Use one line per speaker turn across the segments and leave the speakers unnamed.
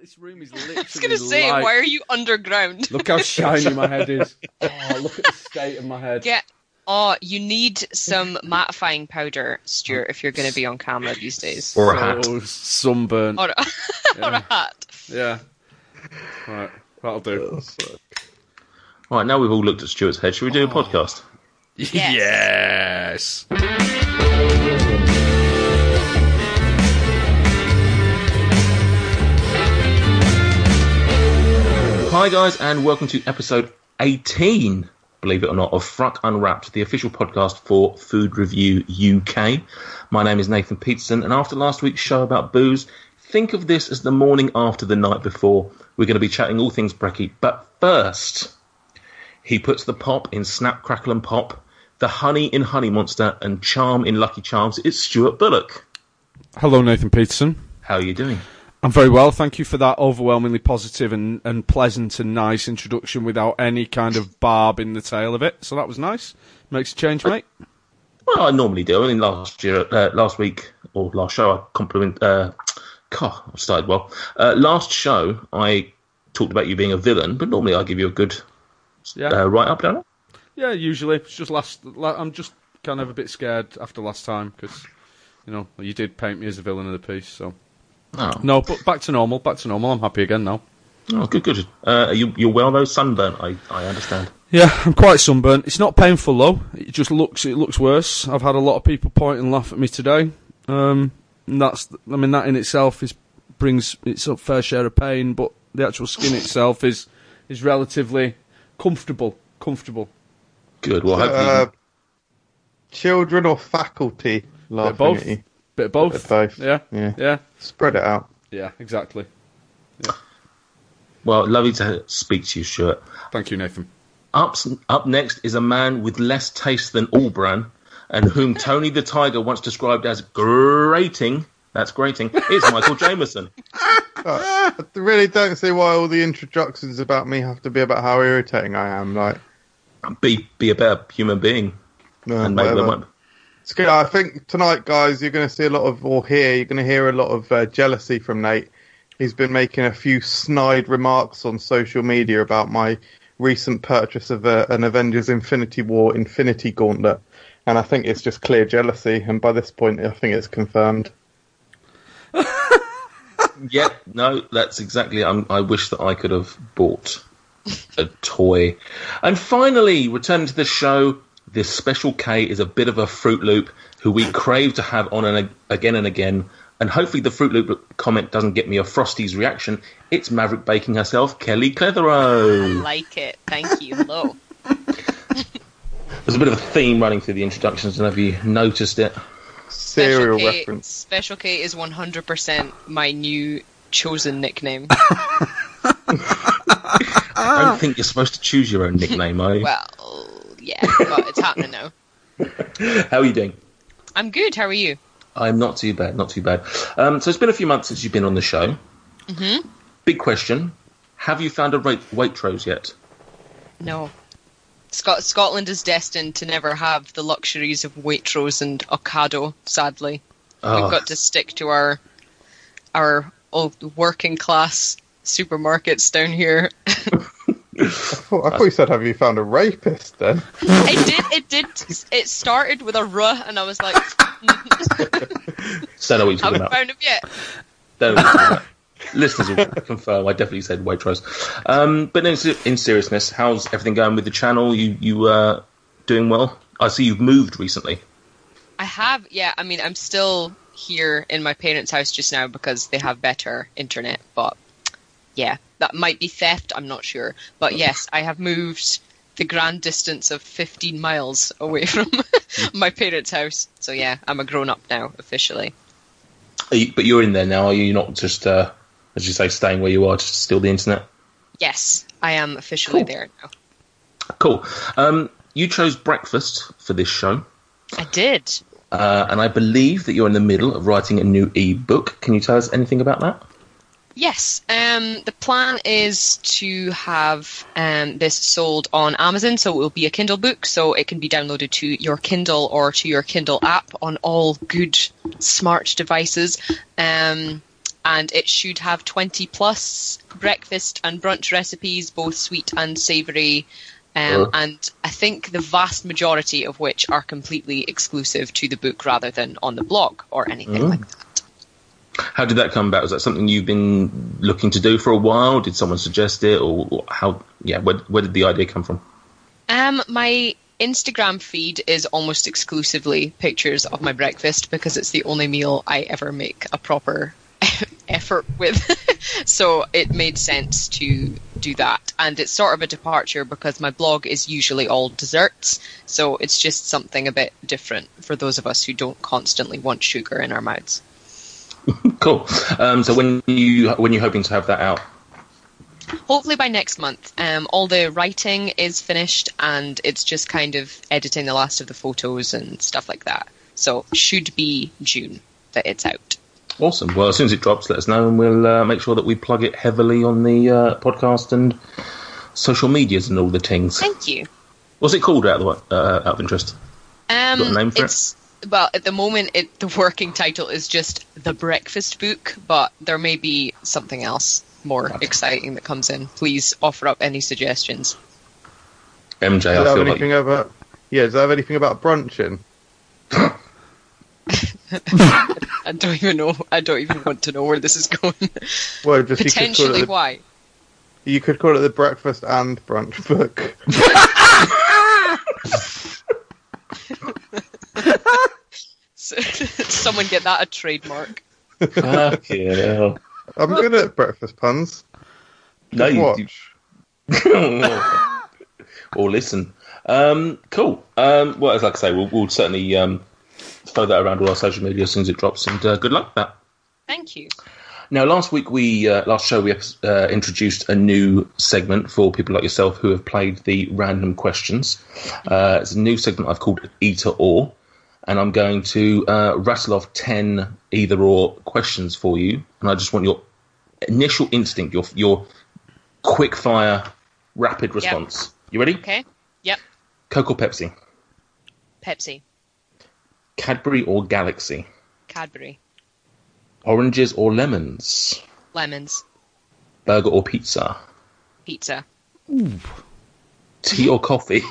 this room is
I
literally.
was going to say,
light.
why are you underground?
Look how shiny my head is. Oh, look at the state of my head.
Get. Oh, you need some mattifying powder, Stuart, if you're going to be on camera these days.
Or a hat.
Oh, sunburn.
Or a, or a hat.
Yeah. Right. That'll do.
Right, now we've all looked at Stuart's head. Should we do a podcast?
Yes.
Hi, guys, and welcome to episode 18, believe it or not, of Front Unwrapped, the official podcast for Food Review UK. My name is Nathan Peterson, and after last week's show about booze, think of this as the morning after the night before. We're going to be chatting all things brekkie, but first, he puts the pop in Snap, Crackle, and Pop, the honey in Honey Monster, and charm in Lucky Charms. It's Stuart Bullock.
Hello, Nathan Peterson.
How are you doing?
I'm very well. Thank you for that overwhelmingly positive and, and pleasant and nice introduction without any kind of barb in the tail of it. So that was nice. Makes a change, mate.
Well, I normally do. I mean, last year, uh, last week or last show, I compliment. Uh, God, I've started well. Uh, last show, I talked about you being a villain, but normally I give you a good
Yeah.
uh, write up, don't I?
Yeah, usually. It's just last. La- I'm just kind of a bit scared after last time because, you know, you did paint me as a villain of the piece. So.
Oh,
No, but back to normal. Back to normal. I'm happy again now.
oh good, good. Uh, you, you're well though, sunburnt. I, I understand.
Yeah, I'm quite sunburnt. It's not painful though. It just looks it looks worse. I've had a lot of people point and laugh at me today. Um, and that's I mean that in itself is brings its a fair share of pain, but the actual skin itself is is relatively comfortable. Comfortable.
Good. Well, hopefully,
Uh, children or faculty?
Bit of
Laughing
both.
at you.
Bit of both.
Bit of both.
Yeah.
Yeah.
Yeah.
Spread it out.
Yeah. Exactly.
well, lovely to speak to you, Stuart.
Thank you, Nathan.
Up, up next is a man with less taste than Albran, and whom Tony the Tiger once described as grating. That's grating. It's Michael Jameson.
I really don't see why all the introductions about me have to be about how irritating I am. Like,
Be be a better human being.
no,
and maybe they
whatever.
won't.
It's good. I think tonight, guys, you're going to see a lot of, or hear, you're going to hear a lot of uh, jealousy from Nate. He's been making a few snide remarks on social media about my recent purchase of a, an Avengers Infinity War Infinity Gauntlet. And I think it's just clear jealousy. And by this point, I think it's confirmed.
Yep, no, that's exactly. i I wish that I could have bought a toy. And finally, returning to the show, this special K is a bit of a Fruit Loop who we crave to have on and a- again and again. And hopefully, the Fruit Loop comment doesn't get me a Frosty's reaction. It's Maverick baking herself, Kelly Clitheroe.
Like it. Thank you. Hello.
There's a bit of a theme running through the introductions, and have you noticed it?
Serial
K,
reference.
Special K is 100% my new chosen nickname.
I don't think you're supposed to choose your own nickname, are you?
well, yeah, but it's happening now.
How are you doing?
I'm good. How are you?
I'm not too bad, not too bad. Um, so it's been a few months since you've been on the show. Mm-hmm. Big question: Have you found a wait- Waitrose yet?
No. Scot- Scotland is destined to never have the luxuries of Waitrose and Ocado, sadly.
Oh,
We've got to stick to our our old working class supermarkets down here.
Oh, I thought you said, have you found a rapist then?
it did it did it started with a ruh and I was like
so I know what you're talking
haven't
about.
found him yet.
Don't know what you're talking about. Listeners will confirm. I definitely said Waitrose. Um, but in, se- in seriousness, how's everything going with the channel? You you uh, doing well? I see you've moved recently.
I have, yeah. I mean, I'm still here in my parents' house just now because they have better internet, but yeah, that might be theft, I'm not sure. But yes, I have moved the grand distance of 15 miles away from my parents' house. So yeah, I'm a grown up now, officially.
Are you, but you're in there now, are you? You're not just uh, as you say, staying where you are to steal the internet.
Yes, I am officially
Cool.
there now.
Cool. Um, you chose breakfast for this show.
I did.
Uh, and I believe that you're in the middle of writing a new e-book. Can you tell us anything about that?
Yes, um, the plan is to have um, this sold on Amazon, so it will be a Kindle book, so it can be downloaded to your Kindle or to your Kindle app on all good smart devices. Um, and it should have 20 plus breakfast and brunch recipes, both sweet and savoury. Um,
Sure.
And I think the vast majority of which are completely exclusive to the book rather than on the blog or anything like that.
How did that come about? Was that something you've been looking to do for a while? Did someone suggest it, or, or how? Yeah, where, where did the idea come from?
Um, my Instagram feed is almost exclusively pictures of my breakfast because it's the only meal I ever make a proper effort with. so it made sense to do that. And it's sort of a departure because my blog is usually all desserts. So it's just something a bit different for those of us who don't constantly want sugar in our mouths.
Cool. Um, so when you when you hoping to have that out?
hopefully by next month. Um, all the writing is finished, and it's just kind of editing the last of the photos and stuff like that. So should be June that it's out.
Awesome. Well, as soon as it drops, let us know, and we'll uh, make sure that we plug it heavily on the uh, podcast and social medias and all the things.
Thank you.
What's it called? Out of, the, wa- uh, out of interest.
Um,
Got a name for it?
it's well at the moment it, the working title is just the Breakfast Book, but there may be something else more exciting that comes in. Please offer up any suggestions.
MJ.
Does
I
that have
feel like
anything about? Yeah, does that have anything about brunching?
I don't even know. I don't even want to know where this is going.
Well, just you could call
Potentially,
it the,
why?
you could call it the breakfast and brunch book.
Someone get that a trademark.
Fucking hell.
I'm good at breakfast puns.
No, you-
Watch.
you- or listen. Um, cool. Um, well, as like I say, we'll, we'll certainly um, throw that around all our social media as soon as it drops, and uh, good luck with that.
Thank you.
Now, last week we uh, last show we uh, introduced a new segment for people like yourself who have played the random questions. Uh, it's a new segment I've called Either or, and I'm going to uh, rattle off ten either or questions for you, and I just want your initial instinct, your your quick fire, rapid response. You ready?
Okay. Yep.
Coke or Pepsi?
Pepsi,
Cadbury or Galaxy?
Cadbury,
Oranges or lemons?
lemons,
Burger or pizza?
pizza,
Tea or coffee?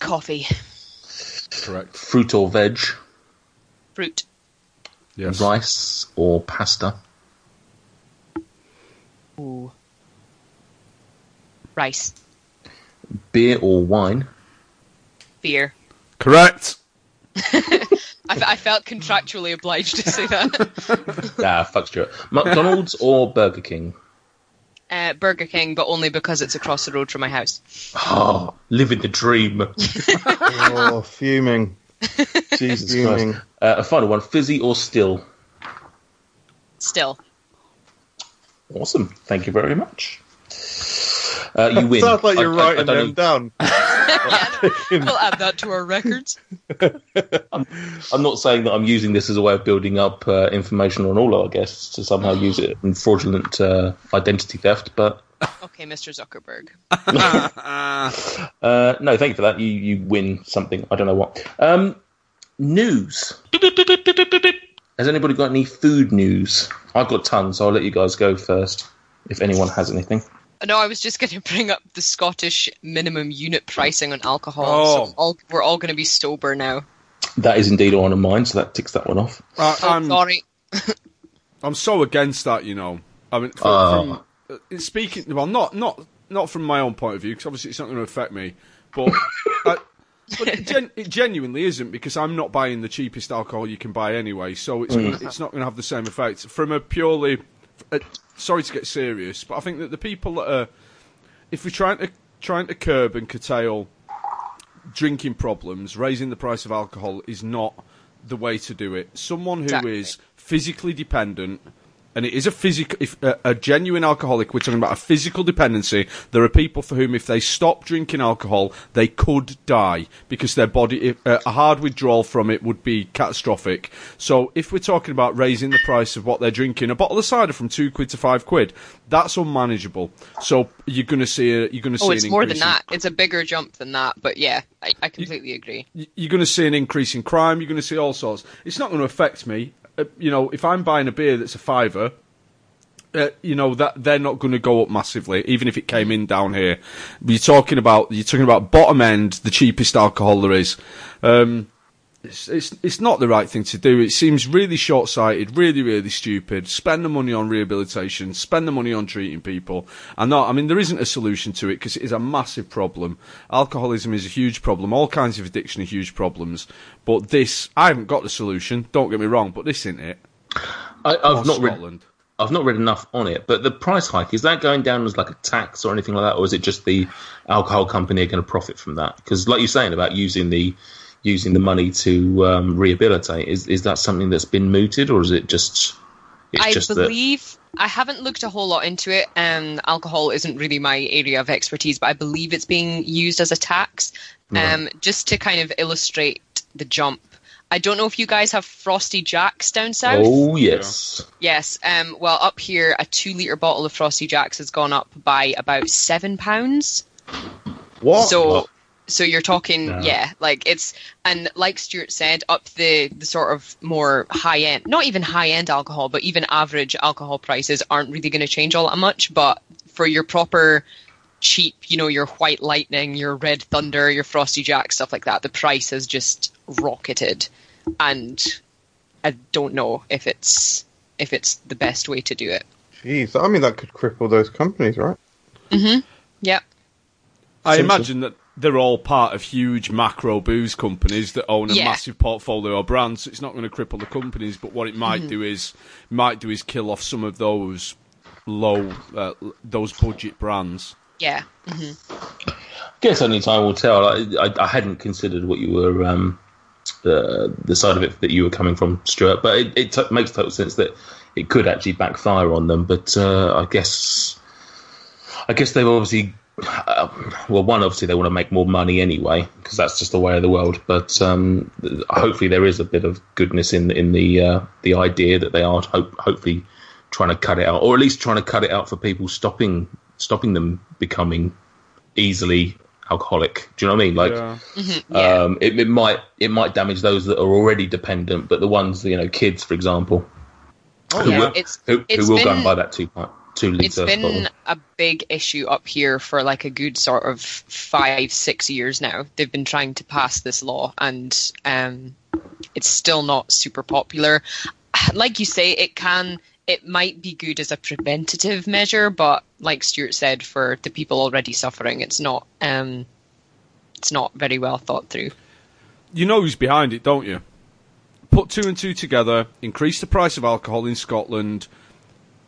coffee,
Correct.
Fruit or veg?
fruit,
Yes.
Rice or pasta?
ooh, rice,
Beer or wine?
beer.
Correct.
I, fe- I felt contractually obliged to say that.
ah, fuck Stuart. McDonald's or Burger King?
Uh, Burger King, but only because it's across the road from my house.
Oh, living the dream.
Oh, fuming.
Jesus
Fuming.
Christ. Uh, a final one. Fizzy or still?
Still,
Awesome. Thank you very much. Uh, you win.
Sounds like
I-
you're
I- I
writing
don't
them
know-
down.
we'll add that to our records.
I'm not saying that I'm using this as a way of building up uh, information on all our guests to somehow use it in fraudulent uh, identity theft, but
Okay, Mr. Zuckerberg.
uh, no, thank you for that. You you win something. I don't know what. Um, news. Has anybody got any food news? I've got tons, so I'll let you guys go first. If anyone has anything,
Uh, No, I was just going to bring up the Scottish minimum unit pricing on alcohol.
Oh.
So all, we're all going to be sober now. Oh, that
that is indeed on of mine, so that ticks that one off.
I,
I'm
I'm
sorry.
I'm so against that. You know, I mean, from,
Oh.
from, uh, speaking well, not not not from my own point of view because obviously it's not going to affect me, but. I, but it, gen- it genuinely isn't because I'm not buying the cheapest alcohol you can buy anyway, so it's gonna, it's not going to have the same effect. From a purely, uh, sorry to get serious, but I think that the people that are, if we're trying to trying to curb and curtail drinking problems, raising the price of alcohol is not the way to do it. Someone who is
Exactly.
physically dependent and it is a physical, if, a, a genuine alcoholic. We're talking about a physical dependency. There are people for whom, if they stop drinking alcohol, they could die because their body, if, uh, a hard withdrawal from it would be catastrophic. So, if we're talking about raising the price of what they're drinking, a bottle of cider from two quid to five quid, that's unmanageable. So, you're going to see a, you're going to see.
Oh, it's
an
more than
increase in-
that. It's a bigger jump than that. But yeah, I, I completely agree.
y- you're going to see an increase in crime. You're going to see all sorts. It's not going to affect me. Uh, you know, if I'm buying a beer that's a fiver, uh, you know that they're not going to go up massively, even if it came in down here. But you're talking about you're talking about bottom end, the cheapest alcohol there is. Um, it's, it's it's not the right thing to do. It seems really short sighted, really really stupid. Spend the money on rehabilitation, spend the money on treating people. And not, I mean, there isn't a solution to it because it is a massive problem. Alcoholism is a huge problem. All kinds of addiction are huge problems. But this, I haven't got the solution. Don't get me wrong, but this isn't it.
I,
Or
I've not read.
Oh, Scotland.
I've not read enough on it, but the price hike is that going down as like a tax or anything like that, or is it just the alcohol company are going to profit from that? Because, like you're saying about using the using the money to um, rehabilitate, is is that something that's been mooted, or is it just it's
I
just
believe I haven't looked a whole lot into it, and alcohol isn't really my area of expertise, but I believe it's being used as a tax. Um, just to kind of illustrate the jump. I don't know if you guys have Frosty Jacks down
that?
south.
Oh yes,
Yes. Um, well, up here, a two liter bottle of Frosty Jacks has gone up by about seven pounds.
What?
So, so you're talking,
Yeah.
yeah, like it's and like Stuart said, up the the sort of more high end, not even high end alcohol, but even average alcohol prices aren't really going to change all that much. But for your proper cheap, you know, your White Lightning, your Red Thunder, your Frosty Jack, stuff like that, the price has just rocketed, and I don't know if it's if it's the best way to do it.
Jeez, I mean that could cripple those companies, right?
Yep.
I
Simpson.
imagine that they're all part of huge macro booze companies that own a
Yeah.
massive portfolio of brands. So it's not going to cripple the companies, but what it might
Mm-hmm.
do is might do is kill off some of those low uh, l- those budget brands.
Yeah.
guess only time will tell. I, I, I hadn't considered what you were um, uh, the side of it that you were coming from, Stuart. But it, it t- makes total sense that it could actually backfire on them. But uh, I guess I guess they've obviously uh, well, one obviously they want to make more money anyway because that's just the way of the world. But um, th- hopefully there is a bit of goodness in in the uh, the idea that they are hope, hopefully trying to cut it out, or at least trying to cut it out for people stopping stopping them becoming easily alcoholic. Do you know what I mean? Like.
Mm-hmm. Yeah.
Um, it, it might it might damage those that are already dependent, but the ones you know, kids for example,
Oh,
who,
yeah.
will,
It's-
who,
it's
who will go
been-
and buy that two pint, two liter
it's been
bottle.
a big issue up here for like a good sort of five six years now they've been trying to pass this law and um, it's still not super popular like you say it can it might be good as a preventative measure but like stuart said for the people already suffering it's not um, it's not very well thought through
You know who's behind it, don't you? Put two and two together, increase the price of alcohol in Scotland.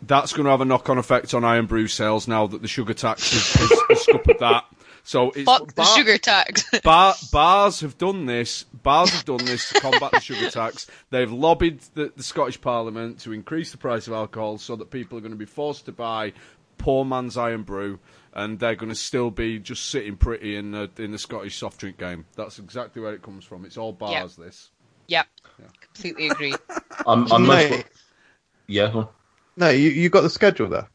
That's going to have a knock-on effect on iron brew sales now that the sugar tax has, has, has scuppered that. So it's
fuck the
bar-
sugar tax
Bar, bars have done this. Bars have done this to combat the sugar tax. They've lobbied the, the Scottish Parliament to increase the price of alcohol so that people are going to be forced to buy poor man's iron brew, and they're going to still be just sitting pretty in the in the Scottish soft drink game. That's exactly where it comes from. It's all bars. This.
yep completely agree
I'm, I'm most-
Mate,
yeah, well,
no, you you got the schedule there.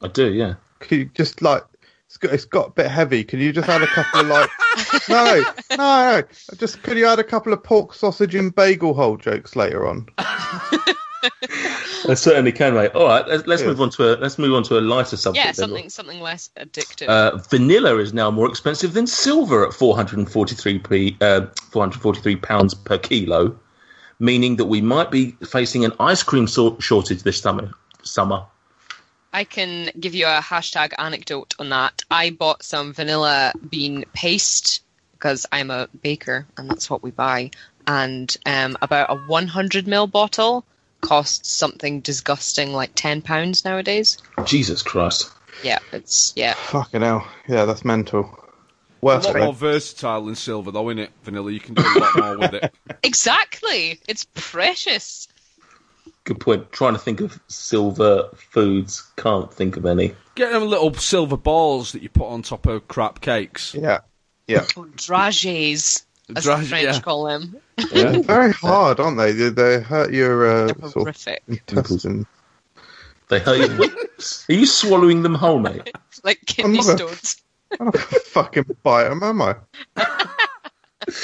I do. Yeah,
Could you just like it's got, it's got a bit heavy. Can you just add a couple of like no, no, no. Just could you add a couple of pork sausage and bagel hole jokes later on?
I certainly can, mate. All right, let's, let's
Yeah.
move on to a let's move on to a lighter subject.
yeah
then.
something something less addictive
Uh, vanilla is now more expensive than silver at 443p, uh, 443 pounds per kilo, meaning that we might be facing an ice cream sor- shortage this summer. Summer.
I can give you a hashtag anecdote on that. I bought some vanilla bean paste because I'm a baker and that's what we buy. And um, about a 100 ml bottle costs something disgusting like £10 nowadays.
Jesus Christ.
Yeah, it's, yeah.
Fucking hell. Yeah, that's mental.
A
Worth
lot more
it.
versatile than silver, though, isn't it? Vanilla, you can do a lot more with it.
Exactly. It's precious.
good point. Trying to think of silver foods, can't think of any.
Get them little silver balls that you put on top of crap cakes.
Yeah. Yeah.
Oh, dragees, as the
Drage-
French
yeah.
call them.
They're very hard, aren't they? They, they hurt your uh, sort of
Horrific.
intestines.
They hurt you. Are you swallowing them whole, mate?
Like kidney
Another-
stones.
I'm not going to fucking bite them, am I?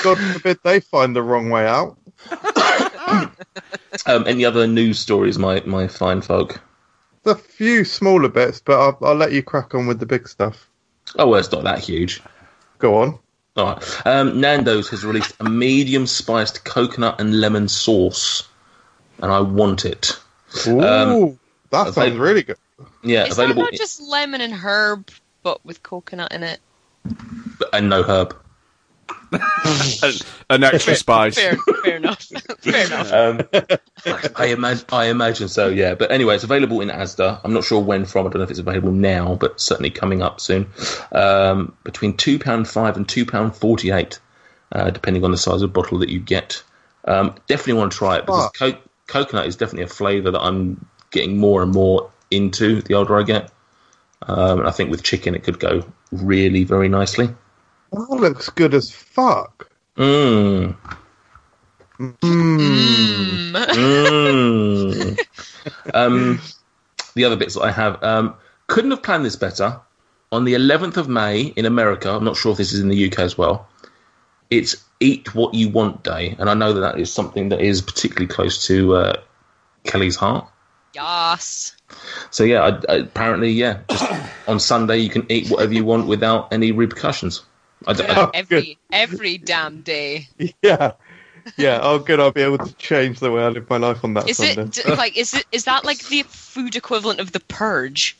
God forbid they find the wrong way out.
Um, any other news stories, my my fine folk?
There's a few smaller bits, but I'll, I'll let you crack on with the big stuff.
Oh, well, it's not that huge.
Go on.
All right. Um, Nando's has released a medium spiced coconut and lemon sauce, and I want it.
Ooh, that
I
sounds
think-
really good.
Yeah,
Is that
available
not just lemon and herb, but with coconut in it?
and no herb.
An, an extra spice.
Fair, fair enough. fair enough.
Um, I, imagine, I imagine so, yeah. But anyway, it's available in ASDA. I'm not sure when from. I don't know if it's available now, but certainly coming up soon. Um, between two pound five and two pound forty eight, uh, depending on the size of bottle that you get. Um, definitely want to try it because
Ah.
co- coconut is definitely a flavour that I'm getting more and more into the older I get. Um, and I think with chicken, it could go really very nicely.
That looks good as fuck.
Mmm.
Mm.
Mm. um, the other bits that I have um, couldn't have planned this better. On the 11th of May in America, I'm not sure if this is in the UK as well. It's Eat What You Want Day, and I know that that is something that is particularly close to uh, Kelly's heart.
Yes.
So yeah, I, I- apparently yeah, just on Sunday you can eat whatever you want without any repercussions. I d- I-
Oh,
every every damn day.
Yeah. Yeah. Oh, good. I'll be able to change the way I live my life on that
Is
Sunday.
it d- like is it is that like the food equivalent of the purge?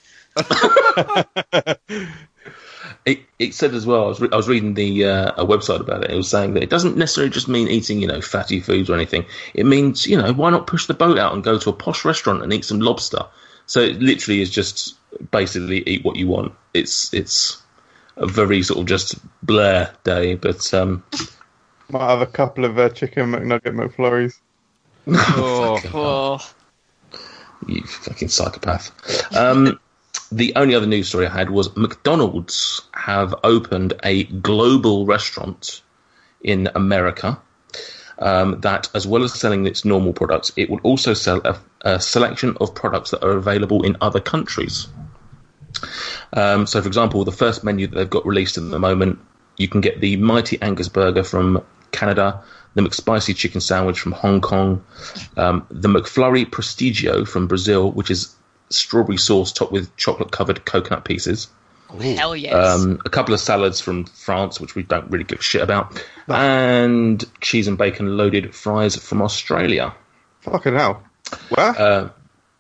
It, it said as well. I was, re- I was reading the uh, a website about it. It was saying that it doesn't necessarily just mean eating, you know, fatty foods or anything. It means, you know, why not push the boat out and go to a posh restaurant and eat some lobster? So it literally is just basically eat what you want. It's it's a very sort of just blur day, but um,
Might have a couple of uh, chicken McNugget McFlurries.
Oh.
Oh,
you fucking psychopath. Um, the only other news story I had was McDonald's have opened a global restaurant in America um, that, as well as selling its normal products, it will also sell a, a selection of products that are available in other countries. Um, so, for example, the first menu that they've got released at the moment, you can get the Mighty Angus Burger from Canada, the McSpicy Chicken Sandwich from Hong Kong, um, the McFlurry Prestigio from Brazil, which is strawberry sauce topped with chocolate covered coconut pieces.
hell yes.
Um, a couple of salads from France, which we don't really give a shit about, and cheese and bacon loaded fries from Australia.
Fucking hell. Where?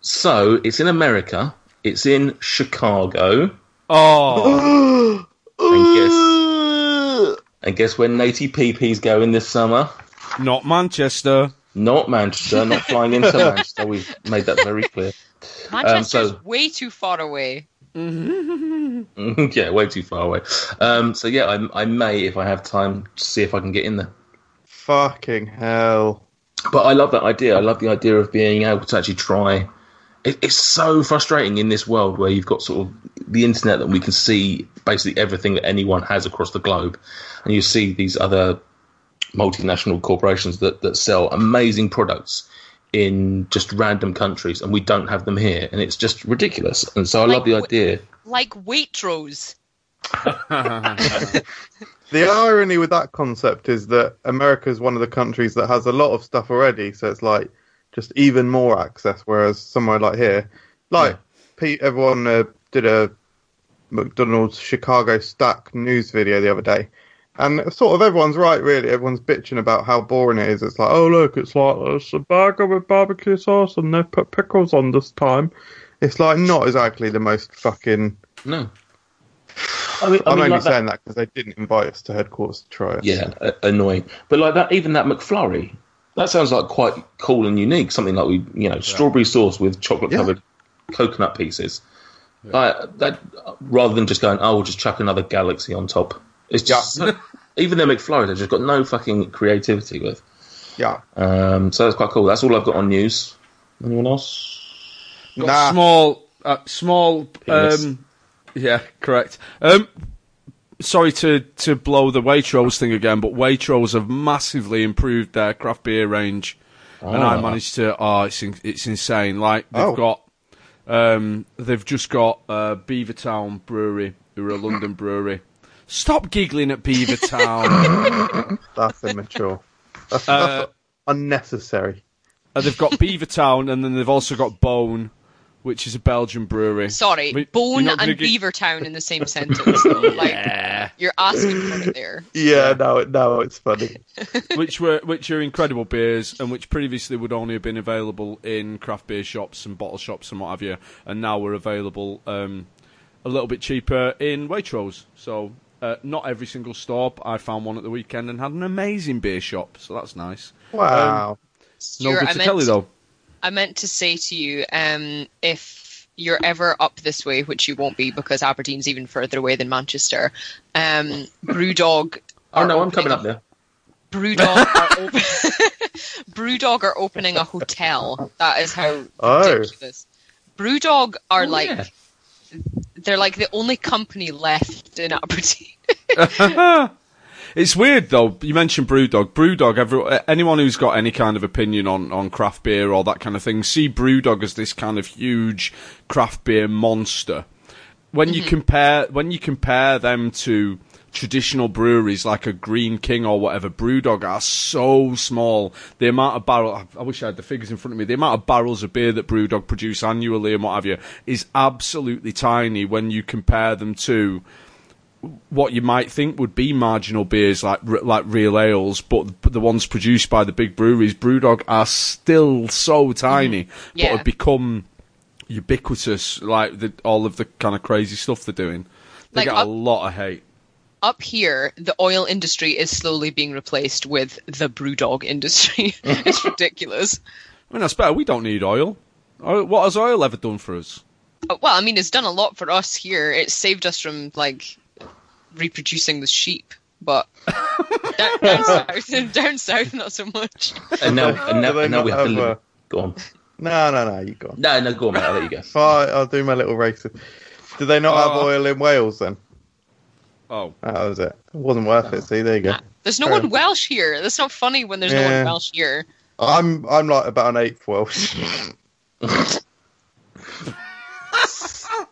So it's in America. It's in Chicago.
Oh.
And guess, and guess where Natey PP's going this summer?
Not Manchester.
Not Manchester. Not flying into Manchester. We've made that very clear.
Manchester's
so-
way too far away.
yeah, way too far away. Um, so yeah, I, I may, if I have time, see if I can get in there.
Fucking hell.
But I love that idea. I love the idea of being able to actually try. It, it's so frustrating in this world where you've got sort of the internet that we can see basically everything that anyone has across the globe, and you see these other multinational corporations that, that sell amazing products in just random countries, and we don't have them here, and it's just ridiculous. And so I love
Like
the
what-
idea.
Like Waitrose.
The irony with that concept is that America is one of the countries that has a lot of stuff already, so it's like just even more access. Whereas somewhere like here, like Pete, everyone uh, did a McDonald's Chicago Stack news video the other day, and sort of everyone's right, really. Everyone's bitching about how boring it is. It's like, oh look, it's like it's a burger with barbecue sauce, and they put pickles on this time. It's like not exactly the most fucking.
No. I mean,
I'm only saying that because they didn't invite us to headquarters to try it.
yeah, a- annoying. But like that, even that McFlurry, that sounds like quite cool and unique. Something like we, you know, strawberry sauce with chocolate covered coconut pieces. Like that, rather than just going, oh, we'll just chuck another galaxy on top. It's just even their McFlurry, they've just got no fucking creativity with.
yeah.
Um, so that's quite cool. That's all I've got on news. Anyone else?
Got
Nah.
small, uh, small.
Penis.
Um, yeah, correct. Um, sorry to to blow the Waitrose thing again, but Waitrose have massively improved their craft beer range, and I
Ah.
managed to. Oh, it's in, it's insane. Like they've
Oh.
got, um, they've just got uh, Beavertown Brewery, who are a London brewery. Stop giggling at Beavertown.
That's immature. That's,
Uh,
that's unnecessary.
uh, they've got Beavertown, and then they've also got Bone, which is a Belgian brewery.
Sorry,
We- you're
Bone
not
and
gonna gi-
Beavertown in the same sentence. though. Like you're asking for it there.
Yeah, no, no, it's funny.
which were which are incredible beers and which previously would only have been available in craft beer shops and bottle shops and what have you, and now were available um, a little bit cheaper in Waitrose. So uh, not every single store. but I found one at the weekend and had an amazing beer shop. So that's nice. No
Wow.
Stuart,
good
I
to
meant
Kelly
to-
though.
I meant to say to you, um, if you're ever up this way, which you won't be because Aberdeen's even further away than Manchester, um, Brewdog.
Oh
are
no, I'm
opening-
coming up there.
Brewdog are, op- Brewdog are opening a hotel. That is how
Oh.
ridiculous. Brewdog are
Oh,
like
yeah.
they're like the only company left in Aberdeen.
It's weird though. You mentioned BrewDog. BrewDog. Every, anyone who's got any kind of opinion on, on craft beer or that kind of thing, see BrewDog as this kind of huge craft beer monster. When you compare when you compare them to traditional breweries like a Green King or whatever, BrewDog are so small. The amount of barrel I wish I had the figures in front of me. The amount of barrels of beer that BrewDog produce annually and what have you is absolutely tiny when you compare them to what you might think would be marginal beers like like real ales, but the ones produced by the big breweries, BrewDog, are still so tiny,
Yeah.
but have become ubiquitous. Like the, all of the kind of crazy stuff they're doing, they
Like,
get
up-
a lot of hate.
Up here, the oil industry is slowly being replaced with the brewdog industry. it's ridiculous.
I mean, that's better. We don't need oil. Oil- What has oil ever done for us?
Uh, Well, I mean, it's done a lot for us here. It saved us from like reproducing the sheep, but down, down south, down south, not so much.
And now, and now,
Do they
and now we
not
have to
have,
live.
uh,
Go on.
No, no, no, you go on.
No, no, go on, mate. I'll let you go.
So I, I'll do my little racist. Do they not have
Oh.
oil in Wales then?
Oh,
That was it. It wasn't worth it. See, there you go.
There's no
Uh,
Fair
one
enough.
Welsh here. That's not funny when there's no
Yeah.
one Welsh here.
I'm I'm like about an eighth Welsh.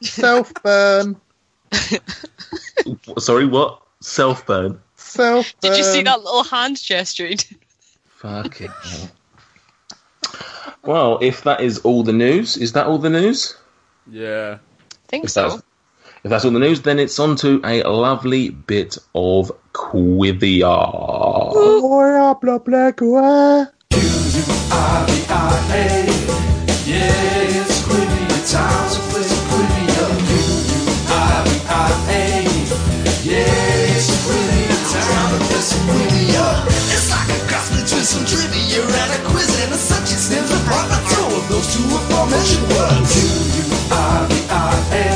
self burn,
W- Sorry, what? Self burn.
self burn.
Did you
Um,
see that little hand gesture? he did?
Fucking hell. Well, if that is all the news, is that all the news?
yeah.
I think
If
so.
that's, if that's all the news, then it's on to a lovely bit of Quivia.
Diablo Black Wire.
Yes, Quivia, time's a place for Quivia. Q-U-I-V-I-A. Yes, Quivia, time's a place for Quivia. It's like a cross between some trivia and a quiz and a such it stands for proper throw of those two aforementioned words. Q-U-I-V-I-A.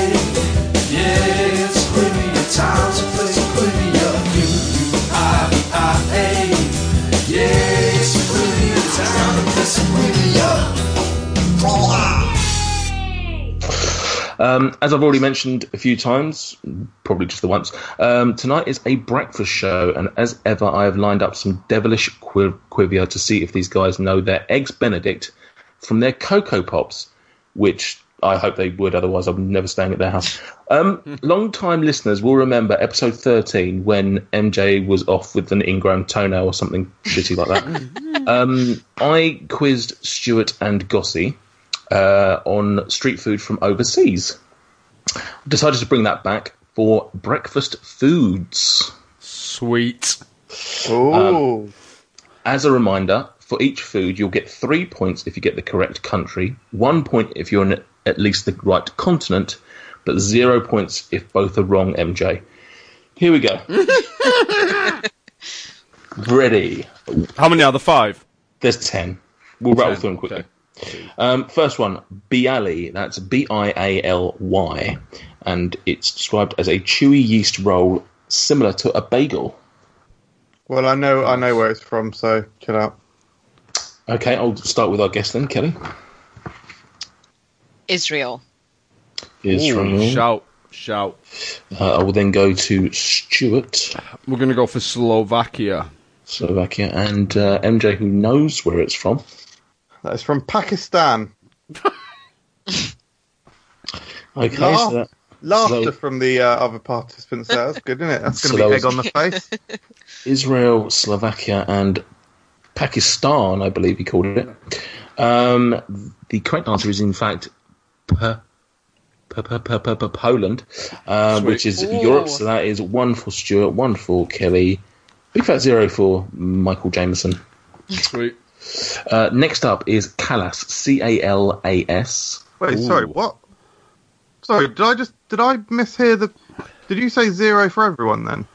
Yes, Quivia, time's a place for Quivia. Q-U-I-V-I-A. Yes, Quivia, time's a place for Quivia.
Um, as I've already mentioned a few times, probably just the once, um, tonight is a breakfast show, and as ever, I have lined up some devilish quiv- quivia to see if these guys know their eggs Benedict from their Cocoa Pops, which I hope they would, otherwise, I'm never staying at their house. Um, Long time listeners will remember episode 13 when MJ was off with an ingrown toenail or something shitty like that. um, I quizzed Stuart and Gossie uh, on street food from overseas. Decided to bring that back for breakfast foods.
Sweet.
Ooh,
As a reminder, for each food, you'll get three points if you get the correct country, one point if you're in at least the right continent, but zero points if both are wrong, MJ. Here we go. Ready.
How many are there? Five.
There's 10. We'll rattle
Ten,
through them quickly.
okay.
Um, first one, Bialy. That's B I A L Y, and it's described as a chewy yeast roll similar to a bagel.
well, I know I know where it's from, so chill out.
Okay, I'll start with our guest then, Kelly.
Israel.
Israel.
Shout, shout.
Uh, I will then go to Stuart,
We're going to go for Slovakia.
Slovakia, and uh, MJ, who knows where it's from.
That's from Pakistan.
Okay,
No.
so that-
Laughter
Slo-
from the uh, other participants there. That's good, isn't it? That's going to
Slow.
be egg on the face.
Israel, Slovakia, and Pakistan, I believe he called it. Um, the correct answer is, in fact, per, per, per, per, per, per Poland, uh, which is
Ooh.
Europe. So that is one for Stuart, one for Kelly, big fat zero for Michael Jameson.
Sweet.
Uh, next up is Callas, C A L A S.
Wait, sorry,
Ooh.
what? Sorry, did I just did I mishear the? Did you say zero for everyone then?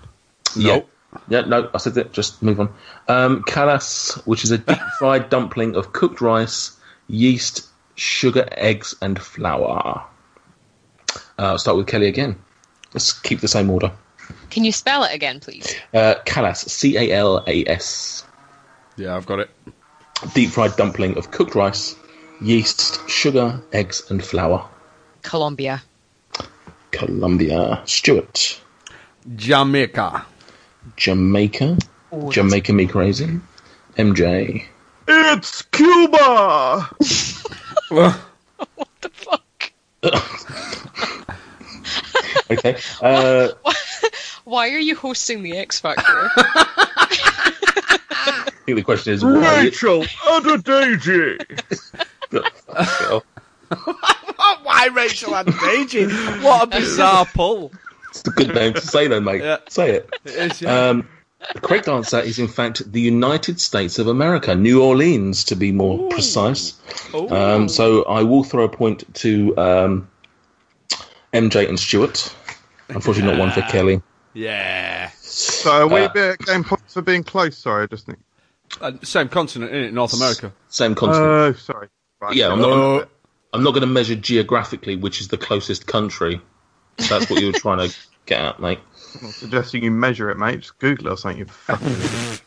Yeah. Yeah, no, I said that. Just move on. Um, kalas, which is a deep fried dumpling of cooked rice, yeast, sugar, eggs, and flour. Uh, I'll start with Kelly again. Let's keep the same order.
Can you spell it again, please?
Uh, kalas, C A L A S.
Yeah, I've got it.
Deep fried dumpling of cooked rice, yeast, sugar, eggs, and flour.
Colombia.
Colombia. Stuart.
Jamaica.
Jamaica.
Oh, that's-
Jamaica me crazy. MJ.
It's Cuba.
Oh,
What the fuck?
Okay. Uh,
Why are you hosting the X Factor?
I think the question is why.
Adedeji.
Why Rachel and Beijing? What a bizarre pull.
It's a good name to say, though, mate.
Yeah.
Say it. Um, the correct answer is, in fact, the United States of America, New Orleans, to be more precise. Um, so I will throw a point to um, MJ and Stuart. Unfortunately, not one for Kelly.
yeah.
So are we
Uh,
a bit at game points for being close? Sorry, I just need.
Uh, same continent, isn't it? North America.
Same continent.
Oh, sorry. Right.
yeah, I'm not.
Oh.
I'm not going to measure geographically which is the closest country. That's what you were trying to get at, mate.
I'm not suggesting you measure it, mate. Just Google it or something. You fucking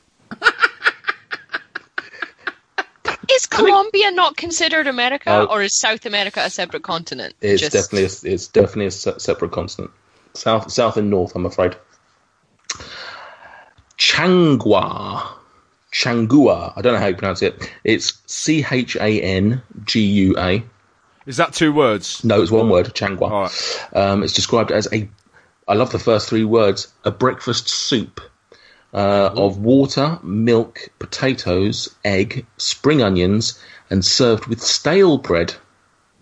is Colombia not considered America,
Uh,
or is South America a separate continent?
It's
Just-
definitely a, it's definitely a se- separate continent. South south and north, I'm afraid. Changua, Changua. I don't know how you pronounce it. It's C H A N G U A.
Is that two words?
No, it's one word. Changua.
All right.
Um, it's described as a. I love the first three words. A breakfast soup uh, of water, milk, potatoes, egg, spring onions, and served with stale bread.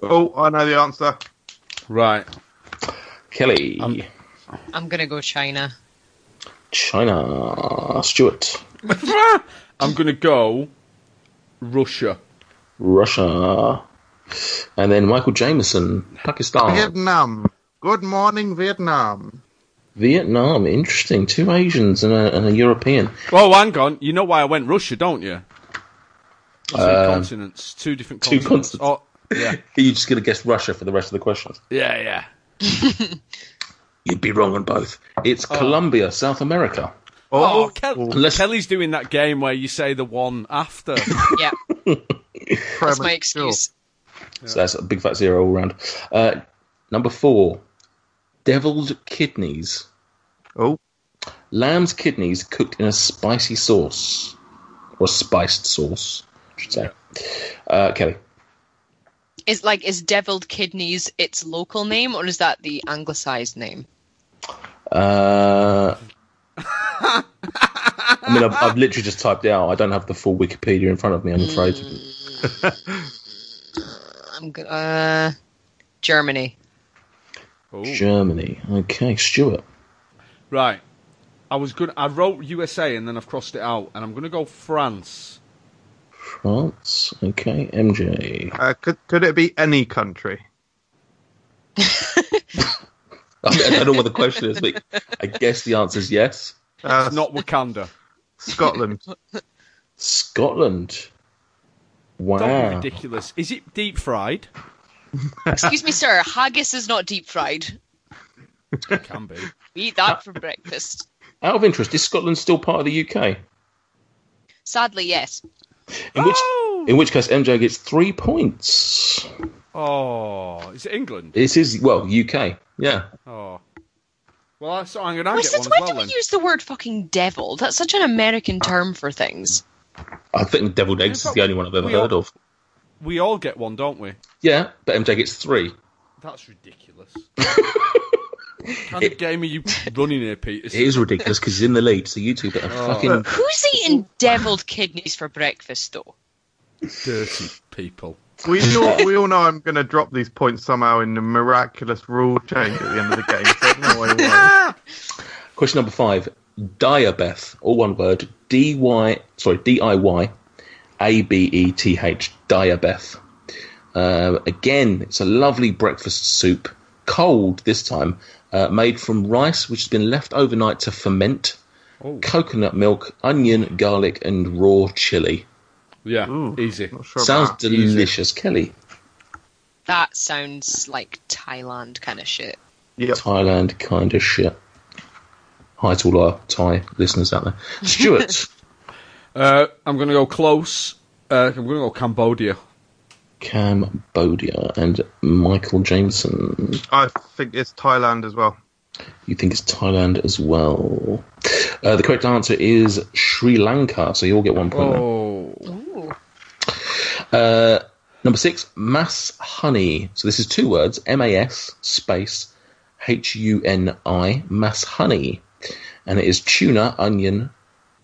Oh, I know the answer.
Right.
Kelly,
I'm gonna go China.
China, Stuart.
I'm going to go Russia.
Russia. And then Michael Jameson, Pakistan,
Vietnam. Good morning, Vietnam.
Vietnam. Interesting. Two Asians and a, and a European.
Oh, hang on. You know why I went Russia, don't you? Two continents. Two different
Um, two
continents.
continents.
Oh, yeah.
You're just going to guess Russia for the rest of the questions.
Yeah, yeah.
You'd be wrong on both. It's Colombia, South America.
Oh, Kel-
Unless-
Kelly's doing that game where you say the one after.
Yeah, that's my
premature.
excuse.
So that's a big fat zero all round. Uh, number four, deviled kidneys.
Oh,
Lamb's kidneys cooked in a spicy sauce. Or spiced sauce, I should say. Uh, Kelly.
Is like is deviled kidneys its local name, or is that the anglicized name?
Uh, I mean, I've, I've literally just typed it out. I don't have the full Wikipedia in front of me. I'm afraid.
I'm gonna uh, Germany.
Ooh.
Germany. Okay, Stuart.
Right. I was good. I wrote USA and then I've crossed it out, and I'm going to go France.
France. Okay, MJ.
uh, could could it be any country?
I, mean, I don't know what the question is, but I guess the answer is yes.
Uh,
It's not Wakanda.
Scotland.
Scotland.
Don't be
Wow.
ridiculous. Is it deep fried?
Excuse me, sir. Haggis is not deep fried.
It can be.
We eat that for breakfast.
Out of interest, is Scotland still part of the UK?
Sadly, yes.
In which, in which case, MJ gets three points.
Oh, is it England?
This is well UK. Yeah,
Oh. Well, I, so I'm going to
Why,
get one
since
as
when
well
do we
then.
use the word fucking devil? That's such an American term for things.
I think deviled eggs is the only one I've ever
We all-
heard of.
We all get one, don't we?
Yeah, but MJ gets three.
That's ridiculous. what kind of game are you running here,
It
Peter?
is ridiculous because he's in the lead. So you two better fucking.
Who's eating deviled kidneys for breakfast, though?
Dirty people.
We all, we all know I'm going to drop these points somehow in the miraculous rule change at the end of the game. So I don't know what it was.
Question number five: Diabeth, all one word. D Y sorry D I Y A B E T H Diabeth. Uh, again, it's a lovely breakfast soup, cold this time, uh, made from rice which has been left overnight to ferment, coconut milk, onion, garlic, and raw chili.
Yeah,
Ooh.
easy.
Not sure
Sounds
about that.
delicious, Kelly.
That sounds like Thailand kind of shit.
Yep.
Thailand kind of shit. Hi to all our Thai listeners out there. Stuart,
Uh, I'm going to go close. Uh, I'm going to go Cambodia.
Cambodia, and Michael Jameson.
I think it's Thailand as well.
You think it's Thailand as well? Uh, the correct answer is Sri Lanka, so you all get one point. now.
Oh,
Ooh.
Uh, number six, mass honey. So this is two words: M A S space H U N I, mass honey, and it is tuna, onion,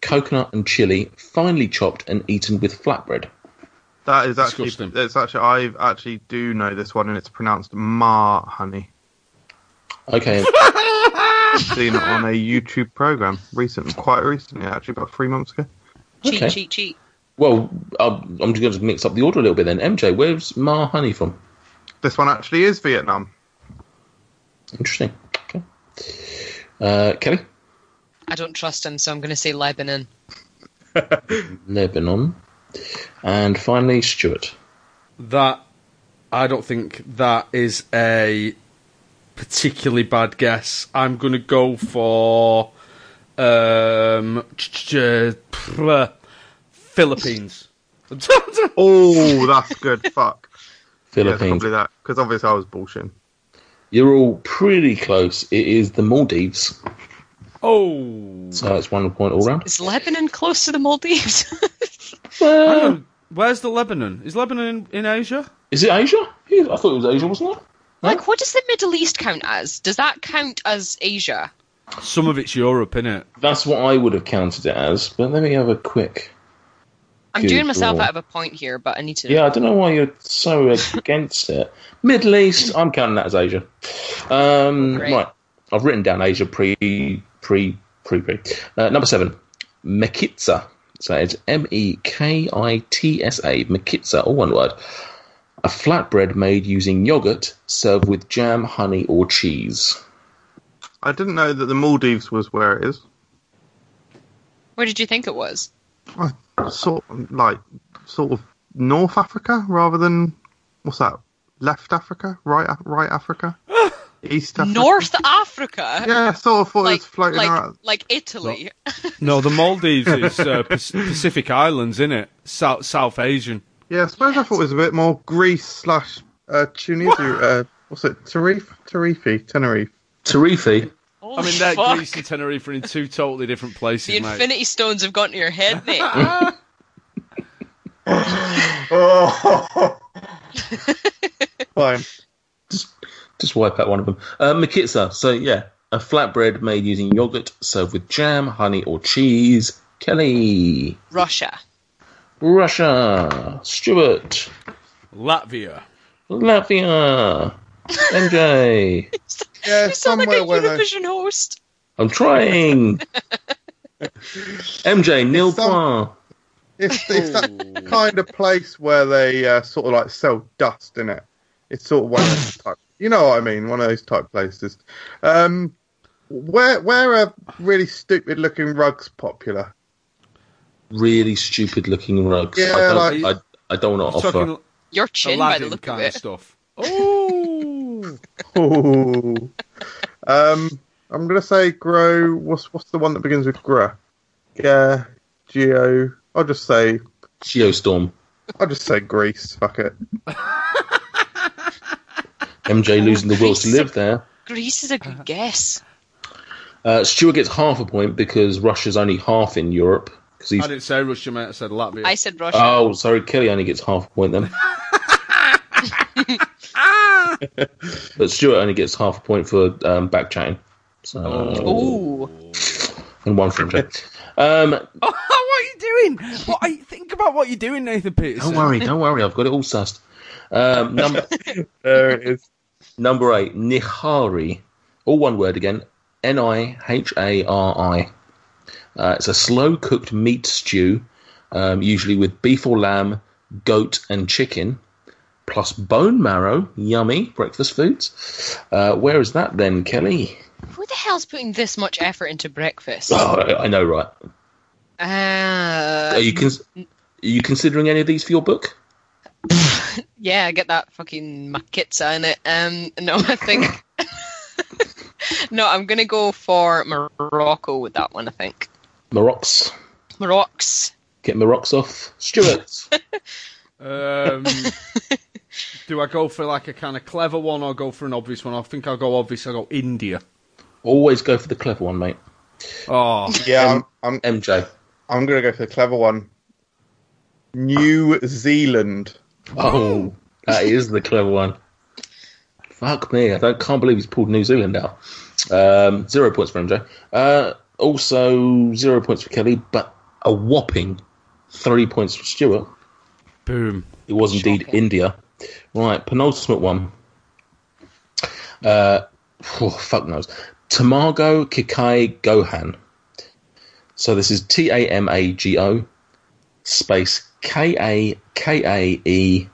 coconut, and chili, finely chopped and eaten with flatbread.
That is actually
Disgusting.
it's actually I actually do know this one and it's pronounced Ma honey.
Okay,
Seen it on a YouTube program recently, quite recently actually, about three months ago.
Cheat,
Okay.
cheat, cheat.
Well, I'm, I'm just going to mix up the order a little bit then. MJ, where's Ma Honey from?
This one actually is Vietnam.
Interesting. Okay. Uh, Kelly?
I don't trust him, so I'm going to say Lebanon.
Lebanon. And finally, Stuart.
that I don't think that is a particularly bad guess. I'm going to go for um, ch- ch- uh, pff, Philippines.
Oh, that's good. Fuck. Yeah, it's
Philippines.
probably that because obviously I was bullshitting.
You're all pretty close. It is the Maldives.
oh,
So that's one point all round.
Is Lebanon close to the Maldives?
Hang on. where's the Lebanon? Is Lebanon in, in Asia?
Is it Asia? Yeah, I thought it was Asia, wasn't it?
like, what does the Middle East count as? Does that count as Asia?
Some of it's Europe, innit?
That's what I would have counted it as. But let me have a quick.
I'm
Good
doing myself
lord.
out of a point here, but I need to.
Yeah, I don't know why you're so against it. Middle East, I'm counting that as Asia. Um,
Great.
right, I've written down Asia pre pre pre pre. Uh, number seven, Mekitsa. So it's M E K I T S A. Mekitsa, all one word. A flatbread made using yogurt, served with jam, honey, or cheese.
I didn't know that the Maldives was where it is.
Where did you think it was?
I sort like sort of North Africa rather than what's that? Left Africa, right, Af- right Africa, East Africa.
North Africa?
Yeah, I sort of thought it
Like,
was floating
like,
around.
like Italy.
No, the Maldives is uh, Pac- Pacific Islands, innit? South South Asian.
Yeah, I suppose I thought it was a bit more Greece slash uh, Tunisia. uh, what's it? Tarif, Tarifi, Tenerife.
Tarifi.
I
Holy
mean, they're
Oh, fuck.
Greece and Tenerife are in two totally different
The
places, mate.
Infinity Stones have gone to your head, mate.
Oh, fine.
Just wipe out one of them. Uh, Mekitsa. So yeah, a flatbread made using yogurt, served with jam, honey, or cheese. Kelly.
Russia.
Russia, Stuart,
Latvia.
Latvia, MJ.
Yeah,
You sound like a
somewhere where they,
Eurovision host.
I'm trying. MJ, nil
some-
point.
it's, it's that kind of place where they uh, sort of like sell dust in it. It's sort of one of those type. You know what I mean? One of those type places. Um, where where are really stupid looking rugs popular?
Really stupid looking rugs.
Yeah,
I, don't,
like-
I, I don't want to offer.
Talking
Your chin, by the
Aladdin
look of
kind of
it.
stuff. Oh,
Ooh. um, I'm gonna say grow. What's what's the one that begins with grow? Yeah, geo. I'll just say
Geostorm.
I'll just say Greece. Fuck it.
MJ losing the will to live there.
Greece is a good guess.
Uh, Stuart gets half a point because Russia's only half in Europe. 'cause
I
he's,
didn't say Russia, mate. I said Latvia.
I said Russia.
oh, sorry, Kelly only gets half a point then. but Stuart only gets half a point for um, back chatting. So,
Oh.
Oh.
Ooh.
And one for MJ. Um,
what are you doing? What are you, think about what you're doing, Nathan Peterson.
don't worry, don't worry. I've got it all sussed. Um, number,
There it is.
number eight, Nihari. All one word again. N I H A R I. Uh, It's a slow cooked meat stew, um, usually with beef or lamb, goat, and chicken, plus bone marrow. Yummy breakfast foods. Uh, where is that then, Kelly?
Who the hell's putting this much effort into breakfast?
Oh, I I know, right? Are
Uh,
you cons- are you considering any of these for your book?
yeah, I get that fucking makitza in it. Um, no, I think. no, I'm going to go for Morocco with that one, I think.
Marocs.
Morocco's.
Get Marocs off. Stuart.
Um, do I go for like a kind of clever one or go for an obvious one? I think I'll go obvious. I'll go India.
Always go for the clever one, mate.
Oh,
Yeah, I'm, I'm,
MJ.
I'm going to go for the clever one. New Zealand.
Oh, that is the clever one. Fuck me, I don't, can't believe he's pulled New Zealand out. Um, zero points for MJ. Uh, also, zero points for Kelly, but a whopping three points for Stuart.
boom.
It was indeed
Shocking.
India. Right, penultimate one. Uh, phew, fuck knows. Tamago Kikai Gohan. So this is T A M A G O space K A K A E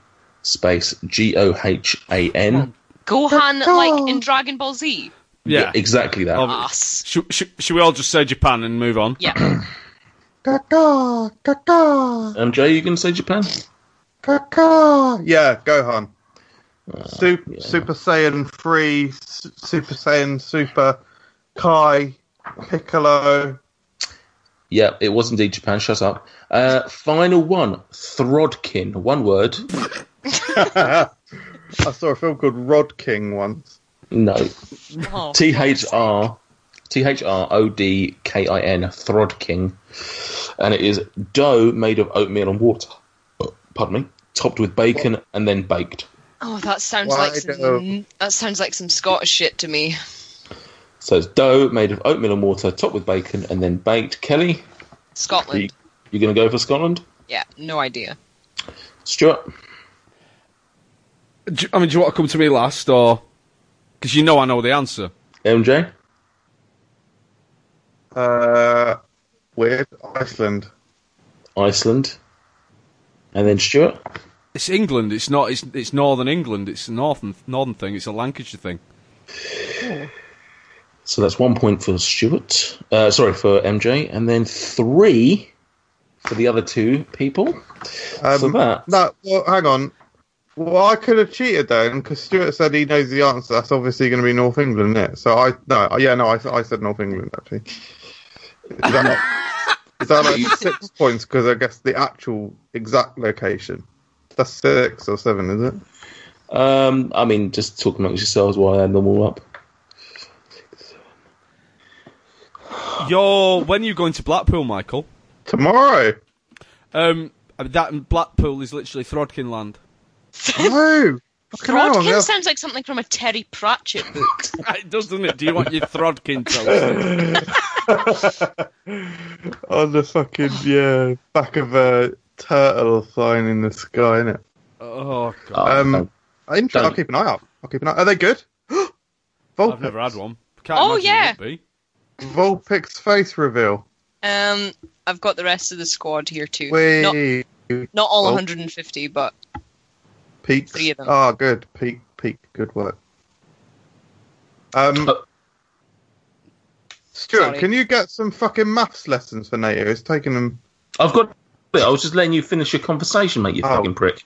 space G O H A N.
Gohan, like in Dragon Ball Z.
Yeah.
exactly that.
Ob-
Us.
Should, should, should we all just say Japan and move on?
Yeah.
MJ, you can say Japan?
Kaka. Yeah, Gohan. Super, Super Saiyan 3, S- Super Saiyan Super, Kai, Piccolo.
Yeah, it was indeed Japan. Shut up. Uh, final one, Throdkin. One word.
I saw a film called Rod King once.
No,
Oh,
T H R T H R O D K I N Throdking, and it is dough made of oatmeal and water. Uh, Pardon me, topped with bacon and then baked.
oh, that sounds
Why
like
do-
some, that sounds like some Scottish shit to me.
So it's dough made of oatmeal and water, topped with bacon and then baked. Kelly,
Scotland.
you, you going to go for Scotland?
Yeah, no idea.
Stuart,
Do, I mean, do you want to come to me last or? Because you know I know the answer.
MJ,
Uh, weird. Iceland.
Iceland, and then Stuart.
It's England. It's not. It's it's Northern England. It's a northern northern thing. It's a Lancashire thing.
So that's one point for Stuart. Uh, sorry for MJ, and then three for the other two people.
Um,
so that
No, well, hang on. Well, I could have cheated then because Stuart said he knows the answer. That's obviously going to be North England, is it? So I no, yeah, no, I, I said North England actually. Is that, not, is that like six points because I guess the actual exact location? That's six or seven, is it?
Um, I mean, just talk amongst yourselves while I add them all up.
You're when are you going to Blackpool, Michael?
Tomorrow.
Um, I mean, that Blackpool is literally Throdkin land.
No. Fucking hell,
Throdkin
yeah.
sounds like something from a Terry Pratchett book.
It does, doesn't it? Do you want your Throdkin toast?
on the fucking yeah back of a turtle flying in the sky, innit?
Oh god,
Um,
Um,
Inter- I'll
Don't.
keep an eye out. I'll keep an eye. Are they good? Vulpix.
I've never had one. Can't
Oh,
imagine it
yeah.
would be.
Vulpix face reveal.
Um, I've got the rest of the squad here too. Not,
Wee.
not all
Oh.
150, but
Peak.
three of them.
Ah, good. Peak. Peak. Good work. Um,
Uh,
Stuart,
sorry.
can you get some fucking maths lessons for Nato? It's taking them.
I've got. I was just letting you finish your conversation, mate. You
Oh.
fucking prick.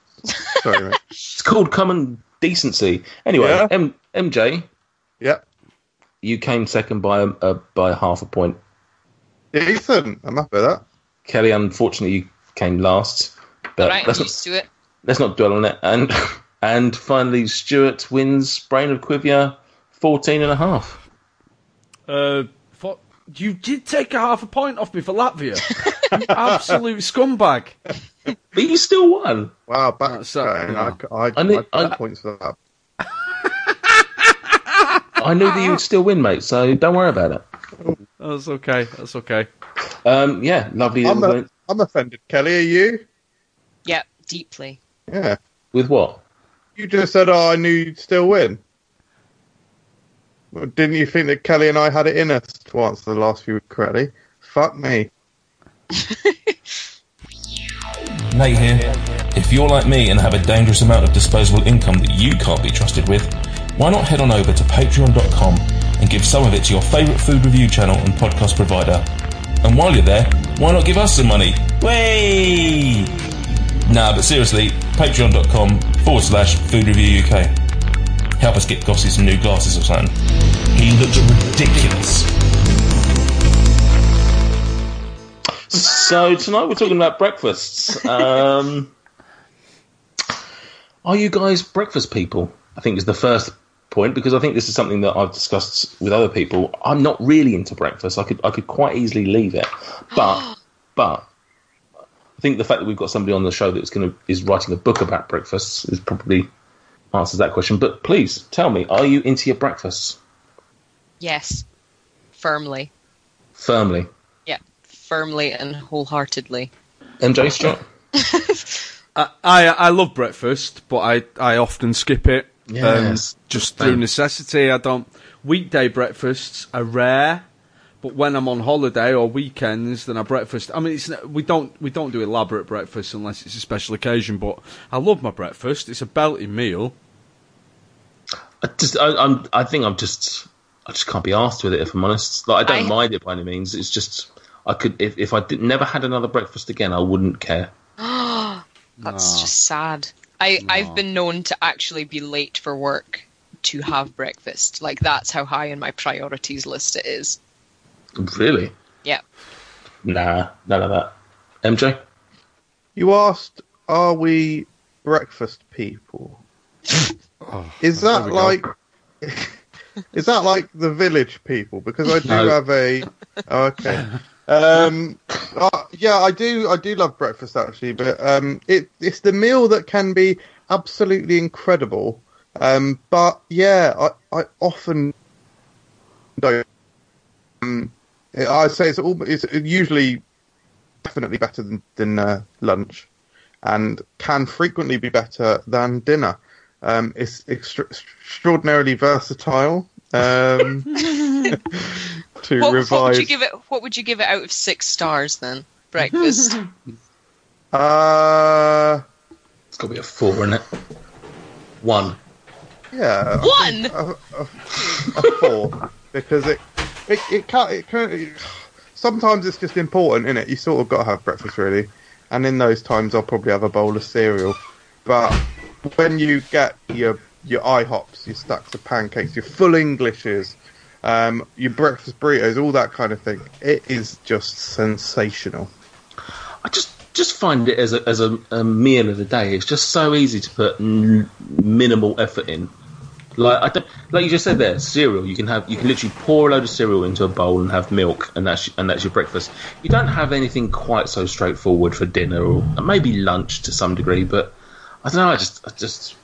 Sorry, mate.
It's called common decency. Anyway,
Yeah.
M- MJ,
Yep.
you came second by uh, by half a point.
Decent. I'm happy with that.
Kelly, unfortunately, you came last. But
right, I'm
let's,
used
not,
to it.
let's not dwell on it. And And finally, Stuart wins Brain of Quivia 14 and a half.
Uh, for, you did take a half a point off me for Latvia. you absolute scumbag.
But you still won.
Wow, back
That's so-
going. I, I,
I
I,
need-
I,
I-
points for that.
I knew that you would still win, mate, so don't worry about it.
That's okay. That's okay.
Um, yeah, lovely.
I'm,
win.
a, I'm offended, Kelly. Are you?
Yeah, deeply.
Yeah.
With what?
You just said, "Oh, I knew you'd still win." Well, didn't you think that Kelly and I had it in us to answer the last few correctly? Fuck me.
Nate here. If you're like me and have a dangerous amount of disposable income that you can't be trusted with, why not head on over to patreon.com and give some of it to your favourite food review channel and podcast provider? And while you're there, why not give us some money? Way! Nah, but seriously, patreon.com forward slash food review UK. Help us get Gossy some new glasses or something. He looks ridiculous.
So tonight we're talking about breakfasts. Um, are you guys breakfast people? I think is the first point because I think this is something that I've discussed with other people. I'm not really into breakfast. I could I could quite easily leave it, but but I think the fact that we've got somebody on the show that's going to is writing a book about breakfasts is probably answers that question. But please tell me, are you into your breakfasts
Yes, firmly.
firmly?
Yeah, firmly and wholeheartedly.
MJ Stuart.
I, I I love breakfast, but I, I often skip it. um,
Yes.
just through
Same.
necessity. I don't. Weekday breakfasts are rare, but when I'm on holiday or weekends, then I breakfast. I mean, it's n- we don't we don't do elaborate breakfasts unless it's a special occasion. But I love my breakfast. It's a belty meal.
I just, I, I'm, I think I'm just, I just can't be asked with it if I'm honest. Like, I don't
I-
mind it by any means. It's just, I could, if, if I did, never had another breakfast again, I wouldn't care.
That's just sad. I, I've been known to actually be late for work to have breakfast. Like, that's how high in my priorities list it is.
Really?
Yeah.
Nah, none of that. MJ,
You asked, "Are we breakfast people?" is that
Oh, we go.
like? is that like the village people? Because I do
No.
have a. Oh, okay. Um, uh, yeah, I do. I do love breakfast actually, but um, it it's the meal that can be absolutely incredible. Um, but yeah, I, I often don't. Um, I say it's all. It's usually definitely better than than uh, lunch, and can frequently be better than dinner. Um, it's extra- extraordinarily versatile. Um, to
What,
revise.
what would you give it? What would you give it out of six stars then? Breakfast.
Uh,
it's got to be a four, isn't it? One.
yeah,
One.
a four because it it it can it can. It, sometimes it's just important, innit? You sort of got to have breakfast really, and in those times I'll probably have a bowl of cereal. But when you get your your IHOPs, your stacks of pancakes, your full Englishes, um, your breakfast burritos, all that kind of thing, it is just sensational.
I just, just find it as a, as a, a meal of the day. It's just so easy to put n- minimal effort in. Like I don't, like you just said there, cereal. You can have you can literally pour a load of cereal into a bowl and have milk, and that's and that's your breakfast. You don't have anything quite so straightforward for dinner or and maybe lunch to some degree, but I don't know. I just I just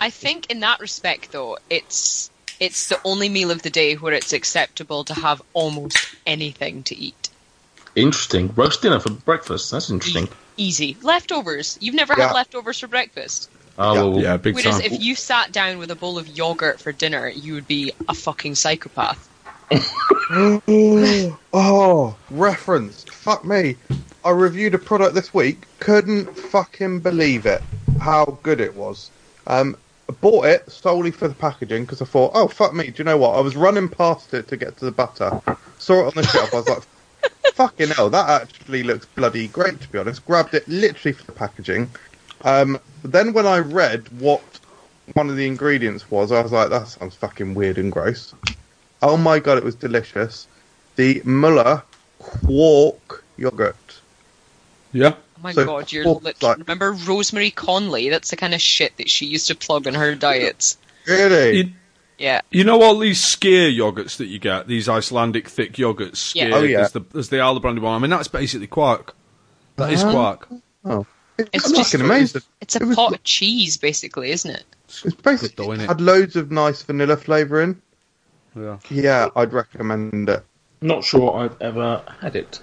I think in that respect, though, it's it's the only meal of the day where it's acceptable to have almost anything to eat. E-,
interesting roast dinner for breakfast. That's interesting.
Easy leftovers. You've never
Yeah.
had leftovers for breakfast.
Oh well,
big
Whereas if you sat down with a bowl of yogurt for dinner, you would be a fucking psychopath.
Oh, reference. Fuck me. I reviewed a product this week. Couldn't fucking believe it. How good it was. Um, I bought it solely for the packaging because I thought, oh, fuck me. Do you know what? I was running past it to get to the butter. Saw it on the shelf. I was like, fucking hell, that actually looks bloody great, to be honest. Grabbed it literally for the packaging. Um, then when I read what one of the ingredients was, I was like, that sounds fucking weird and gross. Oh my god, it was delicious. The Muller Quark yogurt.
Yeah.
Oh my
So,
god, you're
pork
lit-
like-
remember Rosemary Conley? That's the kind of shit that she used to plug in her diets.
Really?
You,
Yeah,
you know all these skyr yogurts that you get, these Icelandic thick yogurts. Skyr
Yeah.
Oh, yeah.
is the is the Isle of Brandywine. I mean, that's basically quark. That is quark.
oh.
It's
It's
just-
fucking amazing.
it's a
It was-
pot of cheese, basically, isn't it?
It's
Good though,
basically
innit?
had loads of nice vanilla flavouring.
Yeah.
Yeah, I'd recommend it.
Not sure I've ever had it.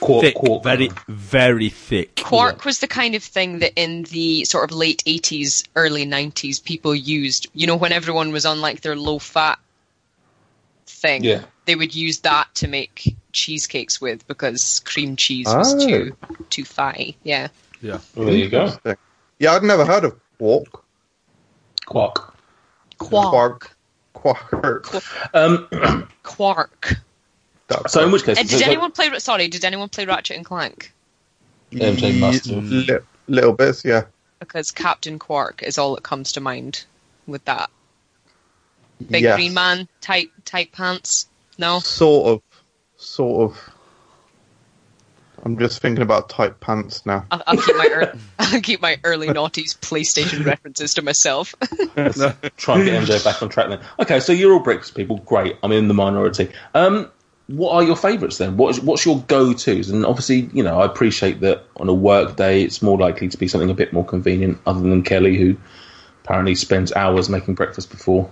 Quark,
thick,
quark,
very, very thick.
Quark was the kind of thing that in the sort of late 80s, early 90s, people used. You know, when everyone was on like their low fat thing,
Yeah.
they would use that to make cheesecakes with because cream cheese was
Oh.
too too fatty. Yeah.
Yeah.
Well, there you go.
Interesting. Yeah, I'd never heard of quark.
Quark.
Quark.
Quark. Quark.
Um,
Quark.
That-
so in which case,
And Uh, did anyone play? Sorry, did anyone play Ratchet and Clank?
MJ must have.
Li- little bits, yeah.
Because Captain Quark is all that comes to mind with that big
Yes.
green man, tight tight pants. No,
Sort of. Sort of. I'm just thinking about tight pants now.
I'll, I'll keep my ear I'll keep my early noughties PlayStation references to myself.
try and get MJ back on track then. Okay, so you're all breakfast people. Great. I'm in the minority. Um, what are your favourites then? What is, what's your go tos? And obviously, you know, I appreciate that on a work day, it's more likely to be something a bit more convenient, other than Kelly, who apparently spends hours making breakfast before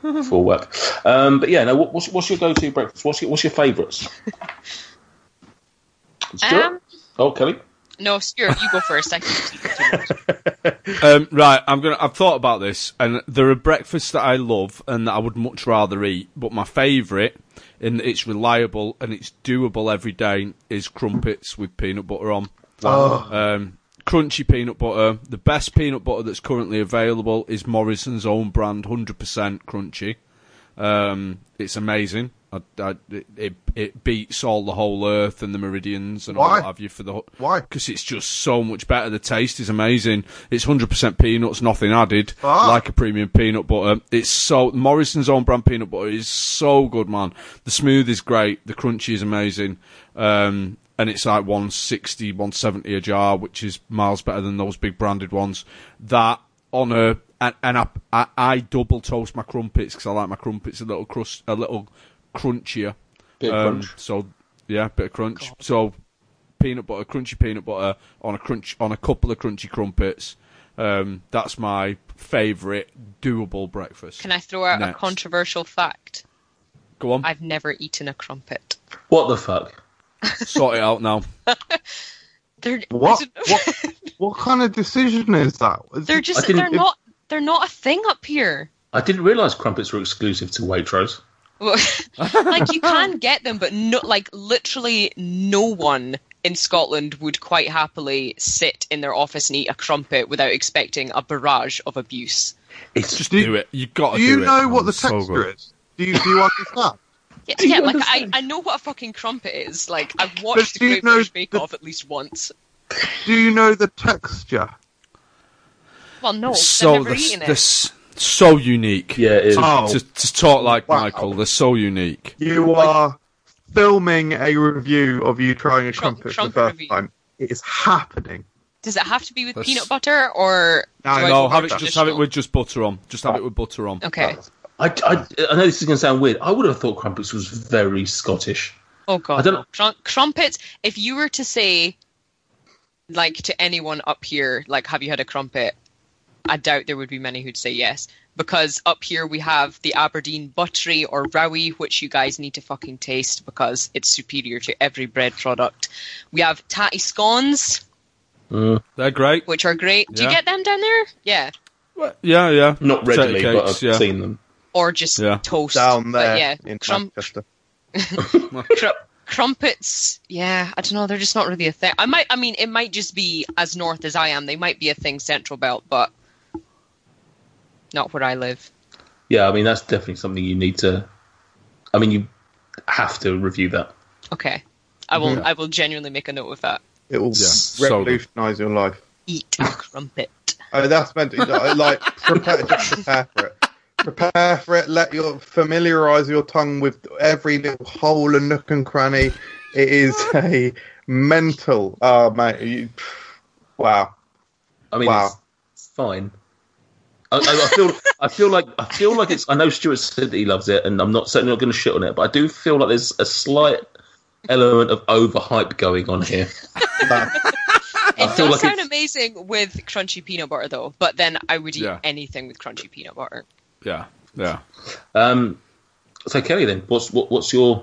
before work. Um, but yeah, no, what, what's, what's your go to breakfast? What's your, what's your favourites? Stuart?
Um,
oh, Kelly.
no, Stuart, you go first. I can keep too much.
Um, right, I'm gonna. I've thought about this, and there are breakfasts that I love and that I would much rather eat, but my favourite, in that it's reliable and it's doable every day, is crumpets with peanut butter on.
Oh.
Um, crunchy peanut butter. The best peanut butter that's currently available is Morrison's own brand, hundred percent crunchy. Um, it's amazing. I, I, it- it it beats all the whole earth and the meridians and all
Why?
that have you for the whole-
Why?
because it's just so much better. The taste is amazing. It's 100% peanuts, nothing added,
Ah.
like a premium peanut butter. It's so Morrison's own brand peanut butter is so good, man. The smooth is great, the crunchy is amazing, um, and it's like 160, 170 a jar, which is miles better than those big branded ones. That on a and, and I, I, I double toast my crumpets because I like my crumpets a little crust, a little crunchier.
Bit of
Um,
crunch.
So yeah, bit of crunch. So peanut butter, crunchy peanut butter on a crunch on a couple of crunchy crumpets. Um, that's my favourite doable breakfast.
Can I throw out a
Next.
controversial fact?
Go on,
I've never eaten a crumpet.
What the fuck?
sort it out now.
They're
What? what? What kind of decision is that? Is
They're
it-
just
I didn't-
they're not they're not a thing up here.
I didn't realise crumpets were exclusive to Waitrose.
Well, like you can get them, but no, like literally no one in Scotland would quite happily sit in their office and eat a crumpet without expecting a barrage of abuse.
It's
Just
Do-
do it. You got to
Do you know what the texture is? Do you, do you understand?
Yeah,
you
yeah like I,
understand?
I know what a fucking crumpet is. Like I've
But
watched the
do you
Great
know
British Bake
the-
Off at least once.
Do you know the texture?
Well, no, 'cause
So
Oh, I've never
this,
eaten it.
this so unique.
Yeah, it is.
To,
Oh.
to, to talk like
Wow.
Michael, they're so unique.
You are filming a review of you trying a
Trump-
trumpet for the
trumpet
first
review.
time. It is happening.
Does it have to be with
That's-
peanut butter or?
No,
do I
No,
go
have
with
it. Just have it
traditional?
with just butter on. Just have it with butter on.
Okay.
I, I, I know this is going to sound weird. I would have thought crumpets was very Scottish.
Oh god.
I don't-
Crum- crumpets. If you were to say, like to anyone up here, like, have you had a crumpet? I doubt there would be many who'd say yes because up here we have the Aberdeen buttery or rowie, which you guys need to fucking taste because it's superior to every bread product. We have tatty scones,
They're great.
which are great. Do you
Yeah.
get them down there? Yeah.
Yeah, yeah.
Not
Potato
readily, but I've
cakes, yeah.
seen them.
Or just
Yeah.
toast
Down
But
there
yeah,
in
crum-
Manchester.
Cru- crumpets yeah i don't know they're just not really a thing i might i mean it might just be as north as i am they might be a thing central belt but not where i live
Yeah, I mean that's definitely something you need to. I mean, you have to review that.
okay i will i will genuinely make a note of that
It will
so good.
revolutionise your life.
eat a crumpet
Oh, that's meant to like prepare, just prepare for it. Prepare for it. Let your familiarise your tongue with every little hole and nook and cranny. It is a mental. Oh mate, you, wow.
I mean,
Wow.
it's, it's fine. I, I, I feel, I feel like, I feel like it's. I know Stuart said that he loves it, and I'm not certainly not going to shit on it, but I do feel like there's a slight element of overhype going on here.
It
feel
does
like
sound
it's-
amazing with crunchy peanut butter, though. But then I would eat
Yeah.
anything with crunchy peanut butter.
Yeah, yeah.
Um, so Kelly, then, what's what, what's your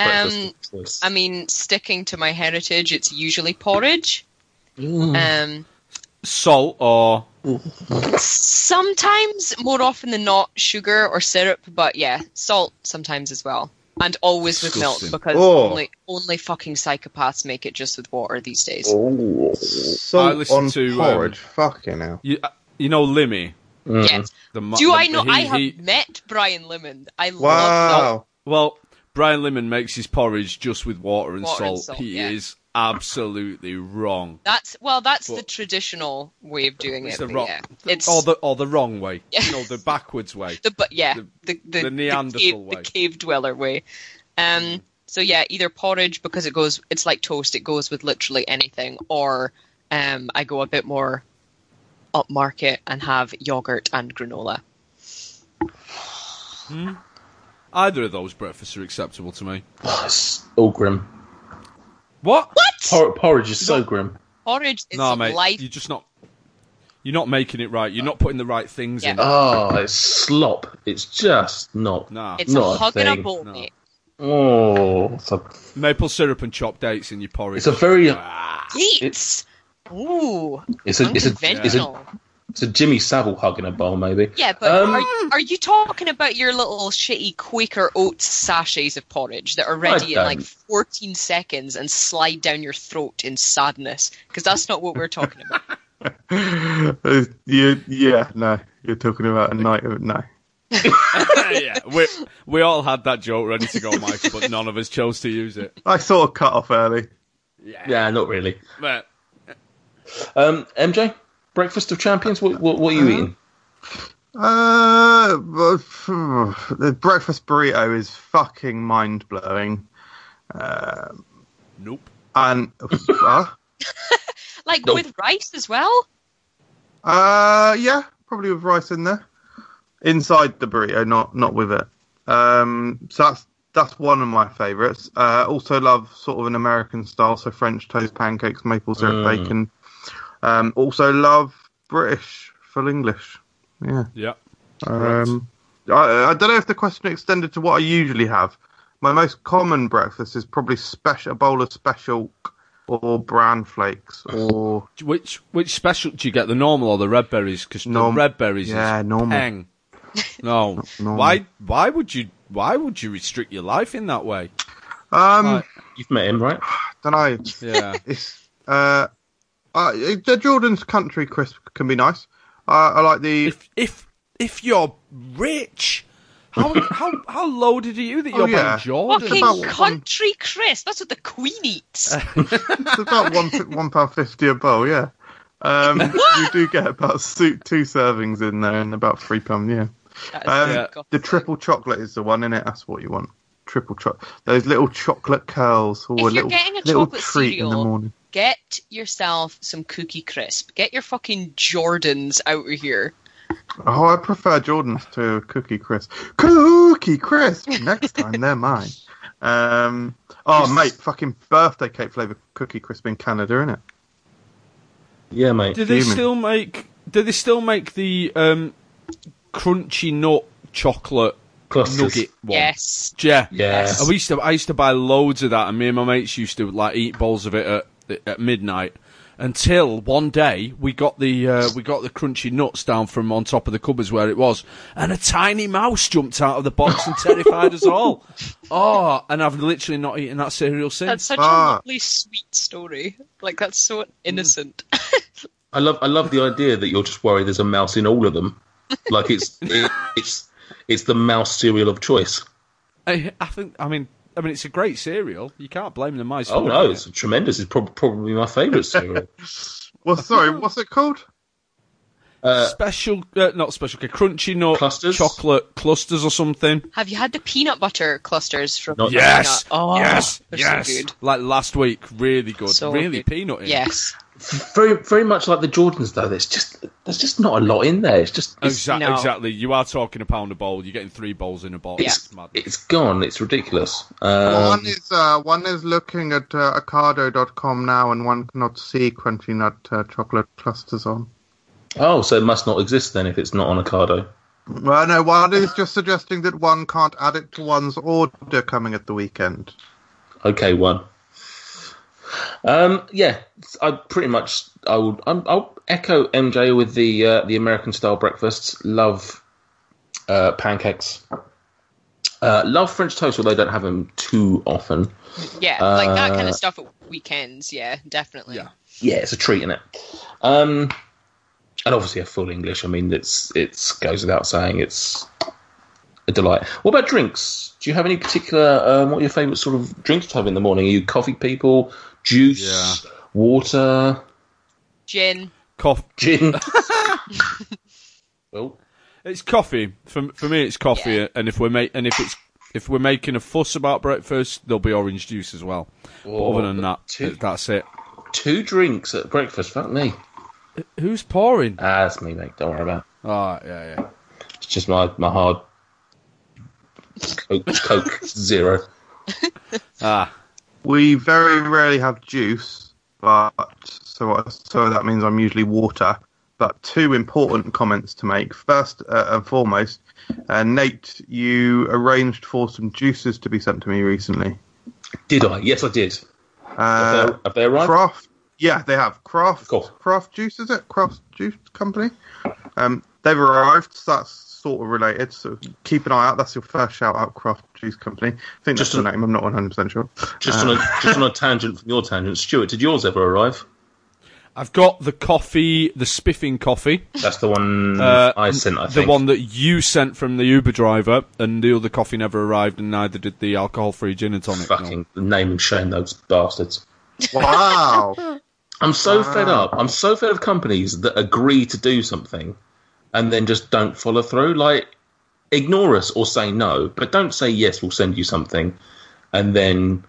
Um,
breakfast choice?
I mean, sticking to my heritage, it's usually porridge. Um,
Salt or
sometimes, more often than not, sugar or syrup. But yeah, salt sometimes as well, and always with milk
Disgusting.
because
Oh.
only only fucking psychopaths make it just with water these days.
Oh. I
Salt
listen
on
to, um,
porridge. Fucking hell.
you, uh, you know Limmy.
Mm.
Yeah.
The ma-
Do
the-
I know?
he-
I have
he-
met Brian Lemon. I love
Wow.
Well, Brian Lemon makes his porridge just with water and
Water and
salt.
salt,
he
yeah.
is absolutely wrong.
That's well, that's the
But-
traditional way of doing
It's
it.
the
but
wrong,
yeah. It's
or the or the wrong way.
Yeah.
You know, the backwards way.
the but yeah,
the-
the the,
the Neanderthal
cave,
way. Mm.
the cave dweller way. Um, so yeah, either porridge because it goes, it's like toast. It goes with literally anything, or um, I go a bit more upmarket and have yogurt and granola.
Either of those breakfasts are acceptable to me.
Oh, it's all grim.
What?
What
Por- porridge is so grim.
porridge is
no, mate.
life?
You're just not. You're not making it right. You're not putting the right things in.
Yeah.
Oh, it's slop. It's just not.
Nah.
It's
not
a
a
hug and a
thing.
bowl,
No.
mate.
Oh, it's a,
Maple syrup and chopped dates in your porridge.
it's a very,
Yeats. Ooh,
it's a, it's a, it's
unconventional.
a, it's a Jimmy Savile hug in a bowl, maybe.
Yeah, but
Um,
are, are you talking about your little shitty Quaker Oats sachets of porridge that are ready in
don't.
like 14 seconds and slide down your throat in sadness? Because that's not what we're talking about.
Uh, you, yeah, no. You're talking about a night of no.
yeah, we we all had that joke ready to go, Mike, but none of us chose to use it.
I sort of cut off early.
yeah, not really.
But
Um, MJ, breakfast of champions. What, what, what are you eating?
Uh, but, phew, the breakfast burrito is fucking mind blowing.
nope.
And uh,
Like
No.
with rice as well?
uh, yeah, probably with rice in there, inside the burrito, not not with it. Um, so that's that's one of my favourites. Uh, also love sort of an American style, so French toast, pancakes, maple syrup,
Mm.
bacon. Um, also love British full English. Yeah.
Yeah.
Um, I, I don't know if the question extended to what I usually have. My most common breakfast is probably special a bowl of special or bran flakes or
Which which special do you get? The normal or the red berries? Because
Norm-
the red berries
yeah,
is
normal.
peng. No.
normal.
Why why would you why would you restrict your life in that way?
um
Like-
You've met him, right?
don't know.
Yeah.
It's uh, uh the Jordan's country crisp can be nice. Uh, I like the
if if if you're rich, how how how loaded are you that you're
Oh, yeah.
buying Jordan?
about
Fucking
one-
country crisp. That's what the Queen eats.
Uh, it's about one one pound fifty a bowl. Yeah. Um, you do get about su- two servings in there and about three pound. Yeah.
That is
Um,
disgusting.
The triple chocolate is the one in it. That's what you want. Triple chocolate. Those little chocolate curls or
If
a
you're
little,
getting a
little
chocolate
treat in the
cereal-
morning.
Get yourself some cookie crisp. Get your fucking Jordans out of here.
Oh, I prefer Jordan's to Cookie Crisp. Cookie Crisp. Next time they're mine. Um, oh, mate, fucking birthday cake flavour Cookie Crisp in Canada, innit?
Yeah, mate.
do they
human.
still make do they still make the um, crunchy nut chocolate
Clusters.
nugget one?
Yes.
Yeah.
Yes.
I used to I used to buy loads of that, and me and my mates used to like eat bowls of it at, at midnight. Until one day we got the uh, we got the crunchy nuts down from on top of the cupboards where it was, and a tiny mouse jumped out of the box and terrified us all. Oh, and I've literally not eaten that cereal
That's
since.
such
Ah.
a
Mm.
lovely, sweet story. Like, that's so innocent.
I love I love the idea that you're just worried there's a mouse in all of them. Like it's it, it's it's the mouse cereal of choice.
I, I think I mean I mean it's a great cereal. You can't blame the mice.
Oh
for
no,
it.
it's tremendous. It's prob- probably my favourite cereal.
Well, sorry, what's it called?
special, uh, not special, okay, crunchy nut
Clusters?
chocolate clusters or something.
Have you had the peanut butter clusters from
Not-
Peanut?
Yes,
Oh,
yes,
they're
yes.
So good.
Like last week, really good,
So
really
good.
peanutty.
Yes.
Very, very much like the Jordans, though. There's just there's just not a lot in there. It's just it's,
Exactly,
No.
exactly. You are talking a pound a bowl. You're getting three bowls in a bowl.
It's-
It's mad.
it's gone. It's ridiculous. Um,
Well, one is uh, one is looking at uh, Ocado.com now, and one cannot see Crunchy Nut uh, chocolate clusters on.
oh, so it must not exist then if it's not on Ocado.
Well, no, one is just suggesting that one can't add it to one's order coming at the weekend.
Okay, one. Um, yeah, I pretty much I would I'm, I'll echo MJ with the uh, the American style breakfasts. Love uh, pancakes. Uh, love French toast, although I don't have them too often.
Yeah, like that kind of stuff at weekends. Yeah, definitely.
Uh, Yeah.
Yeah, it's a treat, isn't it? Um, and obviously a full English. I mean, it's it's goes without saying. It's a delight. What about drinks? Do you have any particular? Um, what are your favourite sort of drinks to have in the morning? Are you coffee people? Juice, water.
Gin.
Cough.
gin. well,
It's coffee. For for me, it's coffee.
Yeah.
And if we're ma- and if it's if we're making a fuss about breakfast, there'll be orange juice as well. but other than that,
two-
Oh, that's it.
two drinks at breakfast. Fuck me.
Who's pouring?
Ah, that's me, mate. Don't worry about.
Ah, yeah, yeah.
It. It's just my my hard Coke, Coke Zero.
Ah,
We very rarely have juice, but so what- so that means I'm usually water. But two important comments to make. First uh, and foremost, uh, Nate, you arranged for some juices to be sent to me recently.
Did I? Yes, I did.
Uh,
Have they- have they arrived?
Craft, yeah, they have Craft.
Cool.
Craft Juice is it? Craft Juice Company. Um, they've arrived. So that's sort of related. So keep an eye out. That's your first shout out, Craft Juice Company. I think
Just
that's the
a-
name. I'm not 100 percent sure.
Just on a
Uh,
just on a tangent from your tangent, Stuart. Did yours ever arrive?
I've got the coffee, the spiffing coffee.
That's the one
Uh,
I sent. I
the
think
one that you sent from the Uber driver, and the other coffee never arrived, and neither did the alcohol-free gin and tonic. no.
Fucking name and shame those bastards.
Wow.
I'm so
Ah.
fed up. I'm so fed up of companies that agree to do something and then just don't follow through. Like, ignore us or say no, but don't say yes, we'll send you something, and then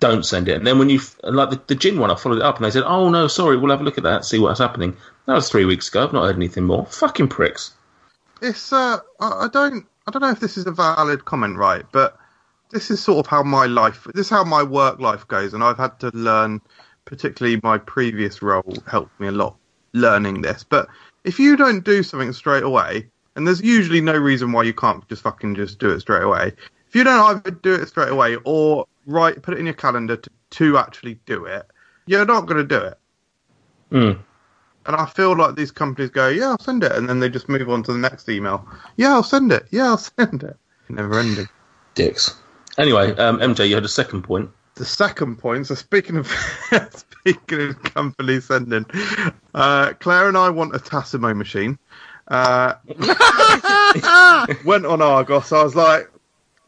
don't send it. And then when you, like the, the gin one, I followed it up and they said, oh no, sorry, we'll have a look at that, see what's happening. That was three weeks ago. I've not heard anything more. Fucking pricks.
it's uh, I, I don't, I don't know if this is a valid comment, right? But this is sort of how my life, this is how my work life goes, and I've had to learn. Particularly, my previous role helped me a lot learning this. But if you don't do something straight away, and there's usually no reason why you can't just fucking just do it straight away. If you don't either do it straight away or write, put it in your calendar to, to actually do it, you're not going to do it. And I feel like these companies go, yeah, I'll send it, and then they just move on to the next email. Yeah, I'll send it. Yeah, I'll send it. Never ending.
Dicks. Anyway, um, MJ, you had a second point.
The second point. So speaking of speaking of companies sending, uh, Claire and I want a Tassimo machine. Uh, went on Argos. I was like,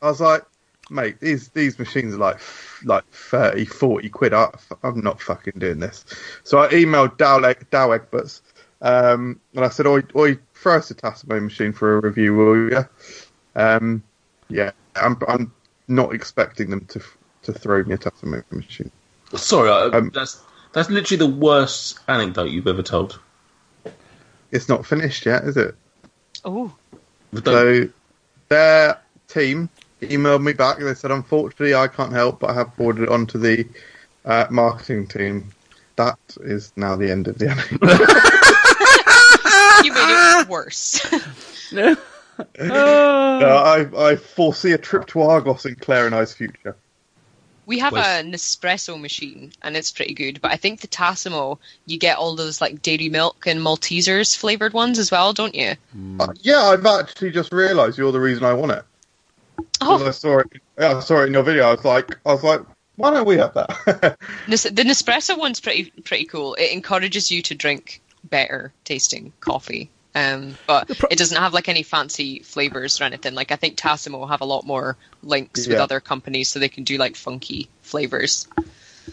I was like, mate, these these machines are like like 30, 40 quid. I, I'm not fucking doing this. So I emailed Dow, Dow Egberts um, and I said, oi, oi, throw us a Tassimo machine for a review, will you? Um, yeah, I'm, I'm not expecting them to to throw me a Tassimo machine.
Sorry, I,
Um,
that's that's literally the worst anecdote you've ever told.
It's not finished yet, is it?
Oh.
Don't-
So their team emailed me back. They said, unfortunately, I can't help, but I have forwarded it on to the uh, marketing team. That is now the end of the anecdote.
You made it worse.
Uh, I, I foresee a trip to Argos in Claire and I's future.
We have
Was-
a Nespresso machine, and it's pretty good. But I think the Tassimo, you get all those like dairy milk and Maltesers flavored ones as well, don't you?
Uh, yeah, I've actually just realised you're the reason I want it. 'Cause I
Oh,
saw it. yeah, I saw it in your video. I was like, I was like, why don't we have that?
Nes- the Nespresso one's pretty pretty cool. It encourages you to drink better tasting coffee, um, but it doesn't have like any fancy flavors or anything. Like I think Tassimo have a lot more links with
Yeah.
other companies, so they can do like funky flavors.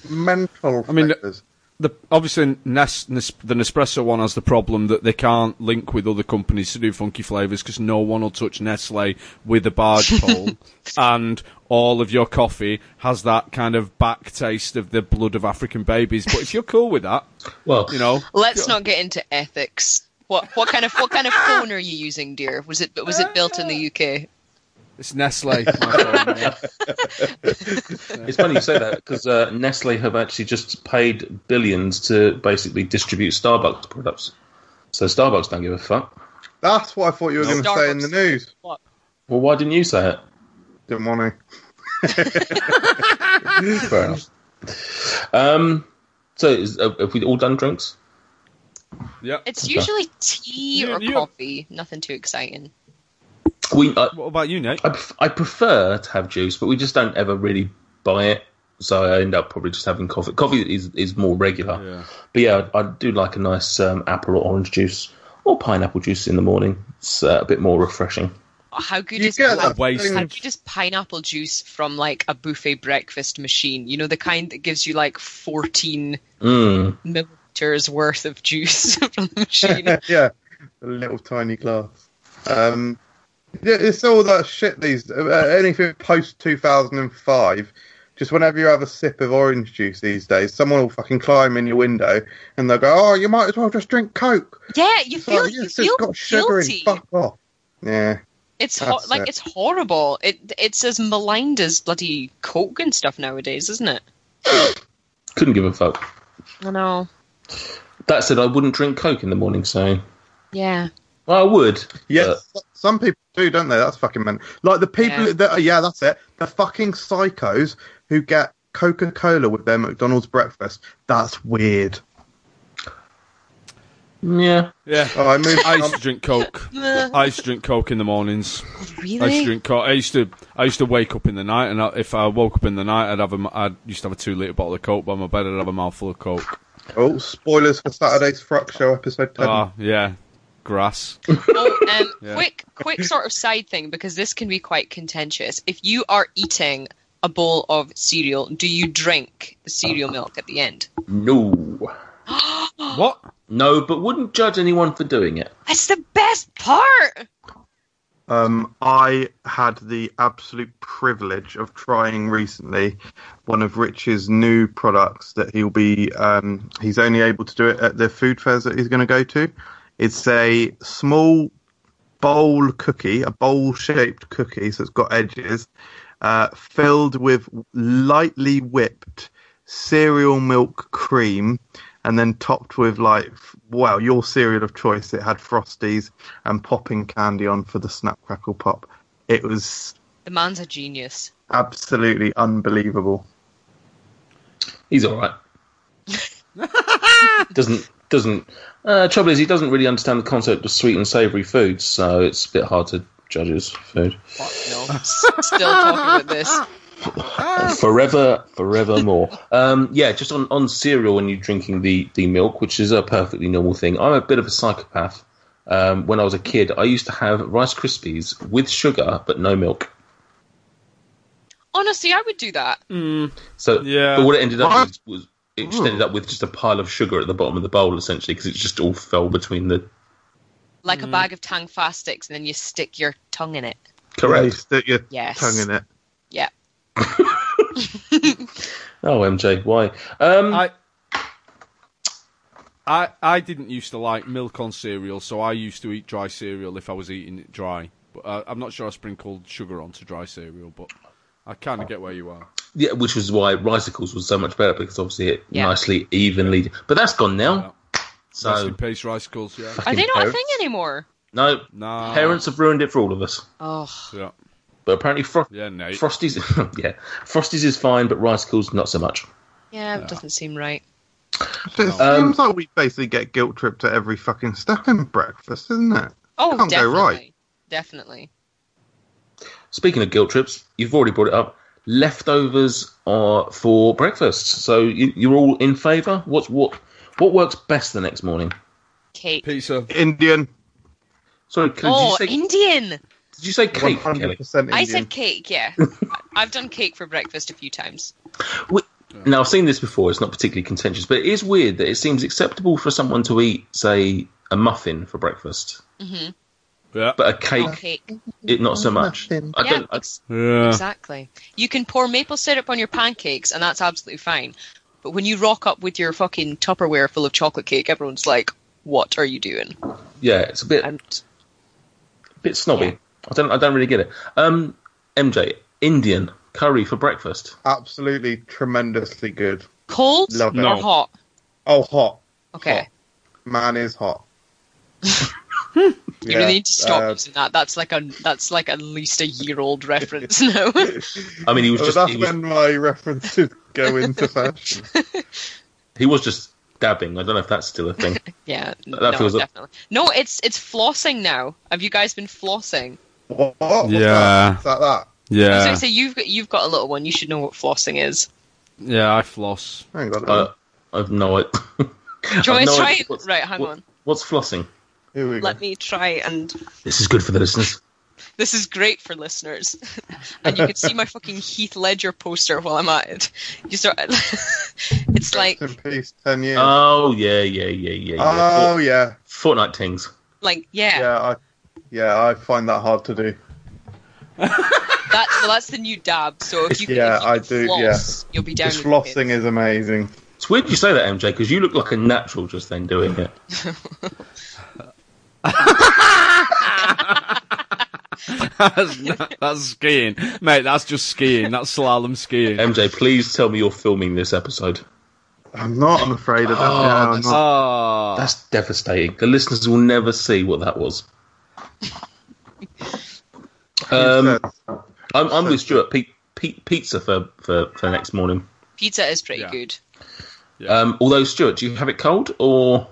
Mental.
I mean,
flavours.
the obviously Nes, Nes, the Nespresso one has the problem that they can't link with other companies to do funky flavors because no one will touch Nestle with a barge pole, and all of your coffee has that kind of back taste of the blood of African babies. But if you're cool with that,
Well,
you know,
Let's not get into ethics. What what kind of what kind of phone are you using, dear? Was it was it built in the UK?
it's Nestle. my friend, yeah.
It's funny you say that because uh, Nestle have actually just paid billions to basically distribute Starbucks products. So Starbucks don't give a fuck.
That's what I thought you were going to say in the
Starbucks.
news.
Well, why didn't you say it?
Didn't want to.
Fair enough. Um, so is, uh, have we all done drinks?
yeah.
It's usually tea
You-
or
you-
coffee. Nothing too exciting.
We I,
What about you, Nate?
I, pref- I prefer to have juice, but we just don't ever really buy it. So I end up probably just having coffee. Coffee is, is more regular.
Yeah.
But yeah, I, I do like a nice um, apple or orange juice or pineapple juice in the morning. It's uh, a bit more refreshing.
How good
You
is
get
pine-
that
waste
How
thing-
good is pineapple juice from like a buffet breakfast machine? You know the kind that gives you like fourteen
Mm.
milliliters worth of juice from the machine.
yeah, a little tiny glass. Um, yeah, it's all that shit these uh, anything post two thousand and five. Just whenever you have a sip of orange juice these days, someone will fucking climb in your window and they'll go, "Oh, you might as well just drink Coke."
Yeah, you
It's like,
feel
yeah,
you
it's just
feel
got sugar in.
guilty.
Fuck off. Yeah,
It's ho-
That's
like
it.
it's horrible. It it's as maligned as bloody coke and stuff nowadays, isn't it?
Couldn't give a fuck.
I know.
That said, I wouldn't drink Coke in the morning, so.
Yeah.
Well, I would.
yes, some people do, don't they? That's fucking men. Like the people
Yeah.
that, yeah, that's it. The fucking psychos who get Coca Cola with their McDonald's breakfast. That's weird.
but- yeah.
Yeah.
Oh, I moved.
I
on.
used to drink Coke.
Meh.
I used to drink Coke in the mornings. I used to
Really?
drink Coke. I used to I used to wake up in the night, and I, if I woke up in the night, I'd have a m- I used to have a two liter bottle of Coke by my bed. I'd have a mouthful of Coke.
Oh, spoilers for Saturday's Fruck Show episode 10.
Ah, yeah, grass.
Oh, um,
Yeah.
Quick, quick sort of side thing because this can be quite contentious. If you are eating a bowl of cereal, do you drink the cereal milk at the end?
No.
what?
No, but wouldn't judge anyone for doing it.
That's the best part.
Um, I had the absolute privilege of trying recently one of Rich's new products that he'll be, um, he's only able to do it at the food fairs that he's going to go to. It's a small bowl cookie, a bowl shaped cookie, so it's got edges, uh, filled with lightly whipped cereal milk cream and then topped with like f- well your cereal of choice it had frosties and popping candy on for the snap crackle pop it was
The man's a genius.
absolutely unbelievable
He's all right. doesn't doesn't. Uh, trouble is, he doesn't really understand the concept of sweet and savoury foods, so it's a bit hard to judge his food.
No, s- still talking about this.
Forever, forevermore. um, yeah, just on, on cereal when you're drinking the, the milk, which is a perfectly normal thing. I'm a bit of a psychopath. Um, when I was a kid, I used to have Rice Krispies with sugar but no milk.
Honestly, I would do that.
So,
Yeah.
but what it ended up
What?
was, was it just ended up with just a pile of sugar at the bottom of the bowl, essentially, because it just all fell between the.
Like a bag of Tang Fastics, and then you stick your tongue in it.
At
Correct.
least that your
Yes.
tongue in it
Yeah.
Oh, MJ, why? Um,
I. I, I didn't used to like milk on cereal, so I used to eat dry cereal if I was eating it dry. But uh, I'm not sure I sprinkled sugar onto dry cereal, but I kind of get where you are.
Yeah, which was why Ricicles was so much better because obviously it
Yeah.
nicely evenly. But that's gone now.
Rest in
So
peace, rice Krispies, Yeah.
Are they not a
parents.
thing anymore?
no,
Nah.
parents have ruined it for all of us.
Oh,
Yeah.
But apparently, Fro-
Yeah, Nate.
Frosties, yeah, Frosties is fine, but Ricicles not so much.
yeah, it doesn't seem right.
it
Um,
seems like we basically get guilt tripped at every fucking step in breakfast isn't it
Oh,
Can't go
definitely.
right.
Definitely.
Speaking of guilt trips, you've already brought it up. Leftovers are for breakfast, so you, you're all in favour. What's what? What works best the next morning?
Cake.
Pizza.
indian
Sorry, Kelly,
Oh,
did, you say,
Indian.
did you say cake,
100%
Kelly?
indian
I said cake, yeah. I- I've done cake for breakfast a few times.
We, Now, I've seen this before. It's not particularly contentious, but it is weird that it seems acceptable for someone to eat, say, a muffin for breakfast,
Yeah.
but a cake,
Cake.
it not so much.
Muffin.
I
Yeah,
don't. I,
ex-
Yeah.
exactly. You can pour maple syrup on your pancakes, and that's absolutely fine. But when you rock up with your fucking Tupperware full of chocolate cake, everyone's like, "What are you doing?"
yeah, it's a bit
And
bit snobby.
yeah.
I don't. I don't really get it. Um, MJ, Indian curry for breakfast.
Absolutely tremendously good.
cold
Love it.
or
No.
hot?
Oh, hot.
Okay,
Man is hot.
you really need to stop
uh,
using that. That's like a that's like at least a year old reference now.
I mean, he was
Well,
just
Oh, that's
he was,
when my references go into fashion.
he was just dabbing. I don't know if that's still a thing.
yeah,
That
no,
feels like-
definitely. No, it's it's flossing now. Have you guys been flossing?
What? What's
Yeah.
that? It's like that.
I was
Yeah.
gonna say you've got you've got a little one. You should know what flossing is.
Yeah, I floss.
Hang on.
uh, I've no idea.
Do you
I've
want me
no
to try?
idea
it?
what's-
Right, hang
what-
on.
What's flossing?
Here we go.
Let me try and
This is good for the listeners.
This is great for listeners. and you can see my fucking Heath Ledger poster while I'm at it. You start It's like
Rest in peace, 10 years.
Uh,
Oh yeah, yeah, yeah, yeah. yeah.
oh,
Fort-
yeah.
Fortnite things.
like yeah,
Yeah, I, yeah, I find that hard to do.
that well that's the new dab. So if you
Yeah,
if you
I
can
do,
floss, you'll be down with
This
the
flossing is amazing.
It's weird you say that, MJ, because you look like a natural just then doing it.
that's, not- that's skiing, mate. That's just skiing. That's slalom skiing.
MJ, please tell me you're filming this episode.
I'm not, I'm afraid of that.
Oh,
yeah, I'm
that's-
not.
Ah,
That's devastating. The listeners will never see what that was. Um, I'm, I'm with Stuart. Pe- pe- pizza for, for, for next morning.
Pizza is pretty
Yeah.
good.
Um, although, Stuart, do you have it cold or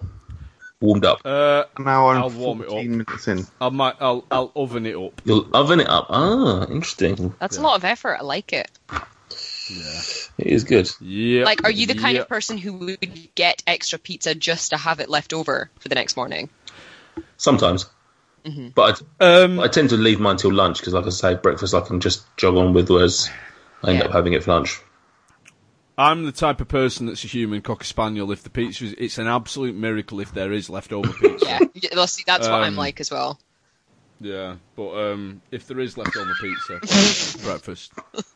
warmed up?
uh,
now
I'll
I'm
warm it
14 minutes in.
I might. I'll, I'll oven it up.
You'll oven it up. Ah, interesting.
That's a lot of effort. I like it.
It is good.
Yeah.
Like, are you the kind
yeah.
of person who would get extra pizza just to have it left over for the next morning?
Sometimes.
Mm-hmm.
But I,
Um,
I tend to leave mine till lunch because, like I say, breakfast I can just jog on with, whereas I end
Yeah.
up having it for lunch.
I'm the type of person that's a human cocker spaniel. If the pizza is, it's an absolute miracle if there is leftover pizza.
Yeah. Well, see, that's what I'm like as well.
yeah, but um, if there is leftover pizza, breakfast.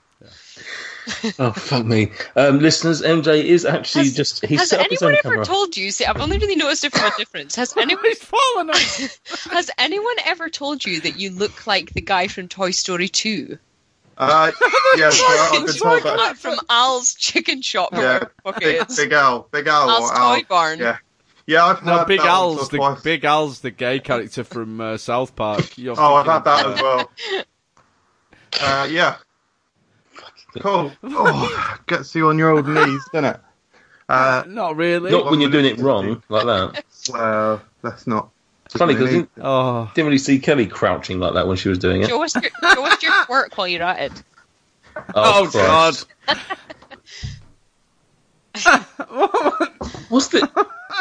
Oh fuck me, um, listeners! MJ is actually
Has-
just—he's
Has
set up his own
anyone ever
camera.
told you? See, I've only really noticed it for a difference. Has anyone
It's fallen. off.
Has anyone ever told you that you look like the guy from Toy Story 2?
Uh, yeah, so I've been told that.
Not from Al's Chicken Shop.
Yeah,
whatever the fuck
Big,
it is.
big Al. Big Al.
Al's
or Al.
Toy Barn.
Yeah. Yeah, I've
No,
had
Big
that once
Al's
or
the
twice.
Big Al's the gay character from uh, South Park. You're
Oh, I've
thinking
had that
of,
as well. Uh, yeah. Cool. Oh, gets you on your old knees, doesn't it? Uh,
uh, Not really.
Not when you're doing it wrong like that.
well, that's not.
It's funny because I didn't,
Oh,
didn't really see Kelly crouching like that when she was doing it.
Show us, your, show us your work while you're at it.
oh,
Christ.
God.
What's the?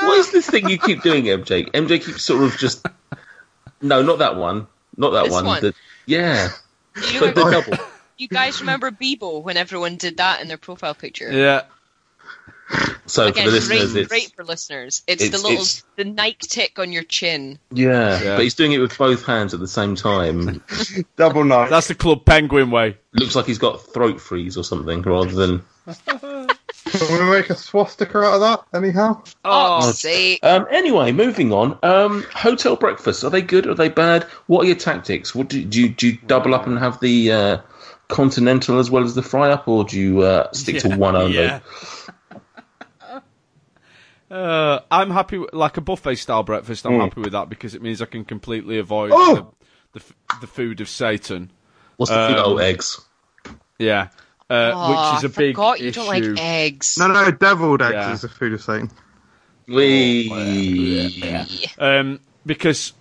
What is the thing you keep doing, MJ? MJ keeps sort of just. No, not that one. Not that
This
one.
one.
The- yeah,
You,
but
know,
the double.
you guys remember Bebo when everyone did that in their profile picture?
Yeah.
So
Again,
for the listeners,
great,
it's
great for listeners. It's, the
it's-
little
it's-
the Nike tick on your chin.
yeah,
Yeah.
but he's doing it with both hands at the same time.
Double knife.
That's the Club Penguin way.
Looks like he's got throat freeze or something, rather than.
Can we make a swastika out of that, anyhow?
Oh,
Oh,
see,
Um, anyway, moving on. Um, hotel breakfasts are they good? Are they bad? What are your tactics? What do, do you do? You double up and have the uh, continental as well as the fry up, or do you uh, stick to one only?
yeah. Uh, I'm happy with, like a buffet style breakfast. I'm happy with that because it means I can completely avoid
Oh!
the, the f- the food of Satan.
What's the food?
Um,
Oh, eggs.
Yeah, uh,
oh,
which is a
I
big
forgot you
issue.
don't like eggs.
No, no, deviled eggs
Yeah.
is the food of Satan.
We.
Um, because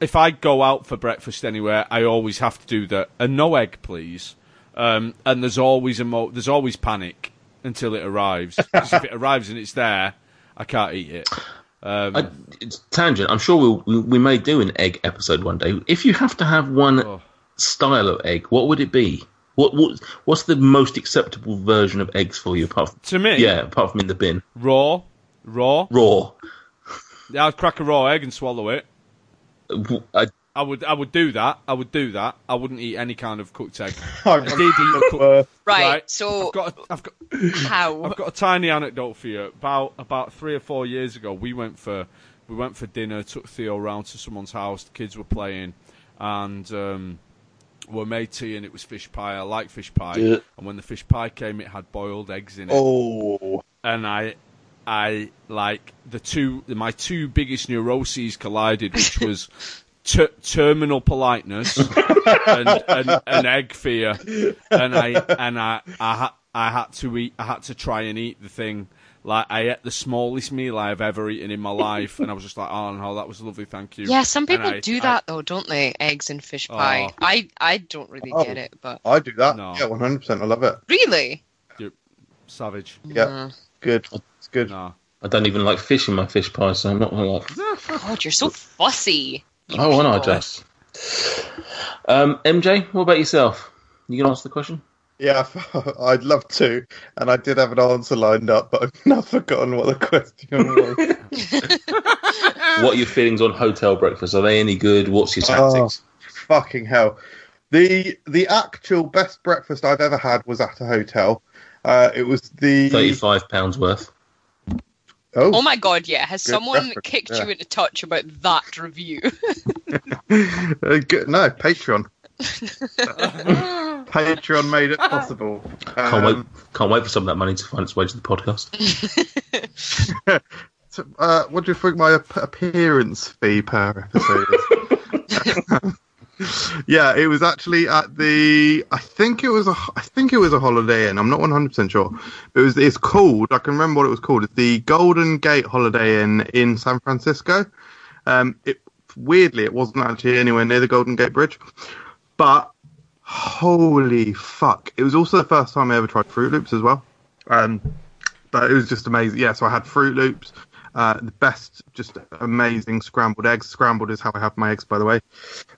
if I go out for breakfast anywhere, I always have to do the a no egg, please. Um, and there's always a mo- there's always panic until it arrives. 'Cause if it arrives and it's there, I can't eat it. um,
I, it's tangent. I'm sure we'll, we we
Oh.
may do an egg episode one day. If you have to have one style of egg, what would it be? What what what's the most acceptable version of eggs for you? Apart from,
To me?
yeah, apart from in the bin,
Raw, raw.
raw.
Yeah, I'd crack a raw egg and swallow it.
I,
I would, I would do that. I would do that. I wouldn't eat any kind of cooked egg.
I
I did eat a cooked.
Uh,
Right,
Right.
so
I've got, a, I've got,
how?
I've got a tiny anecdote for you. About about three or four years ago, we went for we went for dinner. Took Theo round to someone's house. The kids were playing, and um, were made tea, and it was fish pie. I like fish pie,
Yeah.
and when the fish pie came, it had boiled eggs in it
oh,
and I, I like the two my two biggest neuroses collided, which was ter- terminal politeness and, and, and egg fear, and I and I I, ha- I had to eat I had to try and eat the thing. Like I ate the smallest meal I've ever eaten in my life, and I was just like, "Oh no, that was lovely, thank you."
yeah, some
And
people
I-
do
I-
that though, don't they? Eggs and fish pie.
Oh.
I I don't really
Oh.
get it, but
I do that.
No.
Yeah, one hundred percent. I love it.
really,
savage.
Yeah, good. It's good.
No,
I don't even like fish in my fish pie, so I'm not gonna like.
God, you're so fussy.
Oh, why not I just? Um, MJ, what about yourself? You can answer the question.
Yeah, I'd love to, and I did have an answer lined up, but I've now forgotten what the question was.
What are your feelings on hotel breakfast? Are they any good? What's your
Uh. oh,
tactics?
fucking hell! The the actual best breakfast I've ever had was at a hotel. Uh, it was the
Thirty-five pounds worth.
oh,
Oh my God, yeah. Has
Good
someone
reference,
kicked
yeah.
you into touch about that review?
Uh, good- no, Patreon. Patreon made it possible.
Can't
Um,
wait! Can't wait for some of that money to find its way to the podcast.
So, uh, what do you think my ap- appearance fee per episode is? yeah, it was actually at the. I think it was a. I think it was a Holiday Inn. I'm not 100 percent sure. It was. It's called. I can remember what it was called. It's the Golden Gate Holiday Inn in San Francisco. Um, it weirdly it wasn't actually anywhere near the Golden Gate Bridge, but holy fuck! It was also the first time I ever tried Fruit Loops as well. Um, but it was just amazing. Yeah, so I had Fruit Loops, uh, the best, just amazing scrambled eggs. Scrambled is how I have my eggs, by the way.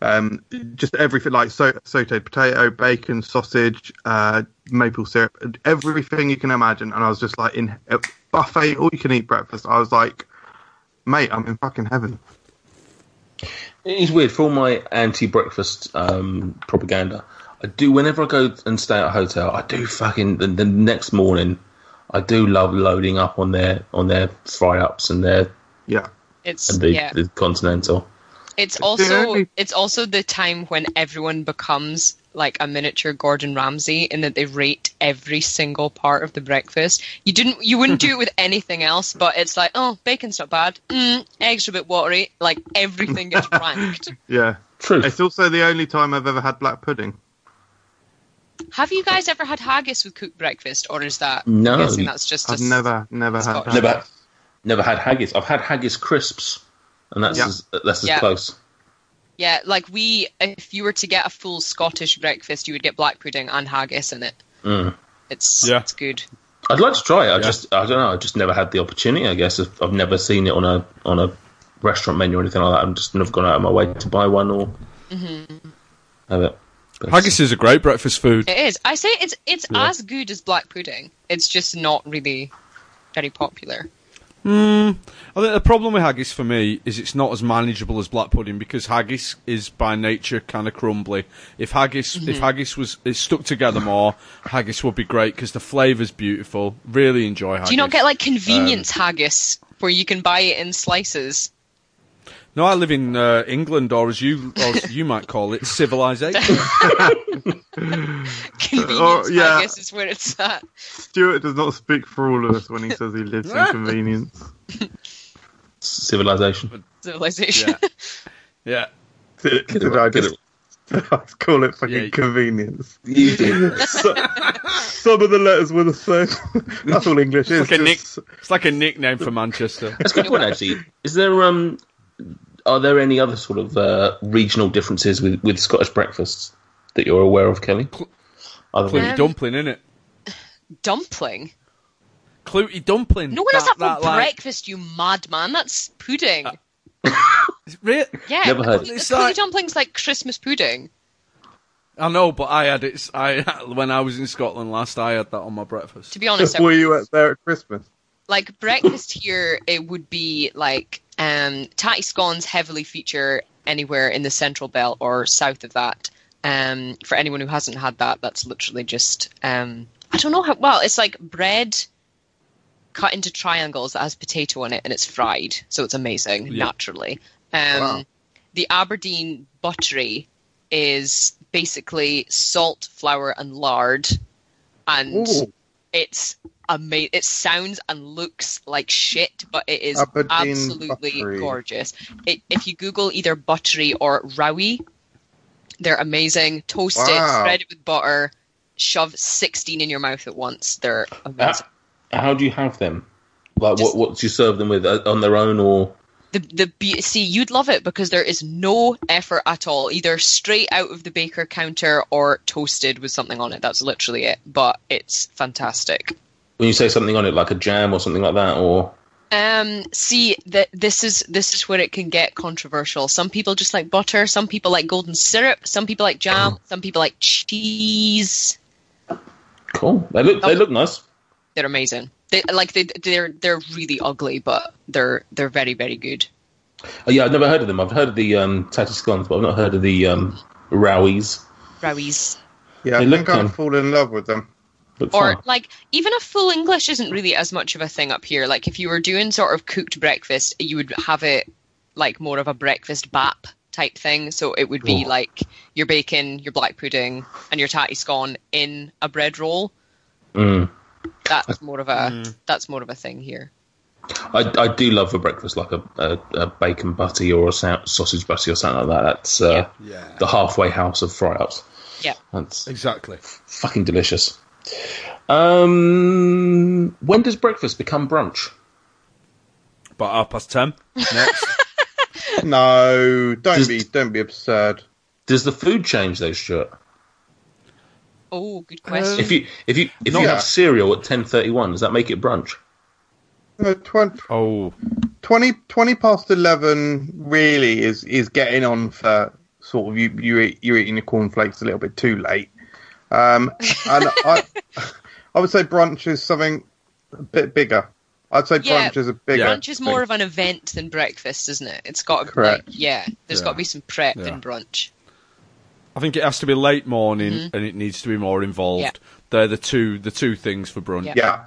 Um, just everything like so, sautéed potato, bacon, sausage, uh, maple syrup, everything you can imagine. And I was just like in a buffet, all you can eat breakfast. I was like, mate, I'm in fucking heaven.
It is weird for all my anti-breakfast um, propaganda. I do whenever I go and stay at a hotel. I do fucking the, the next morning. I do love loading up on their on their fry ups and their
Yeah,
It's
and the,
yeah.
the continental.
It's also
only-
it's also the time when everyone becomes like a miniature Gordon Ramsay in that they rate every single part of the breakfast. You didn't you wouldn't do it with anything else, but it's like, oh, bacon's not bad. Mm, eggs are a bit watery. Like everything gets ranked.
yeah.
True.
It's also the only time I've ever had black pudding.
Have you guys ever had haggis with cooked breakfast, or is that?
No.
I'm guessing that's just.
I've
a-
never, never had.
Scottish.
That.
Never, never had haggis. I've had haggis crisps, and that's
Yeah.
as, that's as
Yeah.
close.
Yeah, like we, if you were to get a full Scottish breakfast, you would get black pudding and haggis in it. It's
Yeah.
it's good.
I'd like to try it. I just I don't know. I just never had the opportunity. I guess I've I've never seen it on a on a restaurant menu or anything like that. I've just never gone out of my way to buy one or have it. But
haggis is a great breakfast food.
It is. I say it's it's as good as black pudding. It's just not really very popular.
I think the problem with haggis for me is it's not as manageable as black pudding because haggis is by nature kind of crumbly. If haggis,
Mm-hmm.
if haggis was it stuck together more, haggis would be great because the flavour's beautiful. Really enjoy haggis.
Do you not get like convenience haggis where you can buy it in slices?
No, I live in uh, England, or as you or as you might call it, civilization.
Convenience
yeah.
haggis is where it's at.
Stuart does not speak for all of us when he says he lives in convenience.
civilization.
Civilization.
yeah, yeah.
Get it
Did I
right, get
just-
it
Let's call it fucking
Yeah, you-
convenience.
right. You do.
Some of the letters were the same. That's all English is.
It's like a nick.
just-
It's like a nickname for Manchester.
That's a good point. Actually, is there um are there any other sort of uh, regional differences with, with Scottish breakfasts that you're aware of, Kelly? Other than
Um,
Clooty dumpling, innit?
Dumpling.
Clooty dumpling.
No one has that, for
like-
breakfast, you madman. That's pudding.
Re-
yeah.
Never heard.
a- a
It's
coolie
like-
dumpling's like Christmas pudding.
I know, but I had it. s- I when I was in Scotland last, I had that on my breakfast.
To be honest, I
Were you at there at Christmas?
like breakfast here it would be like um tatty scones heavily feature anywhere in the central belt or south of that um for anyone who hasn't had that that's literally just um i don't know how well it's like bread cut into triangles that has potato on it and it's fried so it's amazing naturally um the aberdeen buttery is basically salt flour and lard and
Ooh.
it's amazing. It sounds and looks like shit, but it is
Aberdeen
absolutely
buttery.
gorgeous. It, if you Google either buttery or rowie, they're amazing. Toast
Wow.
it, spread it with butter, shove 16 in your mouth at once. They're amazing.
Ah. How do you have them? Like,
Just-
what, what do you serve them with? Uh, On their own or?
the the be- see you'd love it because there is no effort at all either straight out of the baker counter or toasted with something on it that's literally it but it's fantastic
When you say something on it, like a jam or something like that, or
Um, see that this is this is where it can get controversial. Some people just like butter, some people like golden syrup, some people like jam, some people like cheese.
cool. They look they look nice.
They're amazing. They like they they're they're really ugly, but they're they're very very good.
Oh, yeah, I've never heard of them. I've heard of the um, tatty scones, but I've not heard of the um, rowies.
Rowies.
They
Yeah, I
look
think I'd
them.
fall in love with them.
But
Or
fine.
like even a full English isn't really as much of a thing up here. Like if you were doing sort of cooked breakfast, you would have it like more of a breakfast bap type thing. So it would be
Oh.
like your bacon, your black pudding, and your tatty scone in a bread roll.
Mm.
That's more of a that's more of a thing here.
I, I do love for breakfast like a, a, a bacon butty or a sa- sausage butty or something like that. That's uh,
Yeah.
the halfway house of fry ups.
Yeah.
That's
Exactly.
fucking delicious. Um, when does breakfast become brunch?
About half past ten. Next.
No, don't
Just-
be don't be absurd.
Does the food change though, Stuart?
Oh, good question.
If you if you if you
Yeah.
have cereal at ten thirty one, does that make it brunch?
No, 20,
oh,
20, 20 past eleven really is is getting on for sort of you you eat, you're eating your cornflakes a little bit too late. Um, and I I would say brunch is something a bit bigger. I'd say
Yeah.
brunch is a bigger.
brunch is more of an event than breakfast, isn't it? It's got to be like,
Correct.
yeah, There's
Yeah.
got to be some prep
Yeah.
in brunch.
I think it has to be late morning, and it needs to be more involved.
Mm-hmm. Yeah.
They're the two the two things for brunch.
Yeah.
yeah.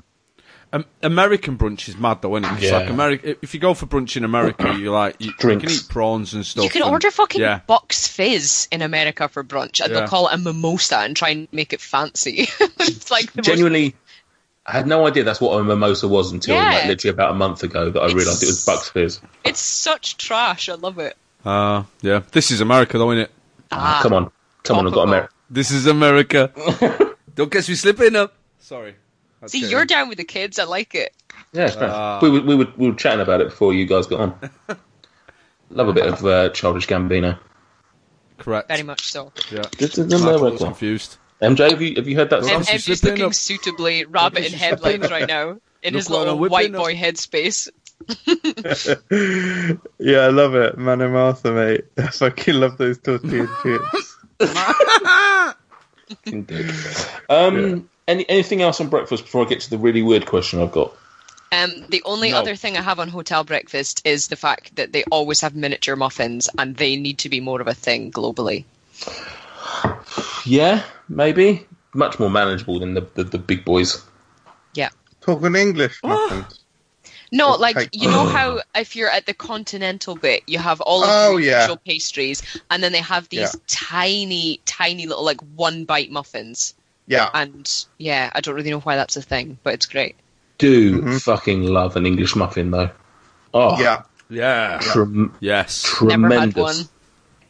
Um, American brunch is mad though, isn't it? It's
Yeah.
like America. If you go for brunch in America, you like you, you can
Drinks.
eat prawns and stuff.
You could
and-
order fucking
yeah.
box fizz in America for brunch, and
Yeah.
they'll call it a mimosa and try and make it fancy. it's like the most,
Genuinely, I had no idea that's what a mimosa was until
Yeah.
like, literally about a month ago that I
It's-
realised it was Bucks Fizz.
it's such trash. I love it.
Ah, yeah. This is America though, isn't it?
Ah,
Come on, come on, I've got
topical.
America.
This is America. Don't guess we slip in up. Sorry. That's
See,
it.
you're down with the kids. I like it.
Yeah, it's fair.
Ah.
we, were, we, were, we were chatting about it before you guys got on. Love a bit of uh, childish Gambino.
correct.
Very much so.
Yeah. Michael was
MJ,
confused.
have you have you heard that?
And
Well,
song?
obviously
Em just
slipping
looking
up.
suitably rabbit in
Obviously slipping
headlights right now in his
Look like a
little
whipping
white
up.
boy headspace.
Yeah, I love it. Man and Martha, mate. I fucking love those tortilla chips.
Um, any, anything else on breakfast before I get to the really weird question I've got?
Um, the only
No.
other thing I have on hotel breakfast is the fact that they always have miniature muffins, and they need to be more of a thing globally.
Yeah, maybe much more manageable than the the, the big boys.
Yeah.
Talking English muffins.
No,
Just
like
take-
you know how if you're at the continental bit, you have all of
Oh,
the
yeah.
usual pastries, and then they have these
Yeah.
tiny, tiny little like one bite muffins.
yeah.
And yeah, I don't really know why that's a thing, but it's great.
Do fucking love an English muffin though. Oh,
Mm-hmm. Yeah.
Yeah.
trem-
Yes.
tremendous.
Never had one.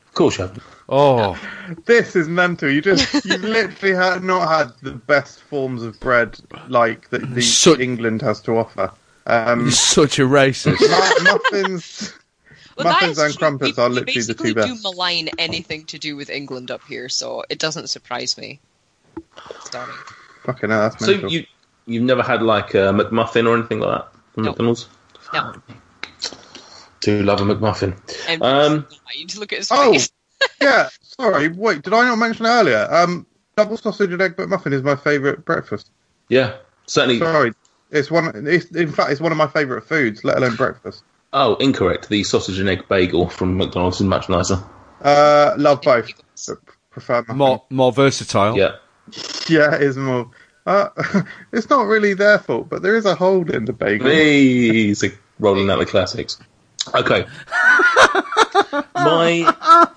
Of course you have.
Oh,
This is mental. You just you've literally had, not had the best forms of bread like that the
So-
England has to offer. Um
you're such a racist.
mu- muffins
Well, that
Muffins
is
and
true.
crumpets
We-
are
we
literally the
basically
two best.
do malign anything to do with England up here, so it doesn't surprise me. Sorry.
fucking hell, that's
So
mental.
you you've never had like a McMuffin or anything like that from
No.
McDonald's?
No.
Do love a McMuffin.
And
Um,
lied. look at his
Oh.
face.
yeah, sorry. Wait, did I not mention it earlier? Um, double sausage and egg McMuffin is my favourite breakfast.
Yeah, certainly.
Sorry, it's one. It's, in fact, it's one of my favourite foods, let alone breakfast.
Oh, incorrect. The sausage and egg bagel from McDonald's is much nicer.
Uh, love both. but Prefer muffin.
More more versatile.
Yeah.
Yeah, it is more. Uh, it's not really their fault, but there is a hole in the bagel.
He's like, rolling out the classics. Okay. my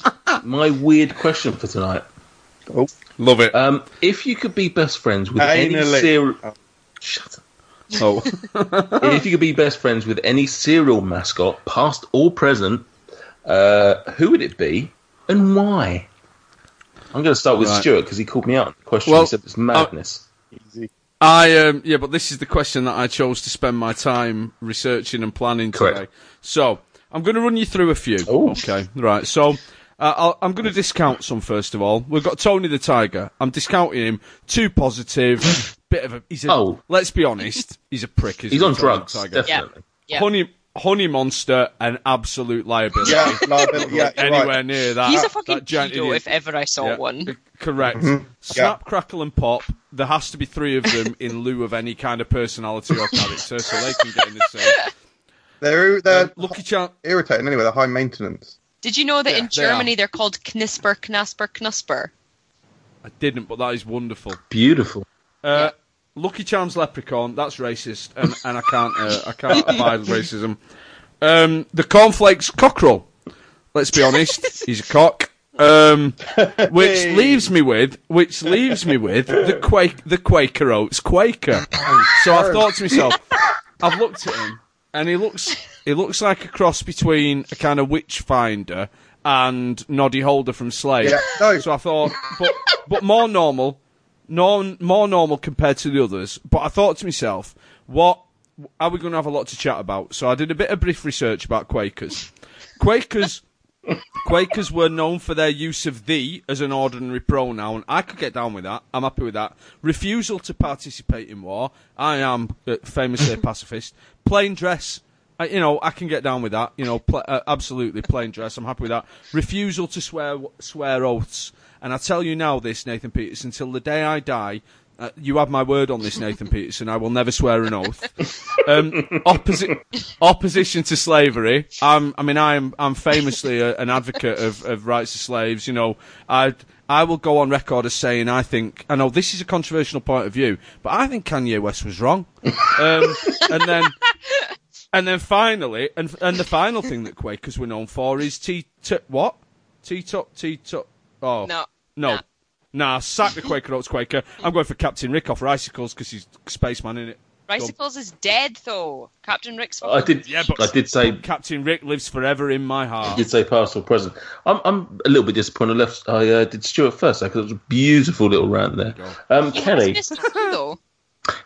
my weird question for tonight.
Oh,
Love it.
Um, if you could be best friends with any
Anally.
serial,
Oh.
shut up.
oh.
if you could be best friends with any serial mascot, past or present, uh, who would it be and why? I'm going to start with
Right.
Stuart because he called me out. on the Question.
Well,
he said it's madness.
easy.
I um, yeah, but this is the question that I chose to spend my time researching and planning
Correct.
today. So I'm going to run you through a few.
Ooh.
Okay, right. So uh, I'll, I'm going to discount some first of all. We've got Tony the Tiger. I'm discounting him. Too positive. bit of a. He's a.
Oh.
Let's be honest. He's a prick. isn't
He's
he, Tony
on
the
drugs,
Tiger?
Yeah.
definitely.
Yeah.
Honey, honey monster, an absolute liability.
Yeah, love it. Yeah, you're
Anywhere
right.
near that.
He's a
that
fucking
giant
pedo
idiot.
if ever I saw
Yeah, Uh,
one.
Correct. Snap, crackle, and pop. There has to be three of them in lieu of any kind of personality or character, so they can get in the same.
They're they're
Lucky Charm.
irritating anyway. They're high maintenance.
Did you know that
Yeah,
in
they
Germany
are.
they are called Knisper, Knasper, Knusper?
I didn't, but that is wonderful.
Beautiful.
Uh, Lucky Charms leprechaun. That's racist, and, and I can't. Uh, I can't abide racism. Um, the cornflakes cockerel. Let's be honest, he's a cock. Um, which leaves me with, which leaves me with the quake, the Quaker Oats Quaker. So I thought to myself, I've looked at him, and he looks, he looks like a cross between a kind of witch finder and Noddy Holder from Slade.
Yeah, no.
So I thought, but but more normal, non more normal compared to the others. But I thought to myself, what are we going to have a lot to chat about? So I did a bit of brief research about Quakers. Quakers. Quakers were known for their use of "the" as an ordinary pronoun. I could get down with that. I'm happy with that. Refusal to participate in war. I am uh, famously a pacifist. Plain dress. I, you know, I can get down with that. You know, pl- uh, absolutely plain dress. I'm happy with that. Refusal to swear swear oaths. And I tell you now, this Nathan Peterson, till the day I die, uh, you have my word on this, Nathan Peterson. I will never swear an oath. Um, opposi- opposition to slavery. I'm, I mean, I'm, I'm famously a, an advocate of, of rights to slaves. You know, I, I will go on record as saying I think. I know this is a controversial point of view, but I think Kanye West was wrong. Um, and then, and then finally, and and the final thing that Quakers were known for is tea. T- what? Tea top. Tea top. Oh
No.
no.
Nah.
Nah, sack the Quaker Oats Quaker. I'm going for Captain Rick off Ricicles because he's spaceman in it.
Ricicles is dead though. Captain Rick's
Uh,
I did.
Yeah, but-
I did say
Captain Rick lives forever in my heart.
did say past or present. I'm, I'm a little bit disappointed. I left. I uh, did Stuart first because it was a beautiful little rant there. Um,
He
Kelly,
has missed a few though.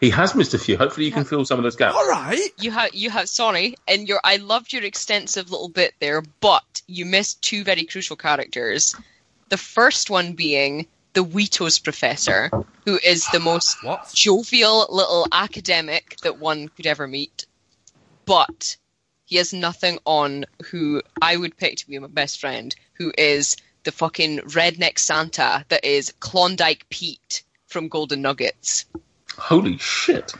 he has missed a few. Hopefully, you can fill some of those gaps.
All right.
You have you have sorry, and your I loved your extensive little bit there, but you missed two very crucial characters. The first one being the Wheatos professor, who is the most
What?
jovial little academic that one could ever meet. But he has nothing on who I would pick to be my best friend, who is the fucking redneck Santa that is Klondike Pete from Golden Nuggets.
Holy shit!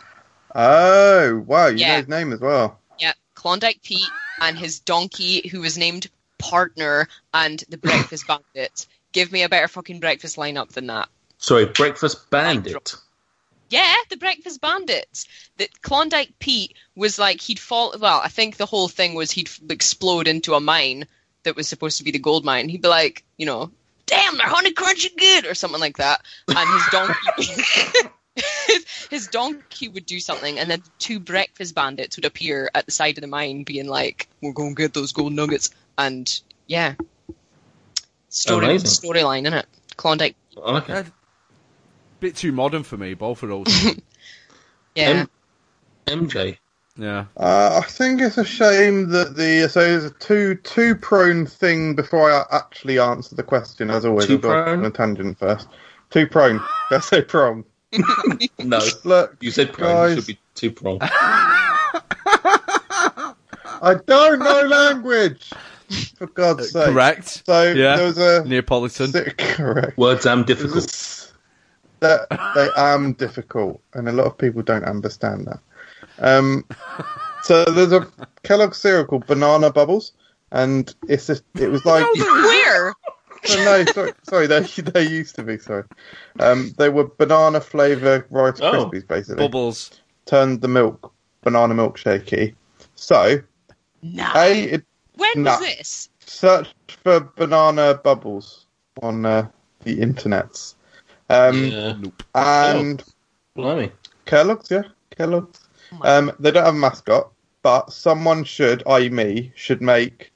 Oh wow, you
Yeah.
know his name as well.
Yeah, Klondike Pete and his donkey, who was named Partner, and the Breakfast Bandit. Give me a better fucking breakfast lineup than that.
Sorry, breakfast bandit.
Yeah, the Breakfast Bandits. That Klondike Pete was like he'd fall. Well, I think the whole thing was he'd f- explode into a mine that was supposed to be the gold mine. He'd be like, you know, damn, they're honey crunchy good or something like that. And his donkey, his donkey would do something, and then two Breakfast Bandits would appear at the side of the mine, being like, "We're going to get those gold nuggets." And yeah, story
Amazing.
storyline in it. Klondike.
I like it.
Bit too modern for me, both of those.
Yeah.
Um, M- MJ.
yeah.
Uh, I think it's a shame that the so there's a two two prone thing before I actually answer the question. As always,
Two
I've got
prone?
on a tangent first. Two prone. That's so prone.
No,
Look,
you said prone. You
Guys.
should be too prone.
I don't know language. For God's sake.
Uh, Correct.
So
Yeah.
there was a
Neapolitan.
correct
Words am difficult.
that they am difficult, and a lot of people don't understand that. Um, so there's a Kellogg cereal called Banana Bubbles, and it's just, it was like
Where?
no, no, sorry, sorry, they they used to be sorry. Um, they were banana flavour Rice
Oh,
Krispies, basically.
Bubbles.
Turned the milk banana milkshakey. So
Nah.
a it,
When
nah.
was this?
search for banana bubbles on uh, the internets, um,
Yeah.
and
Blimey.
Kellogg's, yeah, Kellogg's.
Oh my
Um, they don't have a mascot, but someone should, i.e., me, should make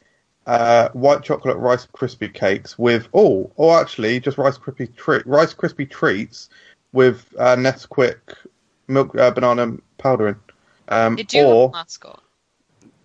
uh, white chocolate Rice Krispie cakes with oh, or actually just Rice Krispie tre- Rice Krispie treats with uh, Nesquik milk uh, banana powder in. Um,
They do
or
have a mascot.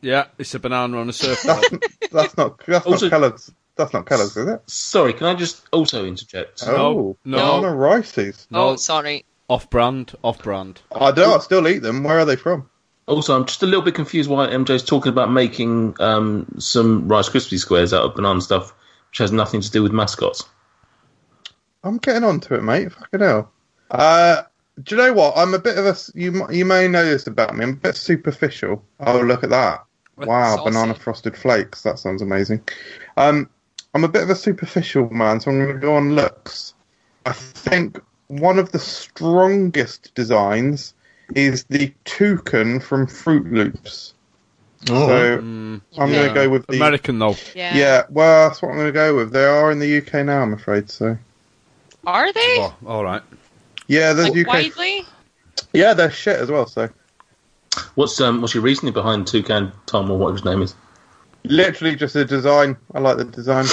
Yeah, it's a banana on a surfboard.
that's, that's not that's
Also-
not Kellogg's. That's not Kellogg's, is it?
Sorry, can I just also interject?
Oh.
No, no.
banana Rices.
No.
Oh, sorry.
off brand, off brand.
I don't. know, I still eat them. Where are they from?
Also, I'm just a little bit confused why MJ's talking about making um, some Rice Krispie squares out of banana stuff, which has nothing to do with mascots.
I'm getting onto it, mate. Fucking hell. Uh, do you know what? I'm a bit of a. s- You m- you may know this about me. I'm a bit superficial. Oh, look at that! Wow,
Saucy.
banana frosted flakes. That sounds amazing. Um, I'm a bit of a superficial man, so I'm going to go on looks. I think one of the strongest designs is the toucan from Fruit Loops. so I'm going
Mm. Yeah.
to go with the
American though.
Yeah.
Yeah, well, that's what I'm going to go with. They are in the UK now, I'm afraid. So
Are they?
Oh, all right.
yeah, there's
like
UK.
widely?
Yeah, they're shit as well. So
What's um, what's your reasoning behind Toucan Tom or whatever his name is?
literally just a design. I like the design.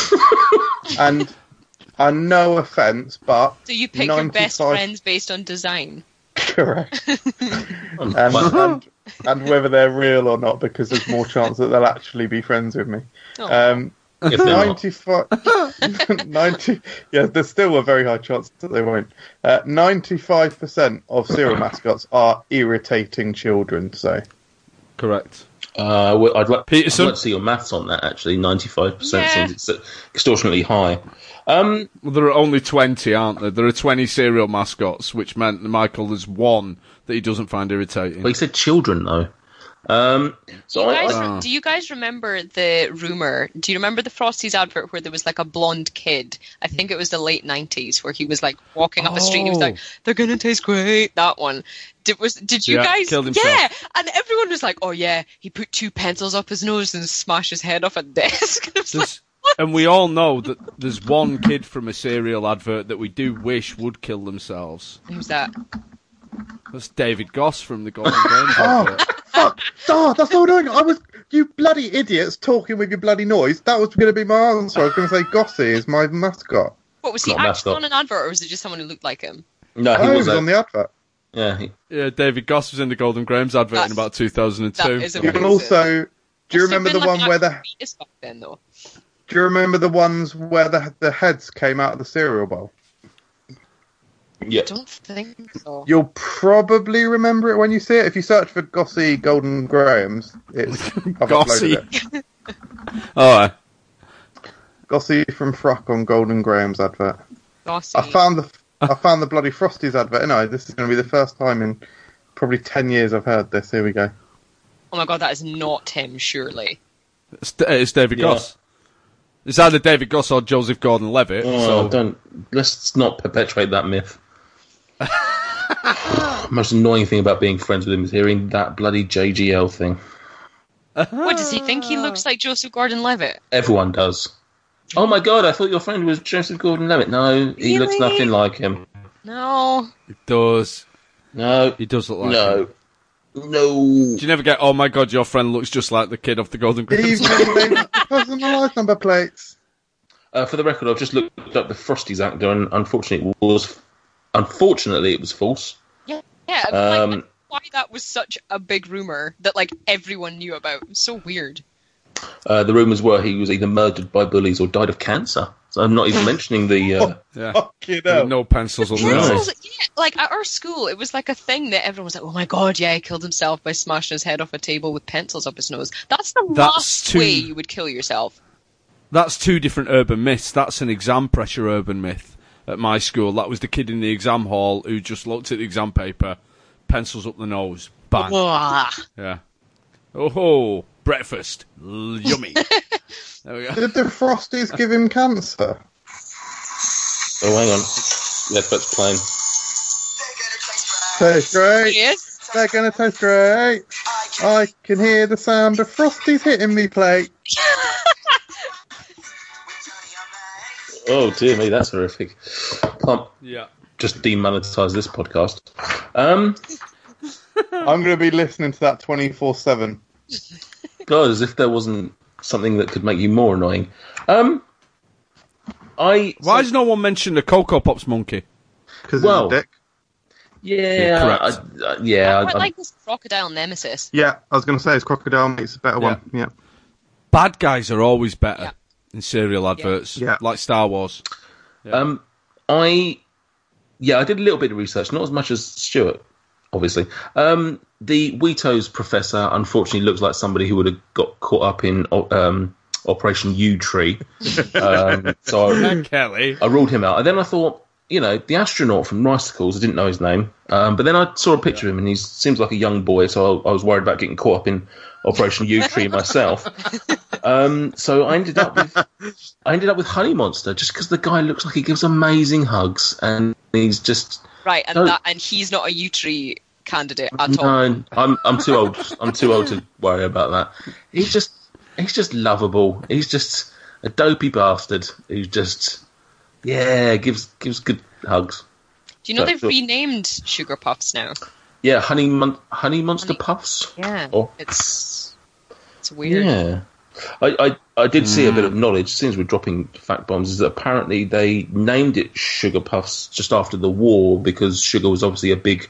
and and no offense, but
So you pick your best
95
friends based on design.
correct.
Um,
And,
but-
and and whether they're real or not, because there's more chance that they'll actually be friends with me.
Oh.
Um,
if they're not.
95 90 yeah there's still a very high chance that they won't uh, 95% of serial mascots are irritating children so
Correct.
Uh, well, I'd like,
Peterson?
I'd like to see your maths on that. Actually, ninety-five percent
Yeah.
seems ex- extortionately high. Um,
Well, there are only twenty, aren't there? There are twenty serial mascots, which meant that Michael there's one that he doesn't find irritating.
but he said children though. Um, so I,
Guys,
I,
do you guys remember the rumor? Do you remember the Frosties advert where there was like a blonde kid? I think it was the late '90s where he was like walking up a street. and He was
Oh.
like, "They're gonna taste great." That one. Did was did you
Yeah,
guys?
killed himself.
Yeah, and everyone was like, "Oh yeah, he put two pencils up his nose and smashed his head off a desk." It was like,
There's- and we all know that there's one kid from a serial advert that we do wish would kill themselves.
Who's that?
That's David Goss from the Golden Games advert.
fuck oh, that's so annoying I was you bloody idiots talking with your bloody noise that was going to be my answer I was going to say Gossy is my mascot
What was he
Not a
actually
mascot.
on an advert, or was it just someone who looked like him?
no,
oh,
he
he
was.
was
a-
on the advert
yeah, he-
Yeah, David Goss was in the Golden Grahams advert
That's-
in about 2002.
that is a-
you can
Amazing.
also do you
Must have
remember
been
the
like
one
an
where the
actual fetus back then though?
do you remember the ones where the, the heads came out of the cereal bowl
yeah.
I don't think so.
You'll probably remember it when you see it. If you search for Gossy Golden Grahams, it's I've
Gossy.
uploaded it.
All right.
Gossy from Frock on Golden Grahams advert.
Gossy.
I found the I found the bloody Frosties advert. and I this is going to be the first time in probably ten years I've heard this. Here we go.
Oh my god, that is not him, surely.
It's, D- it's David
Yeah.
Goss. It's either David Goss or Joseph Gordon-Levitt.
Oh,
so
don't let's not perpetuate that myth. Most annoying thing about being friends with him is hearing that bloody JGL thing.
What does he think? He looks like Joseph Gordon-Levitt.
Everyone does. Oh my god, I thought your friend was Joseph Gordon-Levitt. No, he looks
Really?
nothing like him.
No.
he does.
No,
He does look like him.
no, no.
Do you never get, oh my god, your friend looks just like the kid off the Golden Grahams?
Evening personalised number plates.
Uh, for the record, I've just looked up the Frosties actor, and unfortunately, it was unfortunately it was false.
Yeah, I mean, like,
Um,
why that was such a big rumor that like everyone knew about. It was so weird.
uh, the rumours were he was either murdered by bullies or died of cancer. So I'm not even mentioning the. Uh,
yeah.
Fucking
There were
hell.
no pencils on
No.
there.
Pencils, yeah, like at our school, it was like a thing that everyone was like, "Oh my god, yeah, he killed himself by smashing his head off a table with pencils up his nose." That's the
That's
last
too-
way you would kill yourself.
that's two different urban myths. That's an exam pressure urban myth at my school. That was the kid in the exam hall who just looked at the exam paper, pencils up the nose, bang.
Wah.
Yeah. Oh ho! Breakfast, L- yummy. there we go.
Did the Frosties give him cancer?
Oh, hang on. That's that's playing.
Tastes great.
Yes.
They're gonna taste great. I can hear the sound of Frosties hitting me plate.
Oh dear me, that's horrific. Can't
Yeah.
just demonetize this podcast. Um,
I'm gonna be listening to that 24 seven.
God, as if there wasn't something that could make you more annoying. Um, I
Why has no one mentioned the Cocoa Pops monkey?
Because
Well.
dick.
yeah,
correct.
I, I,
I
yeah. I,
quite
I-
like this crocodile nemesis.
Yeah, I was gonna say it's crocodile mate's a better
Yeah.
one. Yeah.
Bad guys are always better
Yeah.
in serial adverts,
Yeah.
like Star Wars.
Um, I yeah, I did a little bit of research, not as much as Stuart, obviously. Um, the Wheatos professor unfortunately looks like somebody who would have got caught up in o- um, Operation U Tree. um, so I,
Kelly.
I ruled him out, and then I thought, you know, the astronaut from Ricicles. I didn't know his name, um, but then I saw a picture of him, and he seems like a young boy. So I, I was worried about getting caught up in Operation U Tree myself. Um, so I ended up with I ended up with Honey Monster just because the guy looks like he gives amazing hugs, and he's just
Right, and
No.
that and he's not a U tree candidate at all.
no, I'm I'm too old. I'm too old to worry about that. He's just he's just lovable. He's just a dopey bastard who just yeah gives gives good hugs.
Do you know
That's
they've
all.
renamed Sugar Puffs now?
Yeah, honey, mon- honey monster
Honey-
puffs.
Yeah.
Oh.
It's it's weird.
Yeah, Mm. I, I I did see a bit of knowledge since we're dropping fact bombs. Is that apparently they named it sugar puffs just after the war because sugar was obviously a big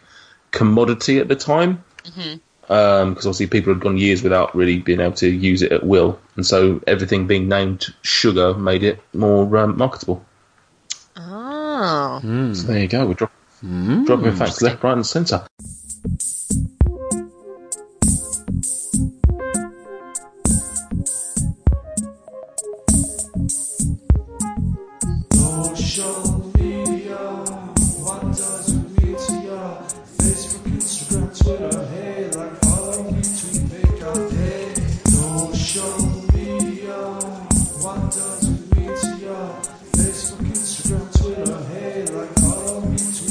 commodity at the time. Because obviously people had gone years without really being able to use it at will, and so everything being named sugar made it more um, marketable.
Oh.
Hmm.
So there you go. We're drop- dropping facts left, right, and centre.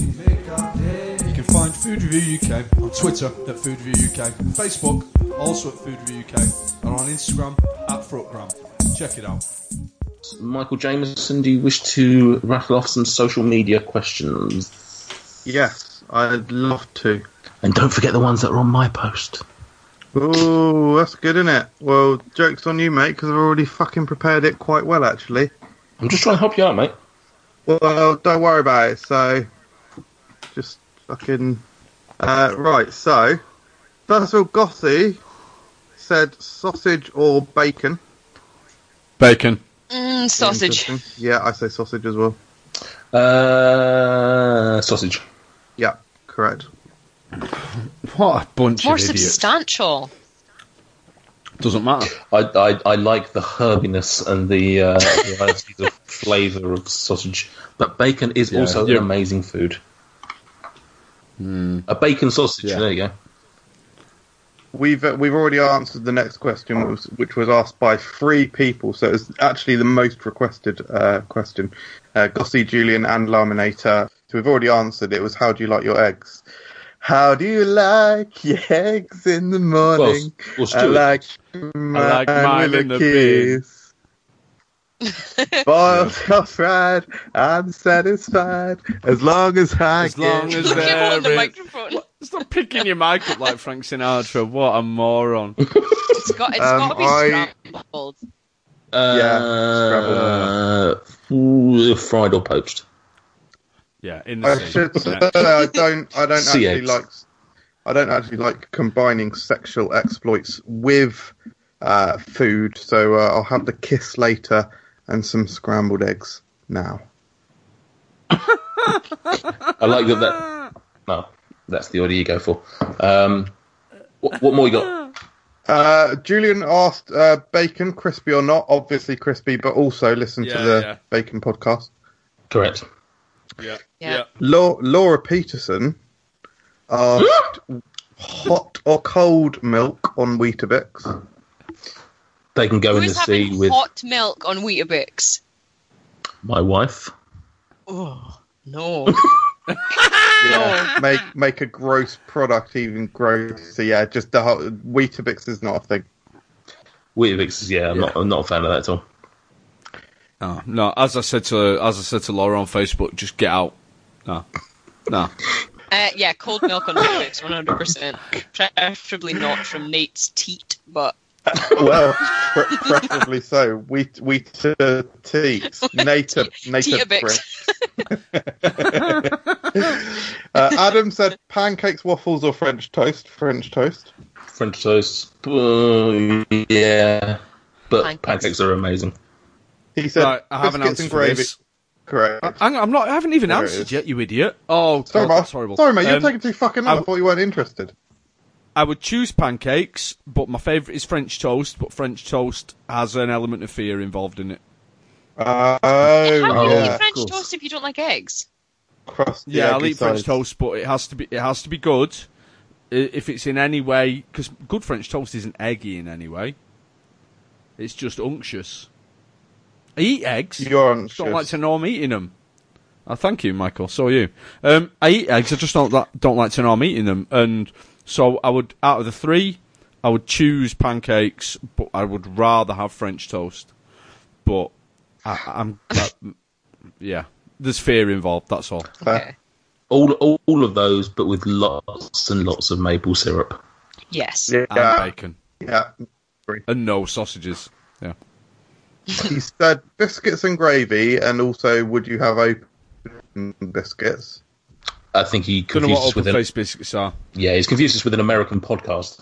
You can find Food Review UK on Twitter at Food Review UK, Facebook also at Food Review UK, and on Instagram at Fruitgram. Check it out.
Michael Jameson, do you wish to rattle off some social media questions?
Yes, I'd love to.
And don't forget the ones that are on my post.
Ooh, that's good, isn't it? Well, joke's on you, mate, because I've already fucking prepared it quite well, actually.
I'm just trying to help you out, mate.
Well, don't worry about it. So, just fucking. Uh, right, so. First of all, Gothy said sausage or bacon.
Bacon.
Mm, sausage.
Interesting. Yeah, I say sausage as well.
Uh, sausage.
Yeah, correct.
What a bunch
More
of idiots.
substantial.
Doesn't matter.
I, I, I like the herbiness and the, uh, varieties of flavour of sausage. But bacon is also
yeah.
an amazing food. A bacon sausage,
Yeah.
there you go.
We've uh, we've already answered the next question, which was, which was asked by three people, so it's actually the most requested uh, question. Uh, Gossy, Julian, and Laminator. So we've already answered. It was how do you like your eggs? How do you like your eggs in the
Well,
morning?
well
I
Stuart,
like mine,
like mine
with
in
a
the bin.
kiss. Boiled or fried, I'm satisfied as long as I
As
get
long as
Give
there
on the
is-
microphone.
Stop picking your mic up like Frank Sinatra. What a moron.
It's got it's
Um,
got to be
I-
scrambled.
uh,
yeah,
ooh, fried or poached.
Yeah, in the
I
same.
should say I don't. I don't
Sea
actually
eggs.
like. I don't actually like combining sexual exploits with uh, food. So uh, I'll have the kiss later and some scrambled eggs now.
I like that.
Ah. Ah.
that no, that's the order you go for. Um, what, what more you got?
Uh, Julian asked uh, bacon, crispy or not. Obviously crispy, but also listen to
Yeah,
the
yeah.
bacon podcast.
Correct.
Yeah.
Yeah.
Lau- Laura Peterson asked hot or cold milk on Weetabix.
They can go in the
Who's
sea
having
with
hot milk on Weetabix?
my wife.
Oh no.
Yeah, make make a gross product even grosser. Yeah, just the whole, Weetabix is not a thing.
Weetabix, yeah, I'm, Not, I'm not a fan of that at all.
No, no. As I said to as I said to Laura on Facebook, just get out. No, no.
Uh, yeah, cold milk on Weetabix, 100%. Preferably not from Nate's teat, but
Well, pre- preferably so. Wheat Weeta teats. Native native
Teetabix.
print. Uh, Adam said pancakes, waffles, or French toast. French toast.
French toast, uh, yeah, but
Pancakes.
pancakes. are amazing.
He said
Right, I have an
biscuits
answer
and
for
gravy.
this. Uh,
Correct.
Hang on, I'm not. I haven't even
There it
answered
is.
yet, you idiot. Oh, God,
Sorry, mate.
that's horrible.
Sorry, mate. You're
Um,
taking too fucking long. I
I-
thought you weren't interested.
I would choose pancakes, but my favourite is French toast. But French toast has an element of fear involved in it.
how
Uh, oh,
can you
yeah.
eat French
course.
toast if you don't like eggs?
Crusty,
Yeah, I'll
eggy
eat French
sides.
toast, but it has to be it has to be good. i- If it's in any way, because good French toast isn't eggy in any way. It's just unctuous. I eat eggs.
You're
I just don't like
unctuous.
to know I'm eating them. Oh, thank you, Michael. So are you. Um, I eat eggs. I just don't li- don't like to know I'm eating them. And so I would, out of the three, I would choose pancakes, but I would rather have French toast. But I, I'm, that, yeah. There's fear involved. That's all.
Fair.
Okay.
All, all, all of those, but with lots and lots of maple syrup.
Yes.
Yeah,
And bacon.
yeah.
And no sausages. Yeah.
He said biscuits and gravy, and also would you have open biscuits?
I think he
Don't know
confused
what
us with
open
an,
face biscuits are.
yeah, he's confused us with an American podcast.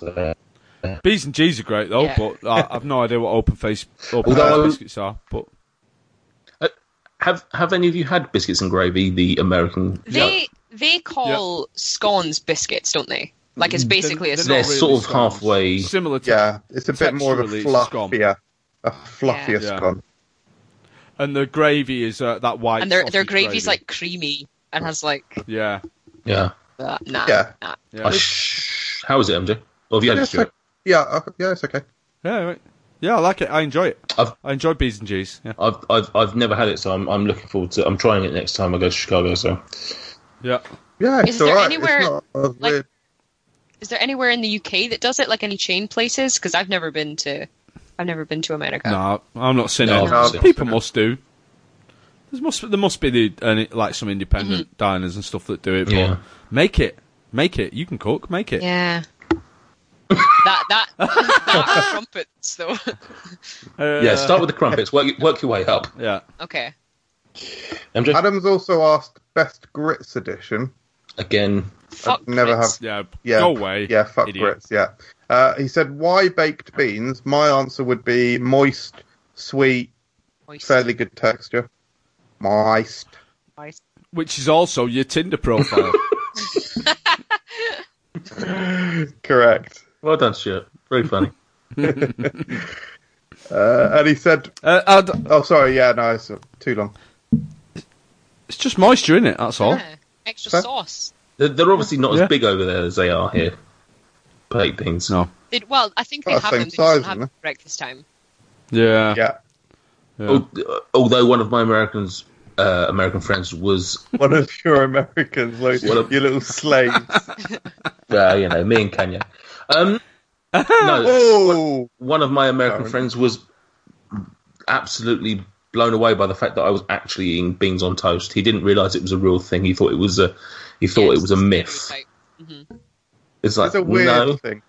there.
B's and G's are great though,
Yeah.
but I, I've no idea what open face open
Although-
face biscuits are. But
Have Have any of you had biscuits and gravy? The American,
They they call scones biscuits, don't they? Like
Mm,
it's basically a
they're
they're
not
scone.
really
sort of
scones.
halfway.
similar to
Yeah, it's a bit more of a
Texturally, it's scum.
fluffier, a fluffier
Yeah.
scone.
and the gravy is uh, that white.
And their
sausage
their gravy's
gravy.
like creamy and has like
yeah.
Yeah.
uh, nah,
Yeah.
nah.
Yeah.
I sh- how is it, MJ? Or have you had it,
It's
Stuart?
o- yeah, uh, yeah, it's okay.
Yeah, right. yeah, I like it. I enjoy it.
I've-
I enjoy B's and G's. Yeah,
I've, I've I've never had it, so I'm I'm looking forward to. I'm trying it next time I go to Chicago. So
yeah.
Yeah, it's
Is there
alright.
anywhere,
it's not as
like-
weird.
Is there anywhere in the UK that does it? Like any chain places? Because I've never been to I've never been to America.
No, I'm not saying
No,
it.
no, no.
People must do. There must there must be the and it- like some independent
Mm-hmm.
diners and stuff that do it. But
Yeah.
make it, make it. You can cook. Make it.
Yeah. that that, that trumpets though.
Uh,
yeah, start with the crumpets. Work work your way up.
yeah.
okay.
MJ
Adam's also asked best grits edition.
again.
Fuck
never
Brits.
Yeah,
Yeah,
go away.
Yeah, fuck
idiot.
grits. Yeah. Uh, he said, "Why baked beans?" My answer would be moist, sweet,
Moist,
fairly good texture. Moist.
moist.
Which is also your Tinder profile.
Correct.
Well done, Stuart. Very funny.
Uh, and he said,
uh, I'd-
"Oh, sorry. Yeah, no, it's uh, too long."
it's just moisture in it. That's
Oh.
all.
Yeah. Extra
Fair.
sauce.
they're, they're obviously not
Yeah.
as big over there as they are here. Baked beans.
No.
They, well, I think they
Oh,
have
same
them. They
size,
just don't have
isn't
them at breakfast time.
Yeah.
Yeah.
Al- Although one of my Americans, uh, American friends was,
One of your Americans, like,
What a-
your little slaves.
uh, you know, me and Kenya. Um, no,
oh,
one of my American
Darren.
friends was absolutely blown away by the fact that I was actually eating beans on toast. He didn't realise it was a real thing. He thought it was a, he thought
Yeah,
it was a
it's
myth.
stereotype.
It's like
it's a weird
no.
thing.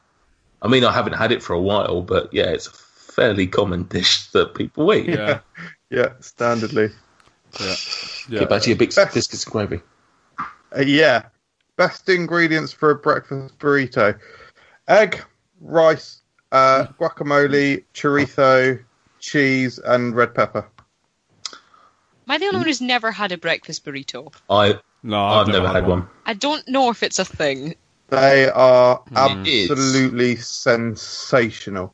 I mean, I haven't had it for a while, but yeah, it's a fairly common dish that people eat.
Yeah.
Yeah, standardly.
Yeah.
Get back to your big
Best-
biscuits and gravy.
Uh, yeah. Best ingredients for a breakfast burrito: egg, rice, uh, guacamole, chorizo, cheese, and red pepper.
Am I the
Hmm?
only one who's never had a breakfast burrito?
I
No,
I've, never had one.
I don't know if it's a thing.
They are
It's-
absolutely sensational.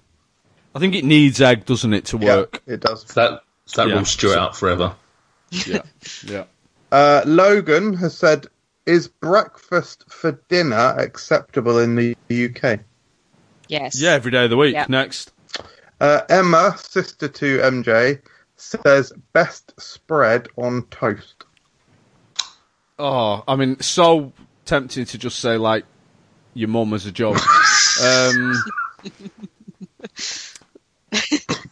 I think it needs egg, doesn't it, to work?
Yeah, it does.
So that so that
Yeah.
rules Stuart out forever.
Yeah. yeah.
Uh, Logan has said, "Is breakfast for dinner acceptable in the UK?"
Yes.
Yeah, every day of the week.
Yeah.
Next.
Uh, Emma, sister to MJ, says, "Best spread on toast."
Oh, I mean, so tempting to just say like your mum as a joke. um,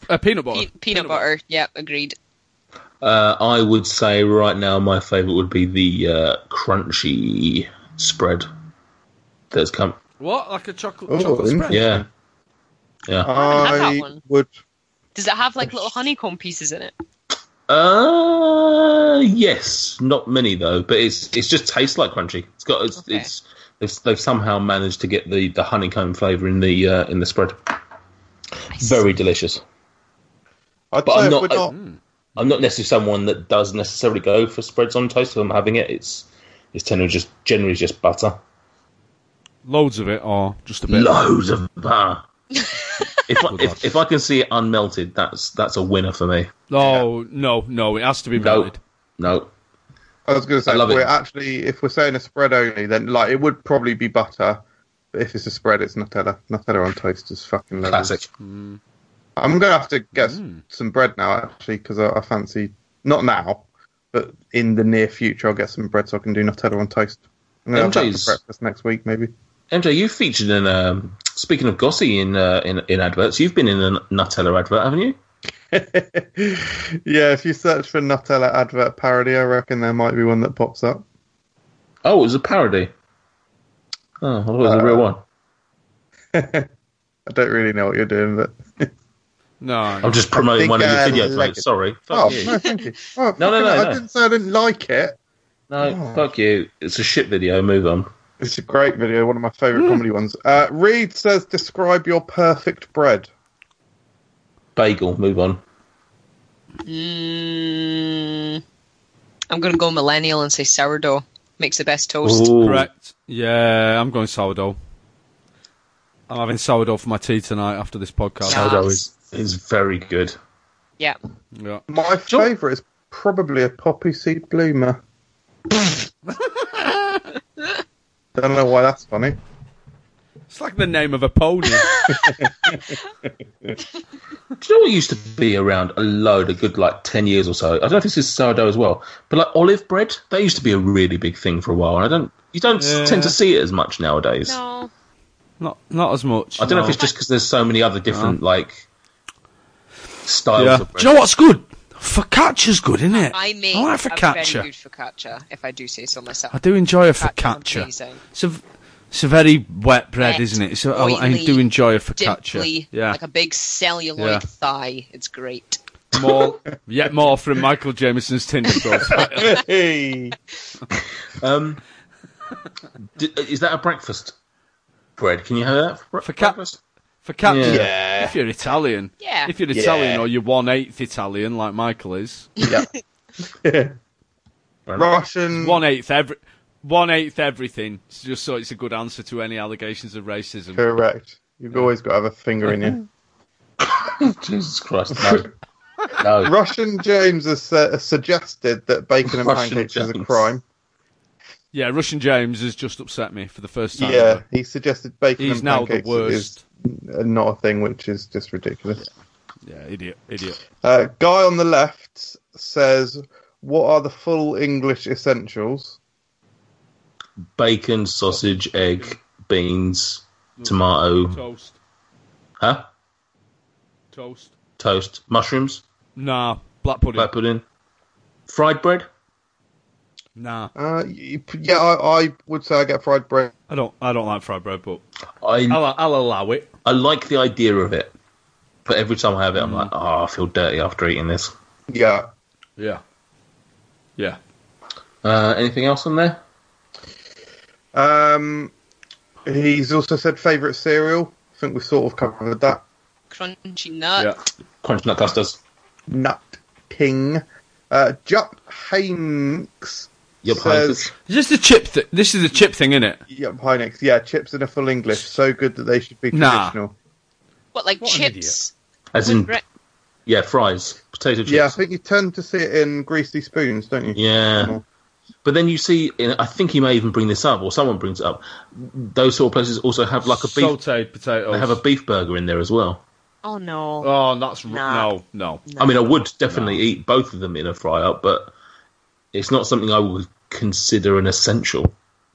uh, peanut butter.
Pe- peanut, butter. Yep, agreed.
Uh, I would say right now my favourite would be the uh, crunchy spread that's come.
What? Like a chocolate,
Oh,
chocolate spread?
Yeah, yeah.
I haven't had that
I
one.
would.
Does it have like little honeycomb pieces in it?
Uh, yes, not many though, but it's it's just tastes like crunchy. It's got it's,
Okay.
it's they've, they've somehow managed to get the, the honeycomb flavour in the uh, in the spread. Very delicious.
I'd
But
say
I'm
if
not-
we're
I-
not.
I'm not necessarily someone that does necessarily go for spreads on toast. If I'm having it, it's it's generally just generally just butter.
Loads of it, or just a bit.
Loads of butter. if, I, if if I can see it unmelted, that's that's a winner for me.
No, Oh, no, no. It has to be
No,
melted.
no.
I was going to say,
I love
if we're
it.
actually, if we're saying a spread only, then like it would probably be butter. But if it's a spread, it's Nutella. Nutella on toast is fucking lovely.
Classic.
I'm going to have to get s- some bread now, actually, because I, I fancy not now, but in the near future, I'll get some bread so I can do Nutella on toast. I'm going to have that
MJ's
for breakfast next week, maybe.
MJ, you featured in um, speaking of Gossi in, uh, in in adverts. You've been in a Nutella advert, haven't you?
yeah, if you search for Nutella advert parody, I reckon there might be one that pops up.
Oh, it was a parody. Oh, I thought it was a
Uh,
real one.
I don't really know what you're doing, but
No.
I'm just promoting
think
one of your
I
videos,
like
mate.
it.
Sorry. Fuck
oh
you.
no, thank you. Oh,
No, no,
fucking
no,
hell, I
no.
didn't say I didn't like it.
No, fuck you. It's a shit video. Move on.
It's a great video, one of my favourite comedy ones. Uh, Reed says, "Describe your perfect bread."
Bagel. Move on.
Mm, I'm gonna go millennial and say sourdough makes the best toast.
Ooh.
Correct. Yeah, I'm going sourdough. I'm having sourdough for my tea tonight after this podcast.
Yeah.
Sourdough is, is very good.
Yeah,
Yeah.
My
Sure.
favourite is probably a poppy seed bloomer. Don't know why that's funny.
It's like the name of a pony.
Do you know what used to be around a load of good like ten years or so? I don't know if this is sourdough as well, but like olive bread, that used to be a really big thing for a while, and I don't you don't
Yeah.
tend to see it as much nowadays.
no,
not, not as much.
I don't know if
no.
it's just because there's so many other different like styles of bread.
Do you know what's good? Focaccia's good, isn't it?
I make
I like
a
focaccia.
very good focaccia if I do say so myself.
Oh, I do enjoy a
Focaccia's
focaccia.
amazing.
It's a, it's a very wet bread,
Wet,
isn't it? It's a, I- I
oily,
do enjoy a focaccia.
Dimply,
Yeah,
like a big celluloid
Yeah.
thigh. It's great.
more, yet more from Michael Jameson's Tinder profile.
Hey,
Um, d- is that a breakfast bread? Can you have that for, bre-
For cat-
breakfast?
Focaccia.
Yeah.
If you're Italian,
Yeah.
If you're Italian
Yeah.
or you're one eighth Italian, like Michael is,
Russian.
one eighth every. One eighth everything, It's just so it's a good answer to any allegations of racism.
Correct. You've always got to have a finger in you.
Jesus Christ, no, no.
Russian James has su- has suggested that bacon and
Russian
pancakes is a
James.
crime.
Yeah, Russian James has just upset me for the first time.
Yeah,
ever.
he suggested bacon
he's
and
now the
pancakes
worst.
is not a thing, which is just ridiculous.
Yeah, idiot, idiot.
Uh, guy on the left says, "What are the full English essentials?"
Bacon, sausage, egg, beans, tomato,
Toast,
huh?
toast.
Toast, mushrooms,
Nah, black pudding.
black pudding, fried bread.
Nah,
Uh, y- yeah, I, I would say I get fried bread.
I don't. I don't like fried bread, but
I
I'll, I'll allow it.
I like the idea of it, but every time I have it, I'm like, oh, I feel dirty after eating this.
Yeah.
Yeah, yeah.
Uh, anything else on there?
Um, he's also said favourite cereal. I think we sort of covered that.
Crunchy nut.
Crunch nut custards.
Nut King. Uh, Jupp Hanks
Yup,
says,
Heinz.
Is this the chip thing? This is the chip thing, isn't it?
Yep, Hynix. Yeah, chips in a full English. So good that they should be
Nah.
traditional.
What like
What an Hmm.
chips?
As
with
in,
bre-
yeah, fries, potato chips.
Yeah, I think you tend to see it in greasy spoons, don't you?
Yeah. But then you see, and I think he may even bring this up, or someone brings it up. Those sort of places also have like a beef.
Sauteed potatoes.
they have a beef burger in there as well.
oh no.
Oh, that's r-
Nah.
no, no.
No.
I mean, I would definitely eat both of them in a fry up, but it's not something I would consider an essential.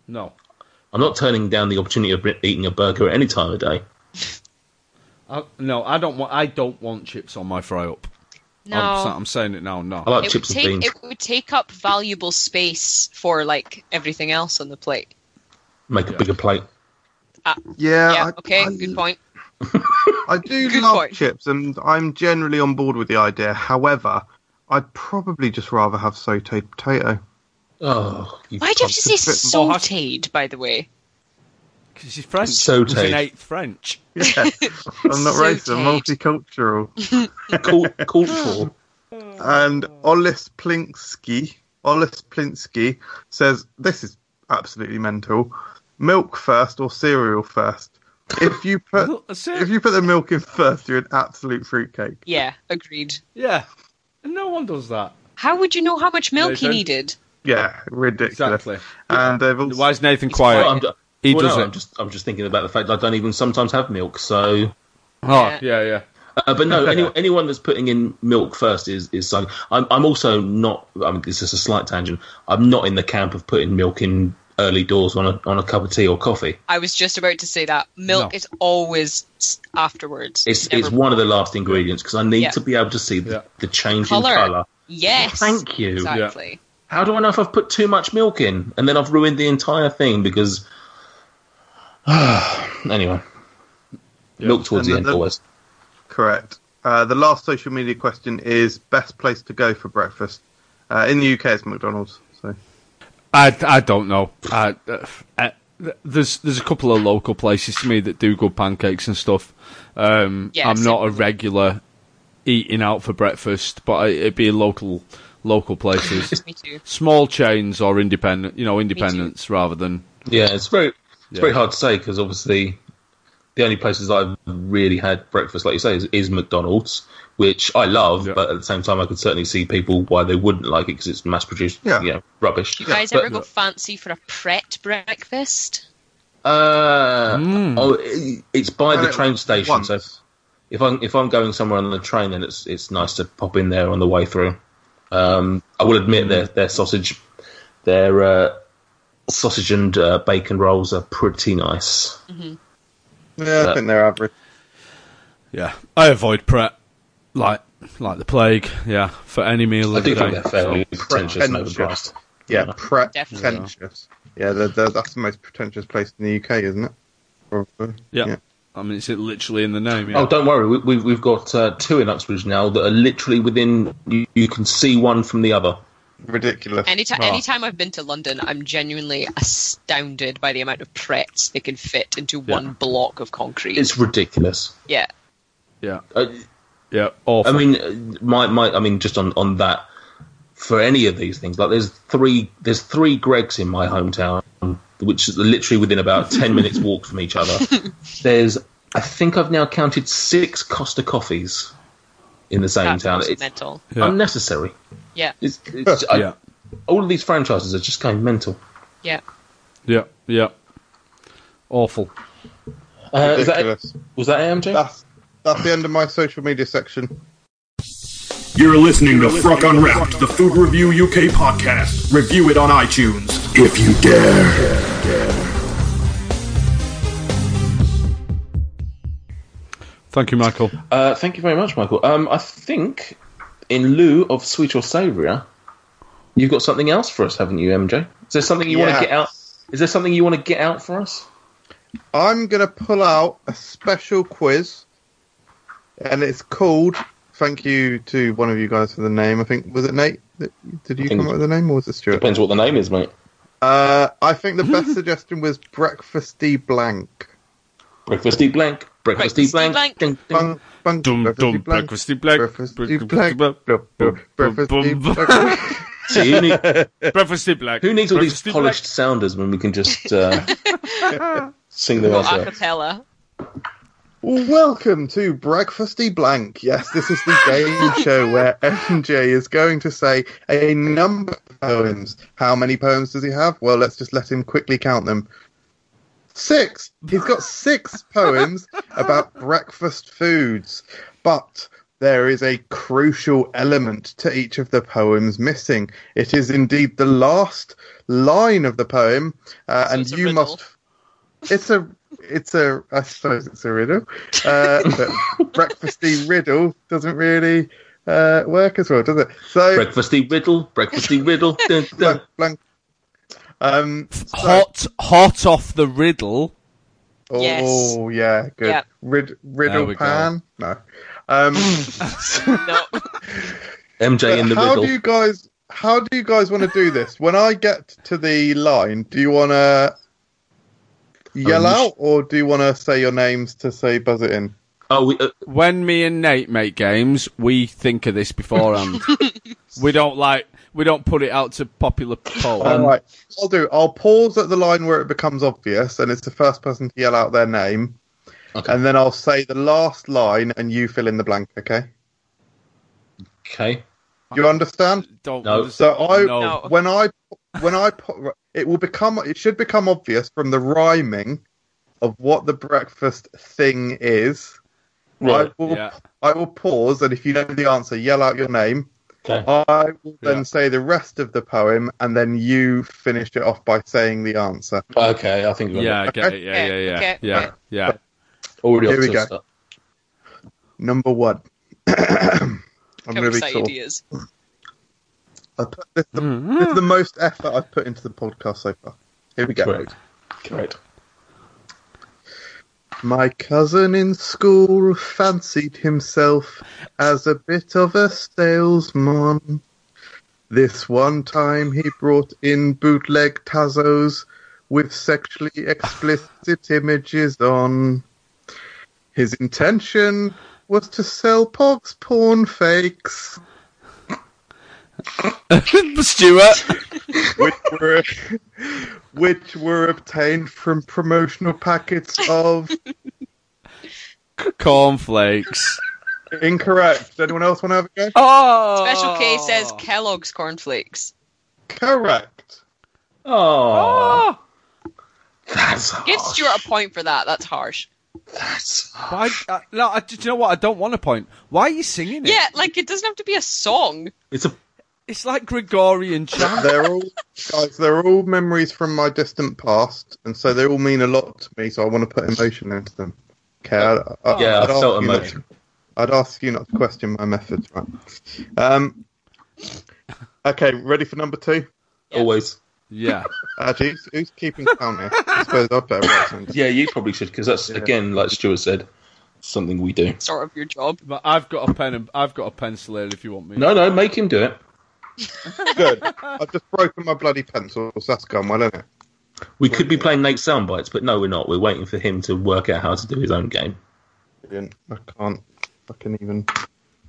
No.
I'm not turning down the opportunity of eating a burger at any time of day.
I, no, I don't want. I don't want chips on my fry up.
no.
I'm, sa- I'm saying it now. No.
I like
it would
chips
take
and beans.
it would take up valuable space for like everything else on the plate.
Make a bigger plate.
Yeah.
yeah.
I,
okay.
I,
good point.
I do
Good
love
point.
chips, and I'm generally on board with the idea. However, I'd probably just rather have sautéed potato.
Oh, you
Why do you have to say
bit
more hot.
sautéed? By the way,
Because she's French.
Sauteed.
She's in eighth French.
Yeah. I'm not racist. I'm
Sautéed.
multicultural.
call, called for?
And Olis Plinsky, Olis Plinsky says, "This is absolutely mental. Milk first or cereal first? If you
Uh,
put if you put the milk in first, you're an absolute fruitcake.
yeah, agreed.
yeah. No one does that.
How would you know how much milk he
Nathan?
needed?
Yeah, ridiculous.
Exactly.
And they've also,
Why is Nathan
Well,
quiet?
I'm, ju-
He
well, no,
doesn't.
I'm just, I'm just thinking about the fact that I don't even sometimes have milk. So,
Oh, yeah, yeah.
uh, but no, any, anyone that's putting in milk first is is so. I'm, I'm also not. I mean, this is a slight tangent. I'm not in the camp of putting milk in early doors on a on a cup of tea or coffee.
I was just about to say that milk
No.
is always s- afterwards.
It's
Never-
it's one of the last ingredients because I need
Yeah.
to be able to see the,
Yeah.
the change
Colour.
in color.
yes.
Thank you.
Exactly.
How do I know if I've put too much milk in and then I've ruined the entire thing because. anyway. Milk towards the
And
end,
then-
always.
correct. Uh, the last social media question is best place to go for breakfast uh, in the UK is McDonald's. So
I, I don't know. I, uh, uh, there's there's a couple of local places to me that do good pancakes and stuff. Um,
Yeah,
I'm not a
same.
regular eating out for breakfast, but I, it'd be local local places,
Me too.
small chains or independent, you know, independents rather than
Yeah, it's very it's
Yeah.
very hard to say because obviously the only places I've really had breakfast, like you say, is, is McDonald's, which I love,
Yeah.
but at the same time, I could certainly see people why they wouldn't like it because it's mass produced,
Yeah.
you know, rubbish.
Do you guys
But-
ever go fancy for a pret breakfast?
Uh, oh, it- it's by
And
the
Mm. it-
train station.
once.
So if I'm if I'm going somewhere on the train, then it's it's nice to pop in there on the way through. Um, I will
Mm.
admit their their sausage, their uh, sausage and uh, bacon rolls are pretty nice.
yeah, I think they're average.
yeah. I avoid prep like like the plague. Yeah, for any meal.
I
of the
do think
day.
they're fairly pretentious and
pretentious.
overpriced.
Yeah,
Definitely.
pretentious. Yeah, they're, they're, that's the most pretentious place in the UK, isn't it? Probably.
Yeah. I mean, it's literally in the name. Yeah.
Oh, don't worry, we, we've we've got uh, two in Uxbridge now that are literally within. You, you can see one from the other.
ridiculous.
Anytime,
Ah.
Oh.
anytime I've been to London, I'm genuinely astounded by the amount of prets they can fit into one block of concrete.
It's ridiculous.
yeah,
yeah,
Uh,
yeah. Awful.
I mean, uh, my my. I mean, just on on that. For any of these things, like there's three there's three Gregs in my hometown, which is literally within about ten minutes walk from each other. There's, I think I've now counted six Costa coffees in the same
that's
town.
also
It's
mental.
Yeah.
unnecessary.
Yeah,
It's, it's, I-
yeah,
all of these franchises are just going mental.
yeah.
yeah, yeah. Awful.
Uh, is that,
Ah, ridiculous. Ah.
was that AMG?
That's that's the end of my social media section.
You're listening to Fruck Unwrapped, the Food Review UK podcast. Review it on iTunes. If you dare.
Thank you, Michael.
Uh, thank you very much, Michael. Um, I think in lieu of sweet or savoury, you've got something else for us, haven't you, MJ? Is there something you want
Yeah.
to get out? Is there something you want to get out for us?
I'm gonna pull out a special quiz, and it's called. Thank you to one of you guys for the name. I think was it Nate? that- Did you
think-
come up with the name, or was it Stuart?
Depends what the name is, mate.
Uh, I think the best suggestion was breakfasty blank.
Breakfasty blank. Breakfasty
Breakfasty
blank.
blank.
Ding, ding.
Blank, blank,
Dum,
breakfasty
dum,
blank,
breakfasty blank,
breakfasty
breakfasty blank,
blank, blah, blah,
bum, bum,
breakfasty
bum.
blank.
See, who, need,
Breakfast in black.
who needs all these
Breakfast in black.
polished sounders when we can just uh, sing them
Or
ourselves?
acapella.
Welcome to Breakfasty Blank. Yes, this is the game show where MJ is going to say a number of poems. How many poems does he have? Well, let's just let him quickly count them. Six. He's got six poems about breakfast foods, but there is a crucial element to each of the poems missing. It is indeed the last line of the poem, uh,
So
and
it's a
you
riddle.
must. It's a. It's a. I suppose it's a riddle, uh, but breakfasty riddle doesn't really uh, work as well, does it? So
Breakfasty riddle, breakfasty riddle. dun, dun.
blank, blank. Um,
Hot, hot off the riddle.
Yes.
Oh yeah, good.
Yep.
Rid-
There
riddle
we go.
pan. No. Um,
No.
MJ in the
how
riddle.
do you guys? How do you guys want to do this? When I get to the line, do you want to yell
you
out, or do you want to say your names to say buzz it in?
Oh, we, uh,
When me and Nate make games, we think of this beforehand. we don't like. We don't put it out to popular poll.
Um,
All right, I'll do. I'll pause at the line where it becomes obvious, and it's the first person to yell out their name,
Okay.
and then I'll say the last line, and you fill in the blank. Okay,
okay.
you understand?
don't.
No.
So I
No.
No.
when I when I put it will become it should become obvious from the rhyming of what the breakfast thing is.
Right.
I will
Yeah.
I will pause and if you know the answer, yell out your name.
Okay.
I will then
Yeah.
say the rest of the poem and then you finish it off by saying the answer.
Okay, I think we've
Yeah, I get it. Yeah, yeah,
Okay,
yeah,
okay,
yeah,
okay.
yeah.
already
Here
off
we
to
go.
a start.
Number one.
Come
I'm gonna
up
be
with
cool.
ideas.
I put, this, is the,
Mm-hmm.
this is the most effort I've put into the podcast so far. Here we go.
Correct. Correct.
My cousin in school fancied himself as a bit of a salesman. This one time he brought in bootleg Tazos with sexually explicit images on. His intention was to sell Pog's porn fakes,
Stuart,
which were, which were obtained from promotional packets of.
cornflakes.
Incorrect. Anyone else want to have a go?
Oh,
Special K
Ah.
says Kellogg's cornflakes.
Correct.
Oh, that's
Give
harsh.
Stuart a point for that. That's harsh.
That's
Why? Uh, no, I, do you know what? I don't want a point. Why are you singing it?
Yeah, like it doesn't have to be a song.
it's a
It's like Gregorian chant.
they're all guys. They're all memories from my distant past, and so they all mean a lot to me. So I want to put emotion into them. Okay. I, I,
yeah. I
I'd ask
felt
you not
emotion.
to- I'd ask you not to question my methods, right? Um. Okay, ready for number two?
Always.
yeah.
Actually, who's, who's keeping count here? I suppose I'd better write something down.
Yeah, you probably should because that's again, like Stuart said, something we do.
Sort of your job.
But I've got a pen and I've got a pencil here. If you want me,
No, no, make him do it.
Good. I've just broken my bloody pencil, so that's gone well, isn't it?
We could be playing Nate's sound bites, but no, we're not. We're waiting for him to work out how to do his own game.
Brilliant. I can't fucking even.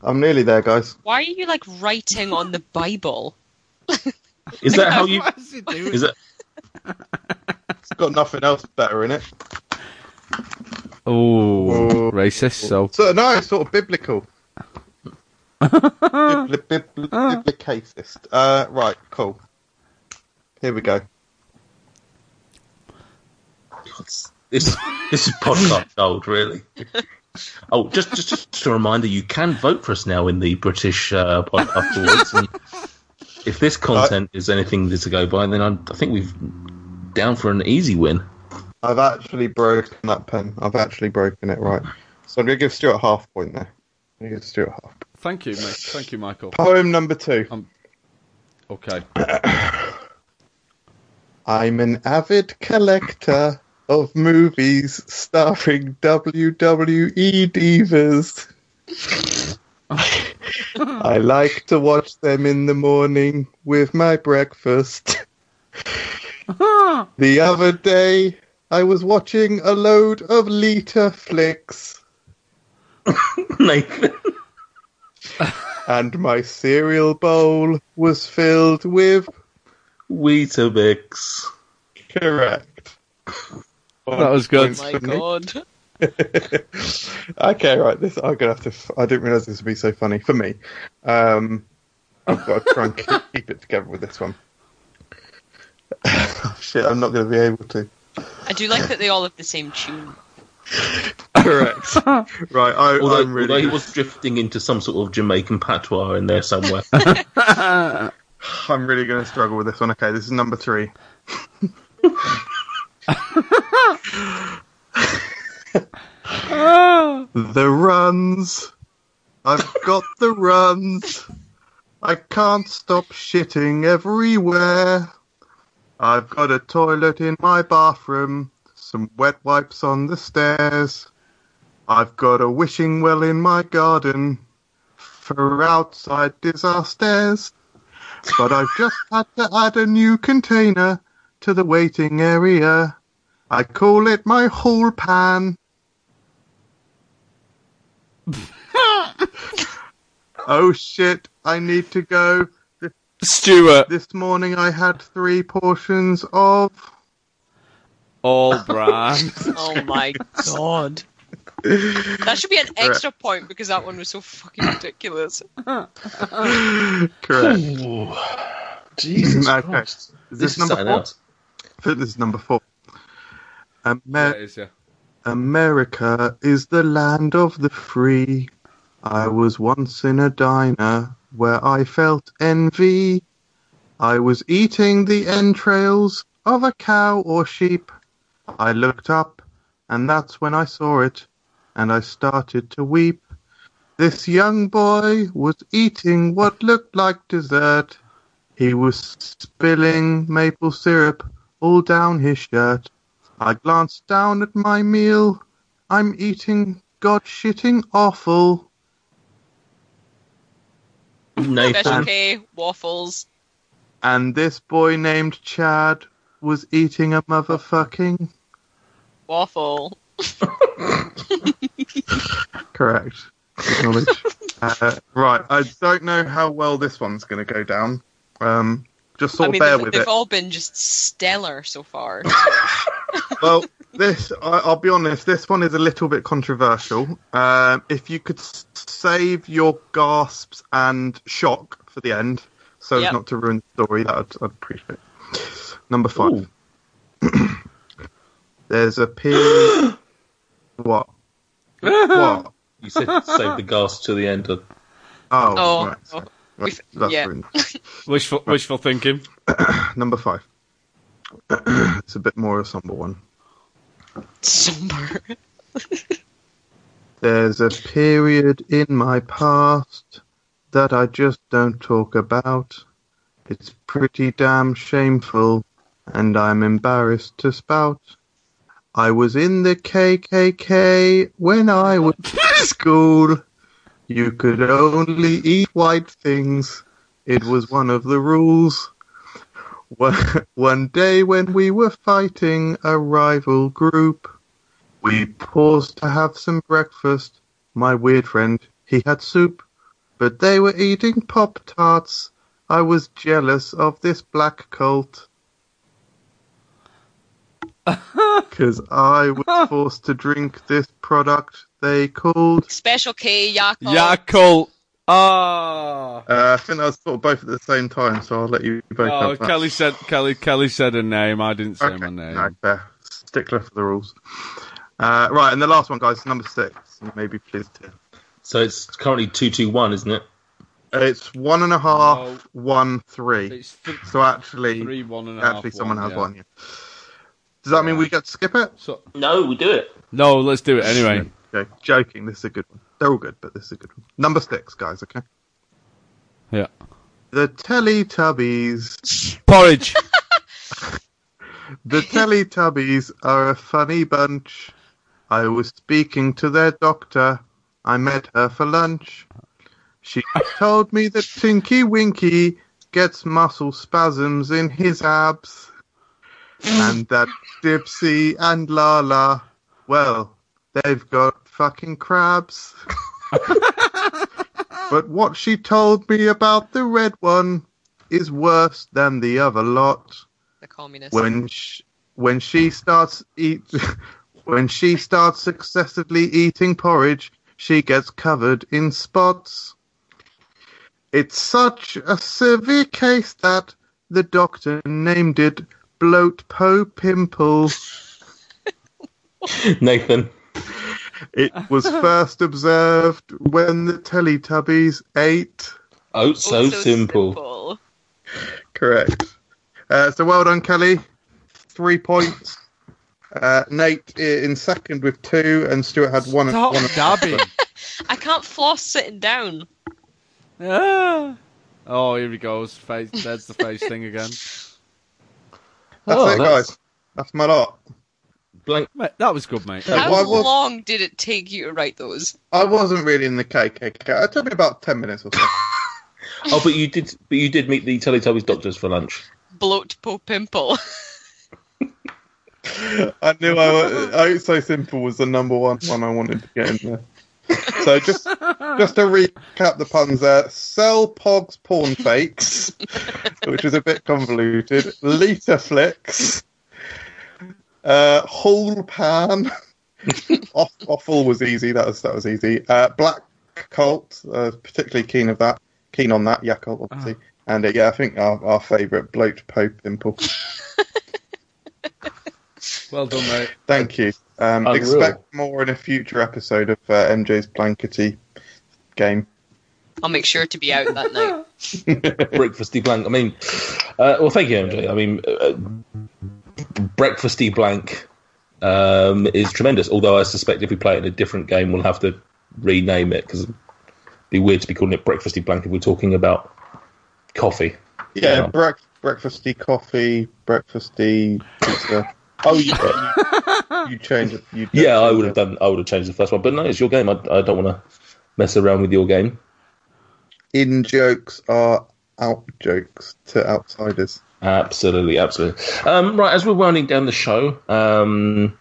I'm nearly there, guys.
Why are you like writing on the Bible?
Is that how you? Is that
It's got nothing else better in it.
Oh, racist. So
So no, it's sort of biblical. Bibli- bibli- biblicatist. Uh, right, cool. Here we go.
this? This is podcast old, really. Oh, just, just just a reminder: you can vote for us now in the British uh, podcast awards. And if
Uh,
this content is anything to go by, then I, I think we've down for an easy win.
I've actually broken that pen. I've actually broken it. Right. So I'm gonna give Stuart half point there. I'm gonna give Stuart half. point.
thank you, mate. Thank you, Michael.
Poem number two.
Okay.
I'm an avid collector of movies starring WWE divas. I like to watch them in the morning with my breakfast. the other day, I was watching a load of Lita flicks.
Nathan,
and my cereal bowl was filled with
Weetabix.
correct.
That was good.
My
Couldn't he?
God.
Okay, right. This I'm gonna have to. F- I didn't realize this would be so funny for me. Um, I've got to try and keep, keep it together with this one. Shit, I'm not gonna be able to.
I do like that they all have the same tune.
Correct. right. I,
Although,
I'm really.
although he was drifting into some sort of Jamaican patois in there somewhere.
I'm really going to struggle with this one. Okay, this is number three.
Ah.
the runs. I've got the runs. I can't stop shitting everywhere. I've got a toilet in my bathroom, some wet wipes on the stairs. I've got a wishing well in my garden for outside is our stairs but I've just had to add a new container to the waiting area. I call it my hall pan. oh shit, I need to go.
Stuart
This morning I had three portions of.
Albright.
Oh my god. That should be an extra point because that one was so fucking ridiculous.
Correct.
Jesus
Okay.
Christ. This,
Is this
is
number
something
four?
else.
I think this is number four. Amer-
is, yeah.
America is the land of the free. I was once in a diner where I felt envy. I was eating the entrails of a cow or sheep. I looked up, and that's when I saw it, and I started to weep. This young boy was eating what looked like dessert. He was spilling maple syrup all down his shirt. I glanced down at my meal. I'm eating god shitting awful.
Nathan.
Special K, waffles.
And this boy named Chad was eating a motherfucking.
Waffle.
Correct. Acknowledge. uh, right, I don't know how well this one's going to go down. Um, just
I
sort of
mean,
bear
they've,
with
they've
it.
all been just stellar so far.
well, this, I, I'll be honest, this one is a little bit controversial. Um, if you could s- save your gasps and shock for the end, so as
Yep.
not to ruin the story, that I'd, I'd appreciate. Number five.
Ooh.
There's a period. what? Oh, what?
You said save the gas till the end of.
Oh,
Oh,
right.
oh.
sorry. Right,
We've-
that's
yeah.
ruined.
Wishful, wishful thinking.
Number five. it's a bit more of a somber one.
Somber.
There's a period in my past that I just don't talk about. It's pretty damn shameful, and I'm embarrassed to spout. I was in the KKK when I was in school. You could only eat white things. It was one of the rules. One- One day when we were fighting a rival group, we paused to have some breakfast. My weird friend, he had soup, but they were eating Pop Tarts. I was jealous of this black cult. Because I was forced to drink this product they called.
Special K,
Oh.
Yakult.
Yakult. Ah.
Uh, I think that was sort of both at the same time, so I'll let you both
Oh,
have that.
Kelly said Kelly Kelly said a name. I didn't say my name.
No, fair. Stickler for the rules. Uh, right, and the last one, guys, number six. You may be pleased to
So it's currently 221, isn't it?
Uh, It's one and a half,
Oh.
one, three.
It's th-
So actually,
three, one and a half,
actually, someone
one,
has
yeah.
one. Yeah. Does that mean we get to skip it?
No, we do it.
No, let's do it anyway.
Okay, joking. This is a good one. They're all good, but this is a good one. Number six, guys. Okay.
Yeah.
The Teletubbies.
Porridge.
The Teletubbies are a funny bunch. I was speaking to their doctor. I met her for lunch. She told me that Tinky Winky gets muscle spasms in his abs. And that Dipsy and Lala, well, they've got fucking crabs. But what she told me about the red one is worse than the other lot.
The communists.
When she, when she starts eat, when she starts successively eating porridge, she gets covered in spots. It's such a severe case that the doctor named it bloat po pimple.
Nathan,
It was first observed when the Teletubbies ate.
oh,
Oh,
so, simple.
simple.
Correct. Uh, so well done, Kelly. Three points. Uh, Nate i- in second with two, and Stuart had one. and
Stop
one
dabbing.
I can't floss sitting down.
Ah. Oh, here he goes. Face, there's the face thing again.
That's
Oh,
it,
that's-
guys. That's my lot.
Blank.
Mate, that was good, mate.
Uh,
How
why was-
long did it take you to write those?
I wasn't really in the KKK. It took me about ten minutes or so.
Oh, but you did. But you did meet the Teletubbies doctors for lunch.
Bloat po pimple.
I knew I was. I, so simple was the number one one I wanted to get in there. So just just to recap the puns there: sell Pog's porn fakes, which was a bit convoluted. Lita flicks, uh, Hall pan. Off, offal was easy. That was that was easy. Uh, black cult, uh, particularly keen of that, keen on that. Yakult, obviously, and uh, yeah, I think our, our favourite bloat Pope Pimple.
Well done, mate.
Thank you. Um,
Unreal.
expect more in a future episode of uh, MJ's Blankety game.
I'll make sure to be out that night.
breakfasty blank. I mean, uh, well, thank you, MJ. I mean, uh, breakfasty blank um, is tremendous. Although I suspect if we play it in a different game, we'll have to rename it because it'd be weird to be calling it breakfasty blank if we're talking about coffee.
Yeah,
Yeah.
brec- breakfasty coffee, breakfasty pizza. oh, you, you change it. You
Yeah, I would have done. I would have changed the first one, but no, it's your game. I, I don't want to mess around with your game.
In jokes are out jokes to outsiders.
Absolutely, absolutely. Um, right, as we're winding down the show, um,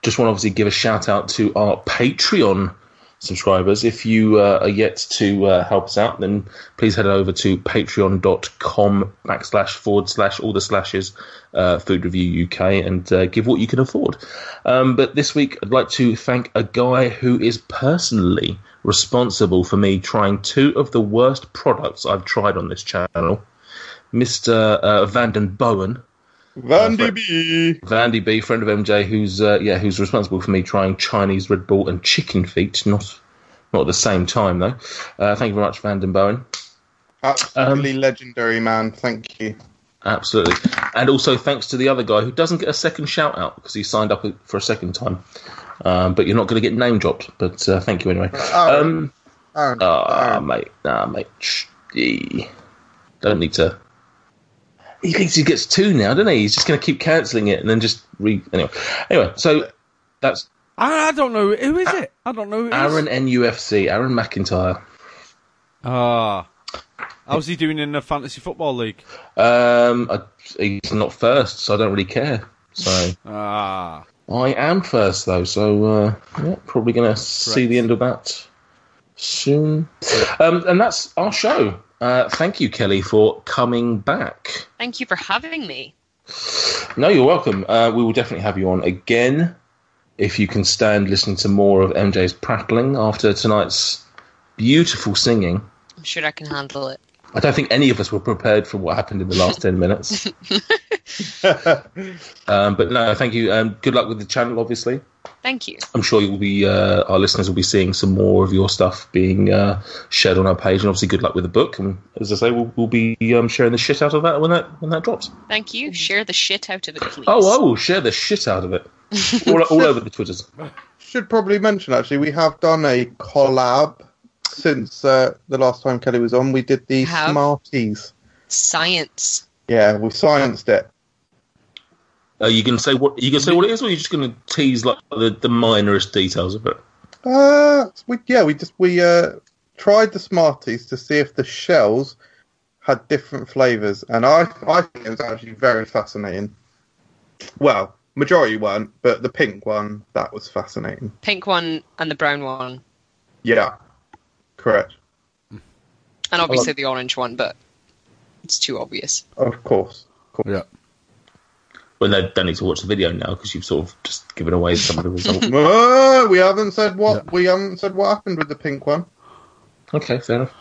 just want to obviously give a shout out to our Patreon subscribers. If you uh, are yet to uh, help us out, then please head over to patreon.com backslash forward slash all the slashes uh, food review UK and uh, give what you can afford. Um, but this week, I'd like to thank a guy who is personally responsible for me trying two of the worst products I've tried on this channel. Mr. Uh, Vanden Bowen,
Vandy B.
Vandy B, friend of MJ, who's uh, yeah, who's responsible for me trying Chinese Red Bull and chicken feet, not not at the same time though. Uh, thank you very much, Vanden Bowen.
Absolutely
Um,
legendary man. Thank you.
Absolutely, and also thanks to the other guy who doesn't get a second shout out because he signed up for a second time. Um, but you're not going to get name dropped. But uh, thank you anyway.
Aaron,
Um,
Aaron,
Ah,
Aaron.
mate, nah, mate. Shh, eh. Don't need to. He thinks he gets two now, doesn't he? He's just going to keep cancelling it and then just re. Anyway, anyway. So that's
I, I don't know who is it. I don't know who it is.
Aaron NUFC, Aaron McIntyre.
Ah, how's he doing in the fantasy football league?
Um, I, he's not first, so I don't really care. So
Ah,
I am first though, so uh, yeah, probably going to see the end of that soon. Um, and that's our show. Uh, thank you, Kelly, for coming back.
Thank you for having me.
No, you're welcome. Uh, we will definitely have you on again if you can stand listening to more of MJ's prattling after tonight's beautiful singing.
I'm sure I can handle it.
I don't think any of us were prepared for what happened in the last 10 minutes. um, but no, thank you. Um, good luck with the channel, obviously.
Thank you.
I'm sure you'll be, uh, our listeners will be seeing some more of your stuff being uh, shared on our page. And obviously, good luck with the book. And as I say, we'll, we'll be um, sharing the shit out of that when that when that drops.
Thank you. Share the shit out of it, please.
Oh, I will share the shit out of it all, all over the Twitters.
should probably mention actually we have done a collab since uh, the last time Kelly was on. We did the
Have?
Smarties.
Science.
Yeah, we scienced it.
Are Uh, you going to say what? Are you going to say what it is, or are you just going to tease like the, the minorest details of it?
Uh, we, yeah, we just we uh, tried the Smarties to see if the shells had different flavors, and I I think it was actually very fascinating. Well, majority weren't, but the pink one that was fascinating.
Pink one and the brown one.
Yeah, correct.
and obviously
Oh.
the orange one, but it's too obvious.
Of course.
Yeah.
Well, they don't need to watch the video now because you've sort of just given away some of the results.
Whoa, Uh, we haven't said what we haven't said what happened with the pink one
okay, fair enough.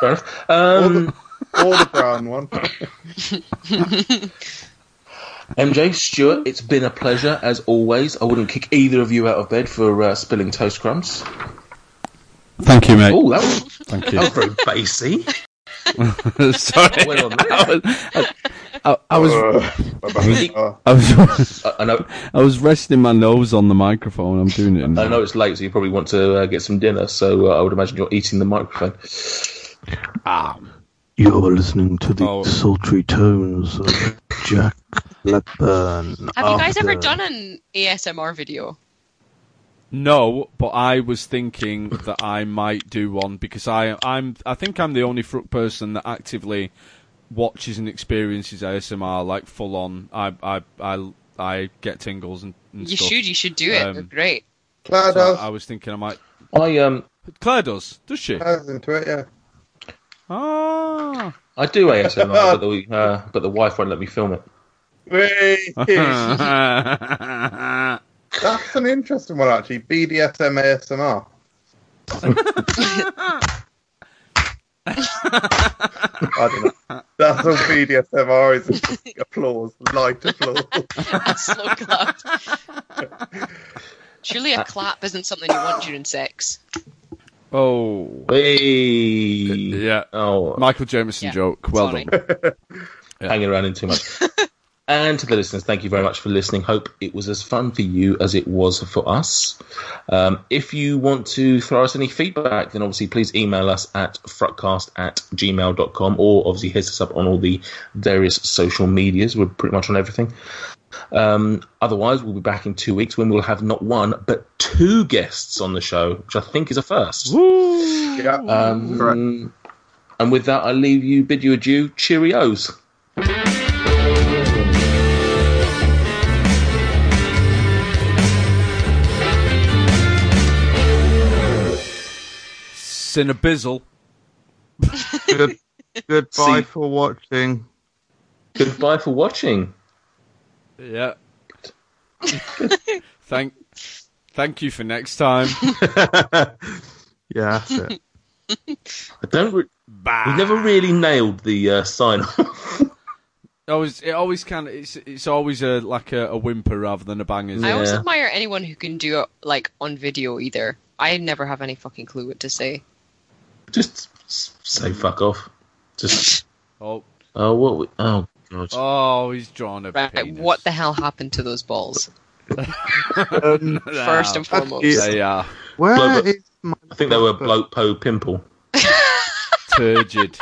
Fair enough. Um,
or the brown one.
MJ, Stuart, it's been a pleasure as always. I wouldn't kick either of you out of bed for uh, spilling toast crumbs.
Thank you, mate.
Oh, that was,
Thank
that was very bassy.
you. Sorry.
Well on there.
I, I was
Uh,
I was
I, I know,
I was resting my nose on the microphone. I'm doing it.
I
Now.
know it's late, so you probably want to uh, get some dinner. So uh, I would imagine you're eating the microphone.
You're listening to the
Oh.
sultry tones of Jack Blackburn.
Have
Oh,
you guys ever
after-
done an ASMR video?
No, but I was thinking that I might do one because I I'm I think I'm the only fruit person that actively watches and experiences ASMR like full on. I I I I get tingles and, and
You
stuff.
should, you should do it.
Um,
They're great.
Claire
So
does.
I was thinking I might.
I um,
Claire does, does she?
Claire's into it, yeah.
Ah,
I do ASMR, but the uh, but the wife won't let me film it.
Whee! That's an interesting one, actually. BDSM ASMR. I don't know. That's all BDSMR is. Just applause, light applause.
A slow clap. Surely a clap isn't something you want during sex.
oh,
Hey.
yeah.
Oh,
Michael Jameson
Yeah,
joke. Well
sorry.
done.
hanging around in too much. and to the listeners, thank you very much for listening. Hope it was as fun for you as it was for us. Um, if you want to throw us any feedback, then obviously please email us at frutcast at gmail.com or obviously hit us up on all the various social medias. We're pretty much on everything. Um, otherwise, we'll be back in two weeks when we'll have not one, but two guests on the show, which I think is a first.
Yeah.
Um, And with that, I leave you, bid you adieu. Cheerios.
Cinnabizzle.
Good, goodbye
See-
for watching.
Goodbye for watching.
Yeah. thank, thank you for next time.
Yeah, that's it.
I don't. Re- we never really nailed the uh, sign off.
Always, it always kind of it's it's always a like a, a whimper rather than a bang, isn't
I
it?
always
Yeah.
admire anyone who can do it like on video either. I never have any fucking clue what to say.
Just s- say fuck off. Just
Oh,
oh what? We- oh god.
oh, he's drawn a
Right?
penis.
What the hell happened to those balls?
Nah,
First and foremost.
Yeah.
they are
Where
Blow the-
is my
I think they were bloke po pimple.
turgid.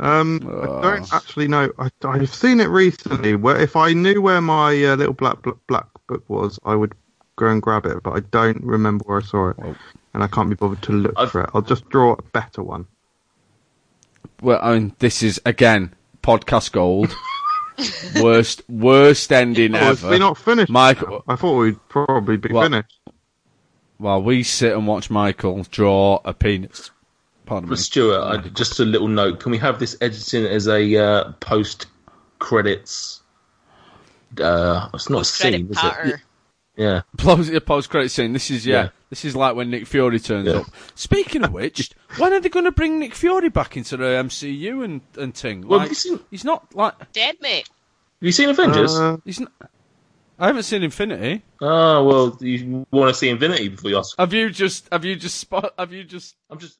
Um,
Oh.
I don't actually know. I, I've seen it recently. Where if I knew where my uh, little black, black black book was, I would go and grab it. But I don't remember where I saw it, and I can't be bothered to look
I've-
for it. I'll just draw a better one.
well, I mean, this is again podcast gold. worst, worst ending
Oh, it's
ever.
we not finished.
Michael-
I thought we'd probably be
Well-
finished.
While we sit and watch Michael draw a penis. Pardon me.
But Stuart, I, just a little note. Can we have this editing as a uh, post credits? Uh, it's not a scene,
Credit
is it?
patter.
Yeah.
Post credit scene. This is yeah,
Yeah.
This is like when Nick Fury turns
Yeah.
up. Speaking of which, when are they going to bring Nick Fury back into the MCU and and ting?
Well,
Like,
this is-
he's not like
Dead mate.
Have you seen Avengers?
Uh,
he's not. I haven't seen Infinity.
Ah, oh well, you want to see Infinity before you ask?
Have you just? Have you just spot? Have you just?
I'm just.